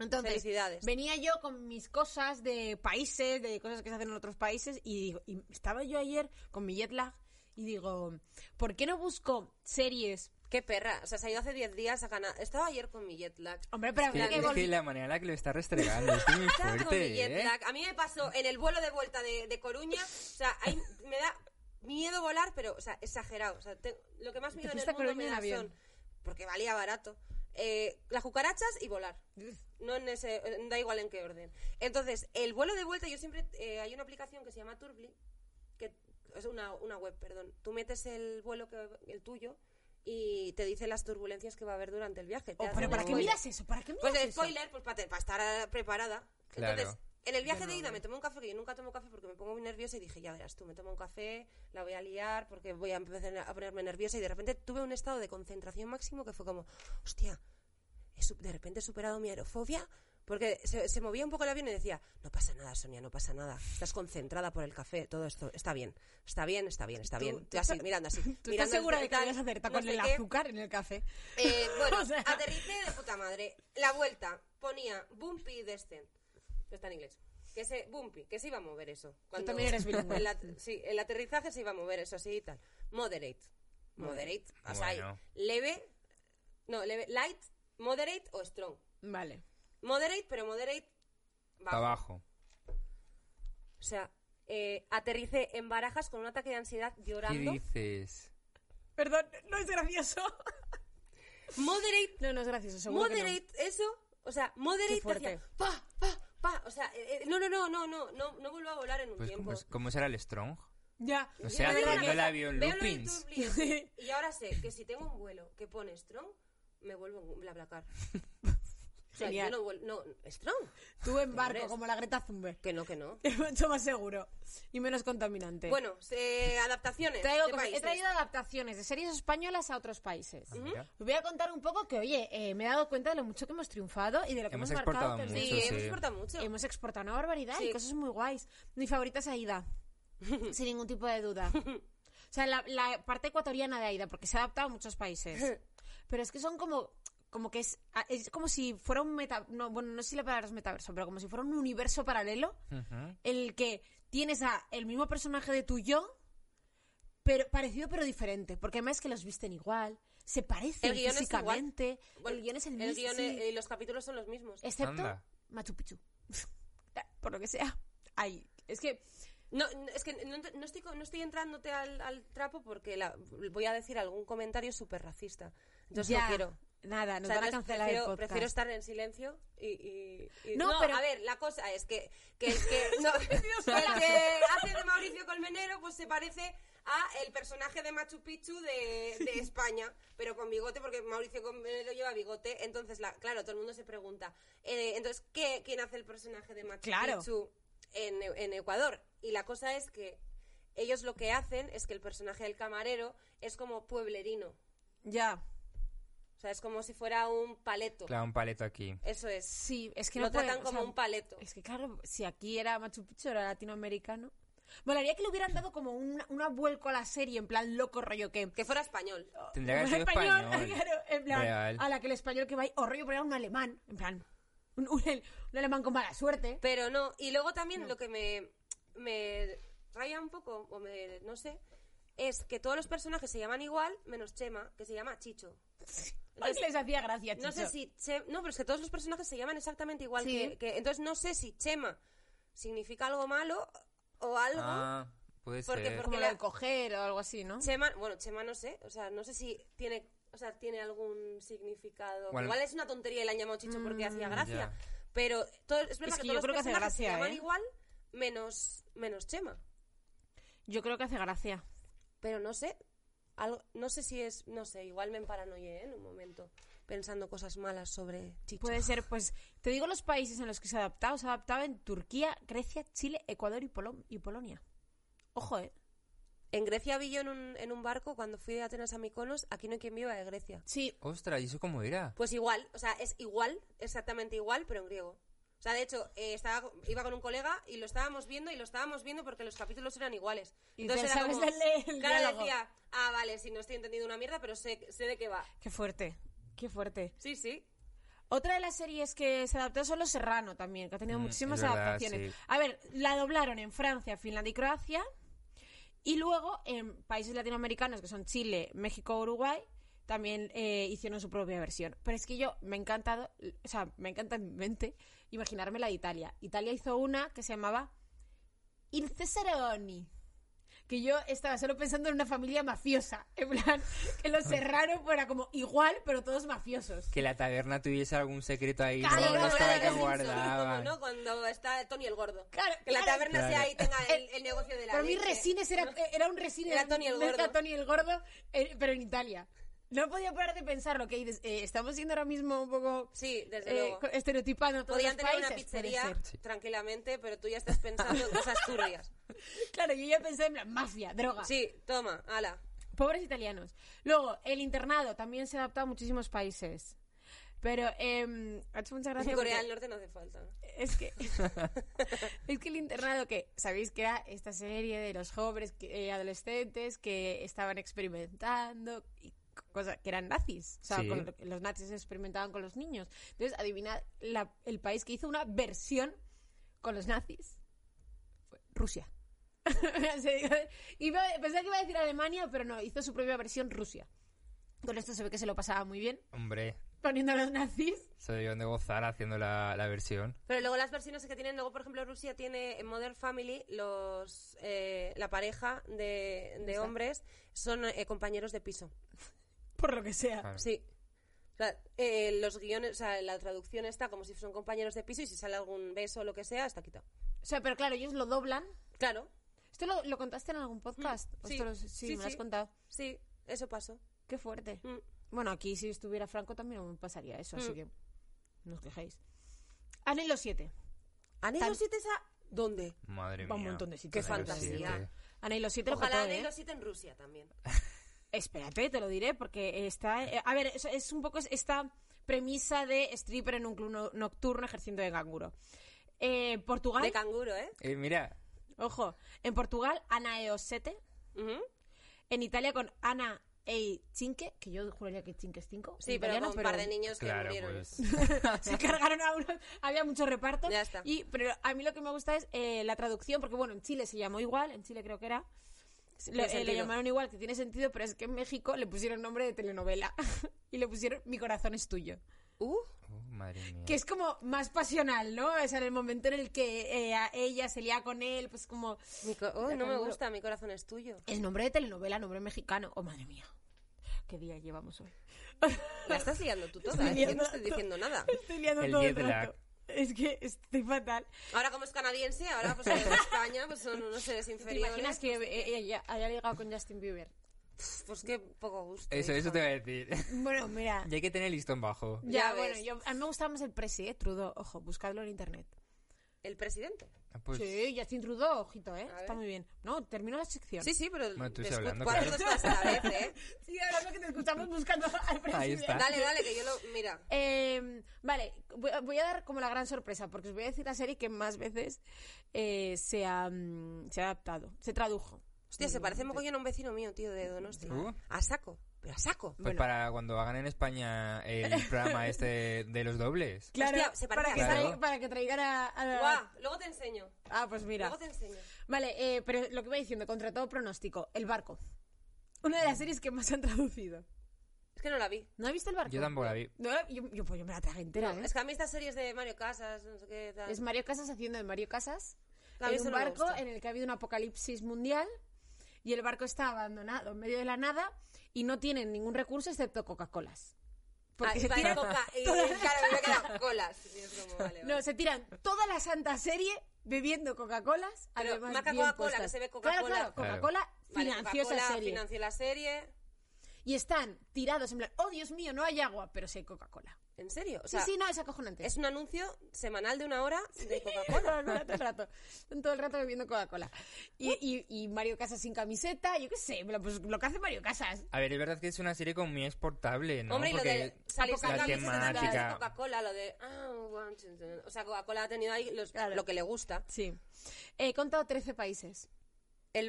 [SPEAKER 1] Entonces,
[SPEAKER 2] Felicidades.
[SPEAKER 1] venía yo con mis cosas de países, de cosas que se hacen en otros países, y, digo- y estaba yo ayer con mi jet lag y digo, ¿por qué no busco series?
[SPEAKER 2] Qué perra. O sea, se ha ido hace 10 días a Canadá. Estaba ayer con mi jet lag.
[SPEAKER 1] Hombre, pero
[SPEAKER 3] Es que,
[SPEAKER 1] habría que
[SPEAKER 3] es que
[SPEAKER 1] volver.
[SPEAKER 3] la manera en la que lo está restregando es muy
[SPEAKER 2] Estaba con mi jet
[SPEAKER 3] fuerte, ¿eh?
[SPEAKER 2] lag. A mí me pasó en el vuelo de vuelta de, de Coruña. O sea, ahí me da miedo volar, pero, o sea, exagerado. O sea, te- lo que más miedo en el
[SPEAKER 1] fuiste a
[SPEAKER 2] mundo
[SPEAKER 1] Coruña
[SPEAKER 2] me
[SPEAKER 1] en
[SPEAKER 2] da
[SPEAKER 1] avión.
[SPEAKER 2] son- porque valía barato. eh, las cucarachas y volar. No en ese, eh, da igual en qué orden. Entonces, el vuelo de vuelta, yo siempre. eh, hay una aplicación que se llama Turbly, que es una, una web, perdón. Tú metes el vuelo, que, el tuyo, y te dice las turbulencias que va a haber durante el viaje. Te
[SPEAKER 1] Oh,
[SPEAKER 2] hace
[SPEAKER 1] pero
[SPEAKER 2] un
[SPEAKER 1] ¿para qué
[SPEAKER 2] spoiler.
[SPEAKER 1] miras eso? ¿Para qué miras
[SPEAKER 2] Pues el
[SPEAKER 1] eso?
[SPEAKER 2] spoiler, pues para, estar preparada.
[SPEAKER 3] Claro.
[SPEAKER 2] Entonces, en el viaje
[SPEAKER 1] Yo
[SPEAKER 2] de
[SPEAKER 1] no.
[SPEAKER 2] ida me tomé un café, que yo nunca tomo café porque me pongo muy nerviosa y dije, ya verás tú, me tomo un café, la voy a liar porque voy a empezar a ponerme nerviosa y de repente tuve un estado de concentración máximo que fue como, hostia, he su- de repente he superado mi aerofobia. Porque se, se movía un poco el avión y decía, no pasa nada, Sonia, no pasa nada. Estás concentrada por el café, todo esto está bien, está bien, está bien, está
[SPEAKER 1] Tú-
[SPEAKER 2] bien.
[SPEAKER 1] tú
[SPEAKER 2] Tú así,
[SPEAKER 1] estás-
[SPEAKER 2] mirando así.
[SPEAKER 1] <laughs> ¿Tú
[SPEAKER 2] mirando
[SPEAKER 1] estás segura
[SPEAKER 2] el
[SPEAKER 1] de que
[SPEAKER 2] tal,
[SPEAKER 1] habías acertado
[SPEAKER 2] no
[SPEAKER 1] con
[SPEAKER 2] sé
[SPEAKER 1] el
[SPEAKER 2] qué.
[SPEAKER 1] azúcar en el café?
[SPEAKER 2] Eh,
[SPEAKER 1] <laughs>
[SPEAKER 2] bueno,
[SPEAKER 1] O sea-
[SPEAKER 2] aterrice de puta madre. La vuelta ponía Bumpy Descent. No está en inglés. Que se, Bumpy, que se iba a mover eso.
[SPEAKER 1] también
[SPEAKER 2] <laughs>
[SPEAKER 1] eres bilingüe.
[SPEAKER 2] el at- sí, el aterrizaje se iba a mover eso así y tal. Moderate. Moderate. O sea, hay
[SPEAKER 3] Bueno.
[SPEAKER 2] leve. No, leve. Light, moderate o strong.
[SPEAKER 1] Vale.
[SPEAKER 2] Moderate, pero moderate.
[SPEAKER 3] Pa'
[SPEAKER 2] Bajo.
[SPEAKER 3] Abajo.
[SPEAKER 2] O sea, eh, aterricé en barajas con un ataque de ansiedad
[SPEAKER 3] ¿Qué
[SPEAKER 2] llorando.
[SPEAKER 3] dices?
[SPEAKER 1] Perdón, no es gracioso.
[SPEAKER 2] Moderate
[SPEAKER 1] <laughs> No, no es gracioso, seguro que no.
[SPEAKER 2] Moderate, eso. O sea, moderate.
[SPEAKER 1] Qué fuerte.
[SPEAKER 2] hacía pa, pa, pa. O sea, eh, eh, no, no, no, no, no, no, no vuelvo a volar en un
[SPEAKER 3] Pues,
[SPEAKER 2] tiempo.
[SPEAKER 3] ¿cómo, es- cómo será el Strong? Ah,
[SPEAKER 1] Ya.
[SPEAKER 3] O
[SPEAKER 2] Yo
[SPEAKER 3] sea,
[SPEAKER 2] te digo una
[SPEAKER 3] teniendo el
[SPEAKER 2] cosa,
[SPEAKER 3] avión
[SPEAKER 2] veo lo de
[SPEAKER 1] <laughs>
[SPEAKER 3] loopings.
[SPEAKER 2] Turbulence, Y ahora sé que si tengo un vuelo que pone strong, me vuelvo un blablacar. O sea,
[SPEAKER 1] Genial.
[SPEAKER 2] yo no vuelvo. No, strong.
[SPEAKER 1] Tú en barco,
[SPEAKER 2] Pobres.
[SPEAKER 1] como la Greta Thunberg. <laughs>
[SPEAKER 2] Que no, que no.
[SPEAKER 1] Es mucho más seguro y menos contaminante.
[SPEAKER 2] Bueno, eh, adaptaciones.
[SPEAKER 1] Traigo
[SPEAKER 2] de
[SPEAKER 1] cosas- he
[SPEAKER 2] países.
[SPEAKER 1] traído adaptaciones de series españolas a otros países.
[SPEAKER 3] Ah, mira.
[SPEAKER 1] Os voy a contar un poco que, oye, eh, me he dado cuenta de lo mucho que hemos triunfado y de lo que hemos,
[SPEAKER 3] Hemos
[SPEAKER 1] marcado.
[SPEAKER 3] exportado
[SPEAKER 1] también.
[SPEAKER 2] Sí,
[SPEAKER 3] Mucho,
[SPEAKER 2] hemos
[SPEAKER 3] sí.
[SPEAKER 2] exportado mucho.
[SPEAKER 1] Hemos exportado una barbaridad y
[SPEAKER 2] Sí.
[SPEAKER 1] cosas muy guays. Mi favorita es
[SPEAKER 2] <laughs>
[SPEAKER 1] Aida, sin ningún tipo de duda. O sea, la, la parte ecuatoriana de Aida, porque se ha adaptado a muchos
[SPEAKER 2] <laughs>
[SPEAKER 1] países. Pero es que son como como que es, a- es como si fuera un meta no, bueno no sé si la palabra es metaverso pero como si fuera un universo paralelo
[SPEAKER 3] Ujú.
[SPEAKER 1] en el que tienes a el mismo personaje de tu yo pero parecido pero diferente porque además que los visten igual se parecen
[SPEAKER 2] El guión es igual.
[SPEAKER 1] físicamente
[SPEAKER 2] Bueno,
[SPEAKER 1] el guión es el mismo
[SPEAKER 2] El guión
[SPEAKER 1] sí.
[SPEAKER 2] eh, y los capítulos son los mismos.
[SPEAKER 1] Excepto
[SPEAKER 3] Anda.
[SPEAKER 1] Machu Picchu. <laughs> Por lo que sea. Ay, es que.
[SPEAKER 2] No, no, es que no, ent- no estoy, co- no estoy entrándote al, al trapo porque la- voy a decir algún comentario súper racista. Entonces
[SPEAKER 1] ya,
[SPEAKER 2] no quiero.
[SPEAKER 1] Nada, nos
[SPEAKER 2] O sea,
[SPEAKER 1] van a
[SPEAKER 2] entonces
[SPEAKER 1] cancelar
[SPEAKER 2] prefiero,
[SPEAKER 1] el podcast.
[SPEAKER 2] prefiero estar en silencio y... y- y-
[SPEAKER 1] No, pero-
[SPEAKER 2] a ver, la cosa es que... que, el
[SPEAKER 1] <laughs>
[SPEAKER 2] que no, el que hace de Mauricio Colmenero pues se parece a el personaje de Machu Picchu de, de España, pero con bigote, porque Mauricio Colmenero lleva bigote. Entonces, la, claro, todo el mundo se pregunta, eh, entonces, ¿qué, ¿quién hace el personaje de Machu
[SPEAKER 1] Claro.
[SPEAKER 2] Picchu en, en Ecuador? Y la cosa es que ellos lo que hacen es que el personaje del camarero es como pueblerino.
[SPEAKER 1] Ya.
[SPEAKER 2] O sea, es como si fuera un paleto.
[SPEAKER 3] Claro, un paleto aquí.
[SPEAKER 2] Eso es.
[SPEAKER 1] Sí, es que
[SPEAKER 2] lo
[SPEAKER 1] no puede-
[SPEAKER 2] tratan
[SPEAKER 1] o
[SPEAKER 2] como
[SPEAKER 1] sea,
[SPEAKER 2] un paleto.
[SPEAKER 1] Es que claro, si aquí era Machu Picchu, era latinoamericano. Molaría que le hubieran dado como un una vuelco a la serie, en plan loco rollo que...
[SPEAKER 2] Que fuera español.
[SPEAKER 1] Oh.
[SPEAKER 3] Tendría que haber sido
[SPEAKER 1] español,
[SPEAKER 3] español.
[SPEAKER 1] <laughs> claro, en plan,
[SPEAKER 3] Real.
[SPEAKER 1] a la que el español que va ahí, o rollo, pero era un alemán, en plan, un, un- un alemán con mala suerte.
[SPEAKER 2] Pero no, y luego también lo que me, me raya un poco, o me, no sé, es que todos los personajes se llaman igual, menos Chema, que se
[SPEAKER 1] <laughs>
[SPEAKER 2] llama Chicho.
[SPEAKER 1] Ay,
[SPEAKER 2] Entonces,
[SPEAKER 1] les hacía gracia,
[SPEAKER 2] no sé
[SPEAKER 1] Chicho.
[SPEAKER 2] si Che- no, pero es que todos los personajes se llaman exactamente igual
[SPEAKER 1] Sí.
[SPEAKER 2] que, que- entonces no sé si Chema significa algo malo o algo.
[SPEAKER 3] Ah, puede
[SPEAKER 2] Porque-
[SPEAKER 3] ser.
[SPEAKER 2] porque-
[SPEAKER 1] Como lo de
[SPEAKER 2] la-
[SPEAKER 1] coger o algo así, ¿no?
[SPEAKER 2] Chema, bueno, Chema no sé, o sea, no sé si tiene, o sea, tiene algún significado.
[SPEAKER 3] Bueno.
[SPEAKER 2] Igual es una tontería y le han llamado Chicho porque
[SPEAKER 1] Mm.
[SPEAKER 2] hacía gracia.
[SPEAKER 3] Ya.
[SPEAKER 2] Pero todo, es verdad
[SPEAKER 1] Es que yo
[SPEAKER 2] que, todos
[SPEAKER 1] creo
[SPEAKER 2] los
[SPEAKER 1] que hace
[SPEAKER 2] personajes se
[SPEAKER 1] gracia,
[SPEAKER 2] llaman
[SPEAKER 1] ¿eh?
[SPEAKER 2] igual menos menos Chema.
[SPEAKER 1] Yo creo que hace gracia.
[SPEAKER 2] Pero no sé, algo, no sé si es, no sé, igual me paranoié en un momento pensando cosas malas sobre Chicho.
[SPEAKER 1] Puede ser, pues, te digo los países en los que se ha adaptado. Se ha adaptado en Turquía, Grecia, Chile, Ecuador y, Polo- y Polonia. Ojo, ¿eh?
[SPEAKER 2] En Grecia vi yo en un, en un barco cuando fui de Atenas a Mykonos, aquí no hay quien viva de Grecia.
[SPEAKER 1] Sí,
[SPEAKER 3] Ostras, ¿y eso cómo era?
[SPEAKER 2] Pues igual, o sea, es igual, exactamente igual, pero en griego. O sea, de hecho, eh, estaba, iba con un colega y lo estábamos viendo y lo estábamos viendo porque los capítulos eran iguales.
[SPEAKER 1] Y
[SPEAKER 2] Entonces
[SPEAKER 1] te
[SPEAKER 2] era
[SPEAKER 1] sabes
[SPEAKER 2] como-
[SPEAKER 1] el- el
[SPEAKER 2] claro,
[SPEAKER 1] diálogo.
[SPEAKER 2] decía, ah, vale, si no estoy entendiendo una mierda, pero sé, sé de qué va.
[SPEAKER 1] qué fuerte, qué fuerte.
[SPEAKER 2] Sí, sí.
[SPEAKER 1] Otra de las series que se adaptó son Los Serrano también, que ha tenido
[SPEAKER 3] Mm,
[SPEAKER 1] muchísimas
[SPEAKER 3] es verdad,
[SPEAKER 1] adaptaciones.
[SPEAKER 3] sí.
[SPEAKER 1] A ver, la doblaron en Francia, Finlandia y Croacia. Y luego en países latinoamericanos, que son Chile, México, Uruguay, también eh, hicieron su propia versión. Pero es que yo me ha encantado, o sea, me encanta en mi mente imaginarme la de Italia. Italia hizo una que se llamaba Il Cesaroni. Que yo estaba solo pensando en una familia mafiosa. En plan, que los serranos fuera como igual, pero todos mafiosos.
[SPEAKER 3] Que la taberna tuviese algún secreto ahí, ¿no?
[SPEAKER 2] Ah,
[SPEAKER 1] Claro,
[SPEAKER 3] No
[SPEAKER 1] claro,
[SPEAKER 3] estaba
[SPEAKER 1] claro,
[SPEAKER 3] que
[SPEAKER 1] claro.
[SPEAKER 3] guardaban.
[SPEAKER 2] Como, ¿no? Cuando está Tony el gordo.
[SPEAKER 1] Claro,
[SPEAKER 2] que la
[SPEAKER 1] claro.
[SPEAKER 2] taberna sea
[SPEAKER 3] Claro.
[SPEAKER 2] ahí y tenga el, el negocio de la
[SPEAKER 1] Para mí
[SPEAKER 2] leche.
[SPEAKER 1] Resines era, eh, era un Resines.
[SPEAKER 2] Era Tony el
[SPEAKER 1] mezcla
[SPEAKER 2] Gordo.
[SPEAKER 1] Tony el Gordo, eh, pero en Italia. No podía parar de pensar lo que dices. eh, estamos siendo ahora mismo un poco
[SPEAKER 2] Sí, desde
[SPEAKER 1] eh,
[SPEAKER 2] luego.
[SPEAKER 1] co- estereotipando todos los
[SPEAKER 2] Podían tener una
[SPEAKER 1] países, puede
[SPEAKER 2] pizzería
[SPEAKER 1] ser. <laughs>
[SPEAKER 2] tranquilamente, pero tú ya estás pensando en cosas turbias.
[SPEAKER 1] Claro, yo ya pensé en la mafia, droga.
[SPEAKER 2] Sí, toma, ala.
[SPEAKER 1] Pobres italianos. Luego, el internado también se ha adaptado a muchísimos países. Pero eh, ha hecho mucha gracia.
[SPEAKER 2] En Corea del
[SPEAKER 1] porque
[SPEAKER 2] Norte no hace falta.
[SPEAKER 1] Es que, es que el internado que, ¿sabéis que era esta serie de los jóvenes que- eh, adolescentes que estaban experimentando y co- cosas que eran nazis? O sea,
[SPEAKER 3] Sí.
[SPEAKER 1] con lo que los nazis experimentaban con los niños. Entonces, adivinad la- el país que hizo una versión con los nazis. Fue Rusia. <laughs> Se dijo- iba- pensaba que iba a decir Alemania, pero no, hizo su propia versión Rusia. Con esto se ve que se lo pasaba muy bien,
[SPEAKER 3] Hombre,
[SPEAKER 1] poniendo a los nazis.
[SPEAKER 3] se debieron de gozar haciendo la, la versión.
[SPEAKER 2] Pero luego las versiones que tienen, luego por ejemplo Rusia tiene en Modern Family los eh, la pareja de, de
[SPEAKER 1] Exacto.
[SPEAKER 2] hombres son eh, compañeros de piso.
[SPEAKER 1] Por lo que sea.
[SPEAKER 3] Claro.
[SPEAKER 2] Sí. O sea, eh, los guiones, o sea, la traducción está como si son compañeros de piso y si sale algún beso o lo que sea, está quitado.
[SPEAKER 1] O sea, pero claro, ellos lo doblan
[SPEAKER 2] Claro,
[SPEAKER 1] ¿Esto lo, lo contaste en algún podcast?
[SPEAKER 2] Mm, sí,
[SPEAKER 1] Ostras, sí,
[SPEAKER 2] sí,
[SPEAKER 1] me lo has
[SPEAKER 2] sí.
[SPEAKER 1] contado.
[SPEAKER 2] sí, eso pasó.
[SPEAKER 1] Qué fuerte.
[SPEAKER 2] Mm.
[SPEAKER 1] Bueno, aquí si estuviera Franco también no me pasaría eso, así
[SPEAKER 2] Mm.
[SPEAKER 1] que no os quejéis. Anhelo 7.
[SPEAKER 2] ¿Anhelo
[SPEAKER 1] Tan-
[SPEAKER 2] 7 esa dónde?
[SPEAKER 3] Madre
[SPEAKER 1] Va
[SPEAKER 3] mía.
[SPEAKER 1] un montón de sitios.
[SPEAKER 2] Qué
[SPEAKER 3] Anhelo
[SPEAKER 2] fantasía.
[SPEAKER 3] siete.
[SPEAKER 1] Anhelo 7 lo
[SPEAKER 2] Ojalá
[SPEAKER 1] contó, ¿eh?
[SPEAKER 2] Anhelo 7 en Rusia también.
[SPEAKER 1] Espérate, te lo diré, porque está... eh, a ver, es, es un poco esta premisa de stripper en un club no- nocturno ejerciendo de canguro. Eh, Portugal,
[SPEAKER 2] De canguro, ¿eh?
[SPEAKER 3] Eh, mira,
[SPEAKER 1] ojo, en Portugal, Ana Eosete.
[SPEAKER 2] Ujú.
[SPEAKER 1] En Italia con Ana Ei Chinque, que yo juraría que Chinque es 5.
[SPEAKER 2] Sí, pero con un par de niños que
[SPEAKER 3] claro,
[SPEAKER 2] murieron.
[SPEAKER 3] pues.
[SPEAKER 1] <laughs> se cargaron a uno, había mucho reparto.
[SPEAKER 2] Ya está.
[SPEAKER 1] Y, pero a mí lo que me gusta es eh, la traducción, porque bueno, en Chile se llamó igual, en Chile creo que era. Lo- eh, Le,
[SPEAKER 2] sentido.
[SPEAKER 1] llamaron igual, que tiene sentido, pero es que en México le pusieron nombre de telenovela <laughs> y le pusieron Mi corazón es tuyo.
[SPEAKER 2] <laughs> Uh,
[SPEAKER 3] Oh, madre mía.
[SPEAKER 1] Que es como más pasional, ¿no? O sea, en el momento en el que eh, a ella se lía con él, pues como...
[SPEAKER 2] mi co- oh,
[SPEAKER 1] De
[SPEAKER 2] no me
[SPEAKER 1] canguro.
[SPEAKER 2] gusta, mi corazón es tuyo.
[SPEAKER 1] El nombre de telenovela, nombre mexicano. Oh, madre mía. ¿Qué día llevamos hoy? <laughs>
[SPEAKER 2] La estás liando tú toda,
[SPEAKER 1] Estoy
[SPEAKER 2] ¿eh? Yo
[SPEAKER 1] liando
[SPEAKER 2] no estoy
[SPEAKER 1] todo.
[SPEAKER 2] diciendo nada.
[SPEAKER 1] Estoy liando
[SPEAKER 3] El
[SPEAKER 1] todo el
[SPEAKER 3] jet lag.
[SPEAKER 1] rato. Es que estoy fatal.
[SPEAKER 2] Ahora como es canadiense, ahora pues en España pues son unos seres
[SPEAKER 1] ¿Te
[SPEAKER 2] inferiores.
[SPEAKER 1] imaginas que eh, ella haya ligado con Justin Bieber?
[SPEAKER 2] Pues qué poco gusto. ¿eh?
[SPEAKER 3] Eso,
[SPEAKER 2] hija.
[SPEAKER 3] eso te voy a decir. <laughs>
[SPEAKER 1] Bueno, Pues mira.
[SPEAKER 3] y hay que tener el listón bajo.
[SPEAKER 1] Ya,
[SPEAKER 2] Ya
[SPEAKER 1] bueno,
[SPEAKER 2] ves.
[SPEAKER 1] yo, a mí me gustaba más el presi, ¿eh? Trudeau. Ojo, buscadlo en internet.
[SPEAKER 2] el presidente.
[SPEAKER 3] Ah, pues,
[SPEAKER 1] Sí, Justin Trudeau, ojito, ¿eh?
[SPEAKER 2] A
[SPEAKER 1] Está
[SPEAKER 2] ver.
[SPEAKER 1] muy bien. No, terminó la sección.
[SPEAKER 2] Sí, sí, pero
[SPEAKER 3] Bueno, tú
[SPEAKER 2] te
[SPEAKER 3] sigue
[SPEAKER 2] escu-
[SPEAKER 3] hablando,
[SPEAKER 2] puedo hacer
[SPEAKER 3] claro.
[SPEAKER 2] dos cosas a la vez,
[SPEAKER 3] <laughs>
[SPEAKER 2] ¿eh?
[SPEAKER 1] <laughs> Sí, ahora lo que te escuchamos buscando al presidente.
[SPEAKER 3] Ahí está.
[SPEAKER 2] Dale, dale, que yo lo... Mira,
[SPEAKER 1] Eh, vale, voy a- voy a dar como la gran sorpresa, porque os voy a decir la serie que más veces eh, se, ha, mm, se ha adaptado, se tradujo.
[SPEAKER 2] hostia,
[SPEAKER 3] Mm,
[SPEAKER 2] se parece mogollón a un vecino mío, tío, de Donostia.
[SPEAKER 3] Uh.
[SPEAKER 2] A saco, pero a saco.
[SPEAKER 3] pues
[SPEAKER 1] bueno.
[SPEAKER 3] para cuando hagan en
[SPEAKER 1] <laughs>
[SPEAKER 3] España el programa este de los dobles.
[SPEAKER 1] Claro,
[SPEAKER 2] Hostia, se parece
[SPEAKER 1] para,
[SPEAKER 2] a
[SPEAKER 1] que
[SPEAKER 3] Saco.
[SPEAKER 1] trai- para que traigan a... a la-
[SPEAKER 2] Guau, luego te enseño.
[SPEAKER 1] Ah, pues mira.
[SPEAKER 2] Luego te enseño.
[SPEAKER 1] Vale, eh, pero lo que iba diciendo, contra todo pronóstico, El Barco. Una de las series que más han traducido.
[SPEAKER 2] Es que no la vi.
[SPEAKER 1] ¿No has visto El Barco?
[SPEAKER 3] Yo tampoco la vi.
[SPEAKER 1] No, yo, yo- pues yo me la traje entera, ¿eh?
[SPEAKER 2] Es que a mí estas series de Mario Casas, no sé qué tal.
[SPEAKER 1] Es Mario Casas haciendo de Mario Casas.
[SPEAKER 2] A
[SPEAKER 1] en
[SPEAKER 2] mí eso
[SPEAKER 1] un
[SPEAKER 2] no me
[SPEAKER 1] barco
[SPEAKER 2] gusta.
[SPEAKER 1] en el que ha habido un apocalipsis mundial y el barco está abandonado en medio de la nada y no tienen ningún recurso excepto Coca-Colas. Porque
[SPEAKER 2] Ah,
[SPEAKER 1] se
[SPEAKER 2] vale,
[SPEAKER 1] tiran,
[SPEAKER 2] coca y claro,
[SPEAKER 1] <laughs>
[SPEAKER 2] me quedan colas. Y es como, vale, vale.
[SPEAKER 1] no, se tiran toda la santa serie bebiendo Coca-Colas.
[SPEAKER 2] Pero
[SPEAKER 1] además
[SPEAKER 2] marca
[SPEAKER 1] bien
[SPEAKER 2] Coca-Cola,
[SPEAKER 1] puestas.
[SPEAKER 2] que se ve
[SPEAKER 1] Claro, claro,
[SPEAKER 2] Coca-Cola.
[SPEAKER 1] Coca-Cola
[SPEAKER 2] Vale,
[SPEAKER 1] financió esa
[SPEAKER 2] Coca-Cola
[SPEAKER 1] serie.
[SPEAKER 2] financió pues la serie.
[SPEAKER 1] Y están tirados en plan, oh Dios mío, no hay agua, pero sí hay Coca-Cola.
[SPEAKER 2] ¿En serio? O
[SPEAKER 1] Sí,
[SPEAKER 2] sea,
[SPEAKER 1] sí, no, es acojonante. <laughs>
[SPEAKER 2] es un anuncio semanal de una hora de Coca-Cola.
[SPEAKER 1] Coca-Cola todo el rato. Están todo el rato bebiendo Coca-Cola. Y, y- y Mario Casas sin camiseta, yo qué sé, lo- pues lo que hace Mario Casas.
[SPEAKER 3] A ver, es verdad que es una serie como muy exportable, ¿no?
[SPEAKER 2] Hombre, y lo
[SPEAKER 3] Porque
[SPEAKER 2] de salir
[SPEAKER 1] la
[SPEAKER 2] con camiseta de
[SPEAKER 3] temática-
[SPEAKER 2] Coca-Cola, lo de... ah, one, two, three. O sea, Coca-Cola ha tenido ahí los-
[SPEAKER 1] Claro.
[SPEAKER 2] lo que le gusta.
[SPEAKER 1] Sí. He contado 13 países.
[SPEAKER 2] El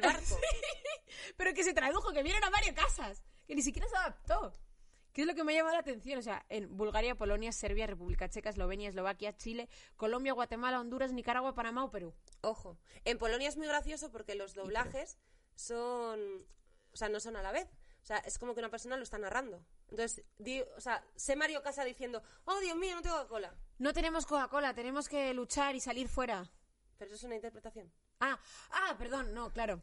[SPEAKER 1] <laughs>
[SPEAKER 2] barco.
[SPEAKER 1] Pero que se tradujo, que vieron a Mario Casas. Que ni siquiera se adaptó. Que es lo que me ha llamado la atención. O sea, en Bulgaria, Polonia, Serbia, República Checa, Eslovenia, Eslovaquia, Chile, Colombia, Guatemala, Honduras, Nicaragua, Panamá o Perú.
[SPEAKER 2] Ojo. En Polonia es muy gracioso porque los doblajes son. O sea, no son a la vez. O sea, es como que una persona lo está narrando. Entonces, di- o sea, sé Mario Casa diciendo, oh Dios mío, no tengo cola.
[SPEAKER 1] No tenemos Coca-Cola, tenemos que luchar y salir fuera.
[SPEAKER 2] Pero eso es una interpretación.
[SPEAKER 1] Ah, ah, perdón, no, claro.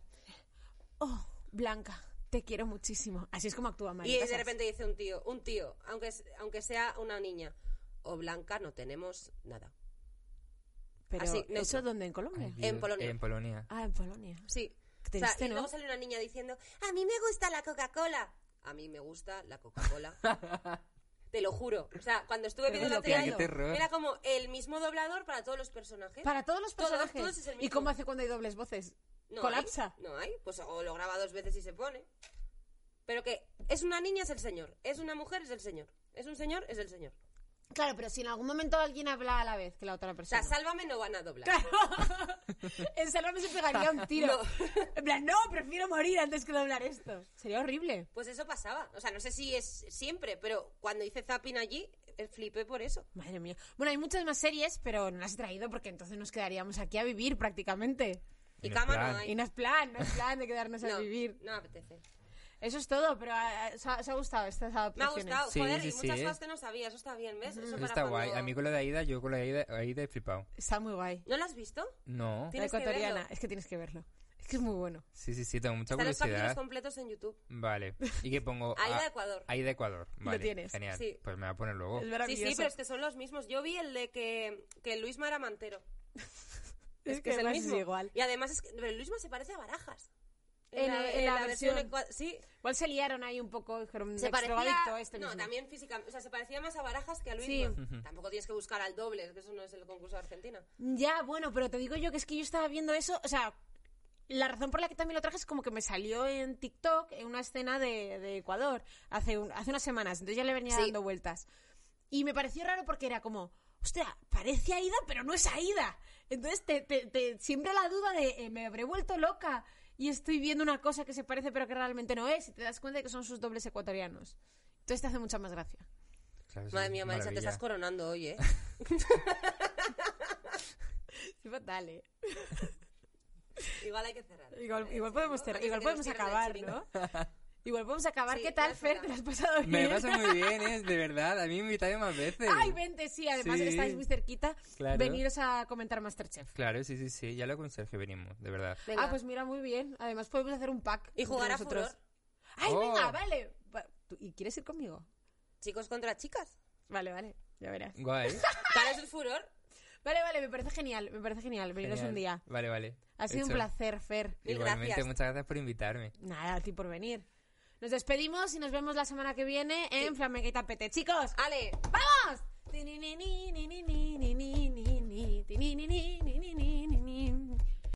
[SPEAKER 1] Oh, Blanca, te quiero muchísimo. Así es como actúa Mario
[SPEAKER 2] y
[SPEAKER 1] Casas.
[SPEAKER 2] de repente dice un tío, un tío, aunque, es- aunque sea una niña o blanca, no tenemos nada.
[SPEAKER 1] Pero
[SPEAKER 2] así, neutro.
[SPEAKER 1] ¿eso dónde? ¿En Colombia?
[SPEAKER 3] Ay, Dios,
[SPEAKER 2] En Polonia.
[SPEAKER 3] En Polonia.
[SPEAKER 1] Ah, en Polonia.
[SPEAKER 2] Sí.
[SPEAKER 1] Qué
[SPEAKER 2] O sea,
[SPEAKER 1] triste,
[SPEAKER 2] y
[SPEAKER 1] ¿no?
[SPEAKER 2] luego sale una niña diciendo, a mí me gusta la Coca-Cola. A mí me gusta la Coca-Cola.
[SPEAKER 1] <laughs>
[SPEAKER 2] Te lo juro. O sea, cuando estuve
[SPEAKER 1] Qué
[SPEAKER 2] viendo la
[SPEAKER 1] bloqueo.
[SPEAKER 2] tele,
[SPEAKER 3] Qué terror.
[SPEAKER 2] era como el mismo doblador para todos los personajes.
[SPEAKER 1] Para todos los
[SPEAKER 2] Todos,
[SPEAKER 1] personajes.
[SPEAKER 2] todos es el
[SPEAKER 1] ¿Y
[SPEAKER 2] mismo.
[SPEAKER 1] cómo hace cuando hay dobles voces?
[SPEAKER 2] No
[SPEAKER 1] colapsa.
[SPEAKER 2] hay, no hay. Pues o lo graba dos veces y se pone. Pero que es una niña, es el señor. Es una mujer, es el señor. Es un señor, es el señor.
[SPEAKER 1] Claro, pero si en algún momento alguien habla a la vez que la otra
[SPEAKER 2] O
[SPEAKER 1] persona.
[SPEAKER 2] sea, sálvame, no van a doblar.
[SPEAKER 1] <laughs> en Salvador se pegaría un tiro. En plan, no, prefiero morir antes que doblar esto. Sería horrible.
[SPEAKER 2] Pues eso pasaba. O sea, no sé si es siempre, pero cuando hice zapping allí, eh, flipé por eso.
[SPEAKER 1] Madre mía. Bueno, hay muchas más series, pero no las he traído porque entonces nos quedaríamos aquí a vivir prácticamente.
[SPEAKER 2] Y
[SPEAKER 3] En
[SPEAKER 2] cama
[SPEAKER 3] plan.
[SPEAKER 2] no hay.
[SPEAKER 1] Y no es plan, no es plan de quedarnos a
[SPEAKER 2] No,
[SPEAKER 1] vivir.
[SPEAKER 2] no apetece.
[SPEAKER 1] Eso es todo, pero ah, ah, os ha, os ha gustado estas
[SPEAKER 2] Me ha
[SPEAKER 1] adaptaciones.
[SPEAKER 2] gustado,
[SPEAKER 3] Sí,
[SPEAKER 2] joder,
[SPEAKER 3] sí,
[SPEAKER 2] y
[SPEAKER 3] sí,
[SPEAKER 2] muchas
[SPEAKER 3] eh.
[SPEAKER 2] cosas que no sabía, eso está bien, ¿ves? Eso
[SPEAKER 3] Eso
[SPEAKER 2] para
[SPEAKER 3] está guay.
[SPEAKER 2] cuando-
[SPEAKER 3] A mí con la de Aida, yo con la de Aida, Aida he flipado.
[SPEAKER 1] Está muy guay.
[SPEAKER 2] ¿No lo has visto?
[SPEAKER 3] No.
[SPEAKER 1] La
[SPEAKER 2] Tienes que
[SPEAKER 1] ecuatoriana,
[SPEAKER 2] verlo.
[SPEAKER 1] es que tienes que verlo. Es que es muy bueno.
[SPEAKER 3] Sí, sí, sí, tengo mucha
[SPEAKER 2] Están los capítulos
[SPEAKER 3] curiosidad.
[SPEAKER 2] completos en YouTube.
[SPEAKER 3] Vale. ¿Y qué pongo?
[SPEAKER 2] <laughs> Aida
[SPEAKER 3] Ah,
[SPEAKER 2] Ecuador.
[SPEAKER 3] Aida Ecuador. Vale.
[SPEAKER 1] tienes.
[SPEAKER 3] Genial.
[SPEAKER 2] Sí.
[SPEAKER 3] Pues me la voy a poner luego.
[SPEAKER 1] Es
[SPEAKER 2] Sí,
[SPEAKER 1] maravilloso.
[SPEAKER 2] sí, pero es que son los mismos. Yo vi el de que, que Luisma era mantero.
[SPEAKER 1] Es que además es igual.
[SPEAKER 2] Y además es que pero Luisma se parece a Barajas.
[SPEAKER 1] En la- en la versión-
[SPEAKER 2] ecua- Sí,
[SPEAKER 1] Igual se liaron ahí un poco, dijeron,
[SPEAKER 2] se parecía...
[SPEAKER 1] extravadicto este
[SPEAKER 2] no,
[SPEAKER 1] mismo.
[SPEAKER 2] también físicamente. O sea, se parecía más a Barajas que a
[SPEAKER 1] Sí.
[SPEAKER 2] Luisma. Tampoco tienes que buscar al doble, que eso no es el concurso de Argentina.
[SPEAKER 1] Ya, bueno, pero te digo yo que es que yo estaba viendo eso, o sea, la razón por la que también lo traje es como que me salió en TikTok en una escena de, de Ecuador hace, un- hace unas semanas, entonces ya le venía
[SPEAKER 2] Sí.
[SPEAKER 1] dando vueltas. Y me pareció raro porque era como, hostia, parece Aida, pero no es Aida. Entonces te, te, te siembra la duda de, eh, me habré vuelto loca y estoy viendo una cosa que se parece pero que realmente no es, y te das cuenta de que son sus dobles ecuatorianos. Entonces te hace mucha más gracia.
[SPEAKER 3] Claro, eso
[SPEAKER 2] Madre
[SPEAKER 3] es
[SPEAKER 2] mía, Marisa, te
[SPEAKER 3] maravilla.
[SPEAKER 2] estás coronando
[SPEAKER 1] <laughs>
[SPEAKER 2] hoy, ¿eh?
[SPEAKER 1] Es fatal, ¿eh?
[SPEAKER 2] Igual hay que cerrar.
[SPEAKER 1] Igual, igual podemos, cerrar- igual podemos acabar, ¿no?
[SPEAKER 2] <laughs>
[SPEAKER 1] Igual podemos acabar.
[SPEAKER 2] Sí,
[SPEAKER 1] ¿Qué
[SPEAKER 2] ya
[SPEAKER 1] tal,
[SPEAKER 2] es
[SPEAKER 1] Fer?
[SPEAKER 2] hora.
[SPEAKER 1] ¿Te lo has pasado bien?
[SPEAKER 3] <laughs> Me lo
[SPEAKER 1] <laughs>
[SPEAKER 3] paso muy bien, ¿eh? De verdad. A mí me invitáis más veces.
[SPEAKER 1] Ay, vente, sí. Además,
[SPEAKER 3] Sí.
[SPEAKER 1] que estáis muy cerquita.
[SPEAKER 3] Claro.
[SPEAKER 1] Veniros a comentar Masterchef.
[SPEAKER 3] Claro, sí, sí, sí. Ya lo con Sergio venimos, de verdad.
[SPEAKER 1] Ah, pues mira, muy bien. Además, podemos hacer un pack.
[SPEAKER 2] Y
[SPEAKER 1] entre
[SPEAKER 2] jugar a
[SPEAKER 1] nosotros.
[SPEAKER 2] furor.
[SPEAKER 1] Ay,
[SPEAKER 3] Oh.
[SPEAKER 1] venga, vale. Va- ¿tú- ¿Y quieres ir conmigo?
[SPEAKER 2] Chicos contra chicas.
[SPEAKER 1] Vale, vale. Ya verás.
[SPEAKER 3] Guay.
[SPEAKER 2] <laughs> Para eso es furor.
[SPEAKER 1] Vale, vale. Me parece genial. Me parece genial. Veniros
[SPEAKER 3] Genial.
[SPEAKER 1] un día.
[SPEAKER 3] Vale, vale.
[SPEAKER 1] Ha sido un
[SPEAKER 3] Hecho.
[SPEAKER 1] placer, Fer.
[SPEAKER 2] Mil
[SPEAKER 3] Igualmente,
[SPEAKER 2] gracias.
[SPEAKER 3] muchas gracias por invitarme.
[SPEAKER 1] Nada, a ti por venir. Nos despedimos y nos vemos la semana que viene en Flamenquita Pete. Chicos,
[SPEAKER 2] Ale,
[SPEAKER 1] ¡Vamos! Ni, ni, ni, ni, ni, ni,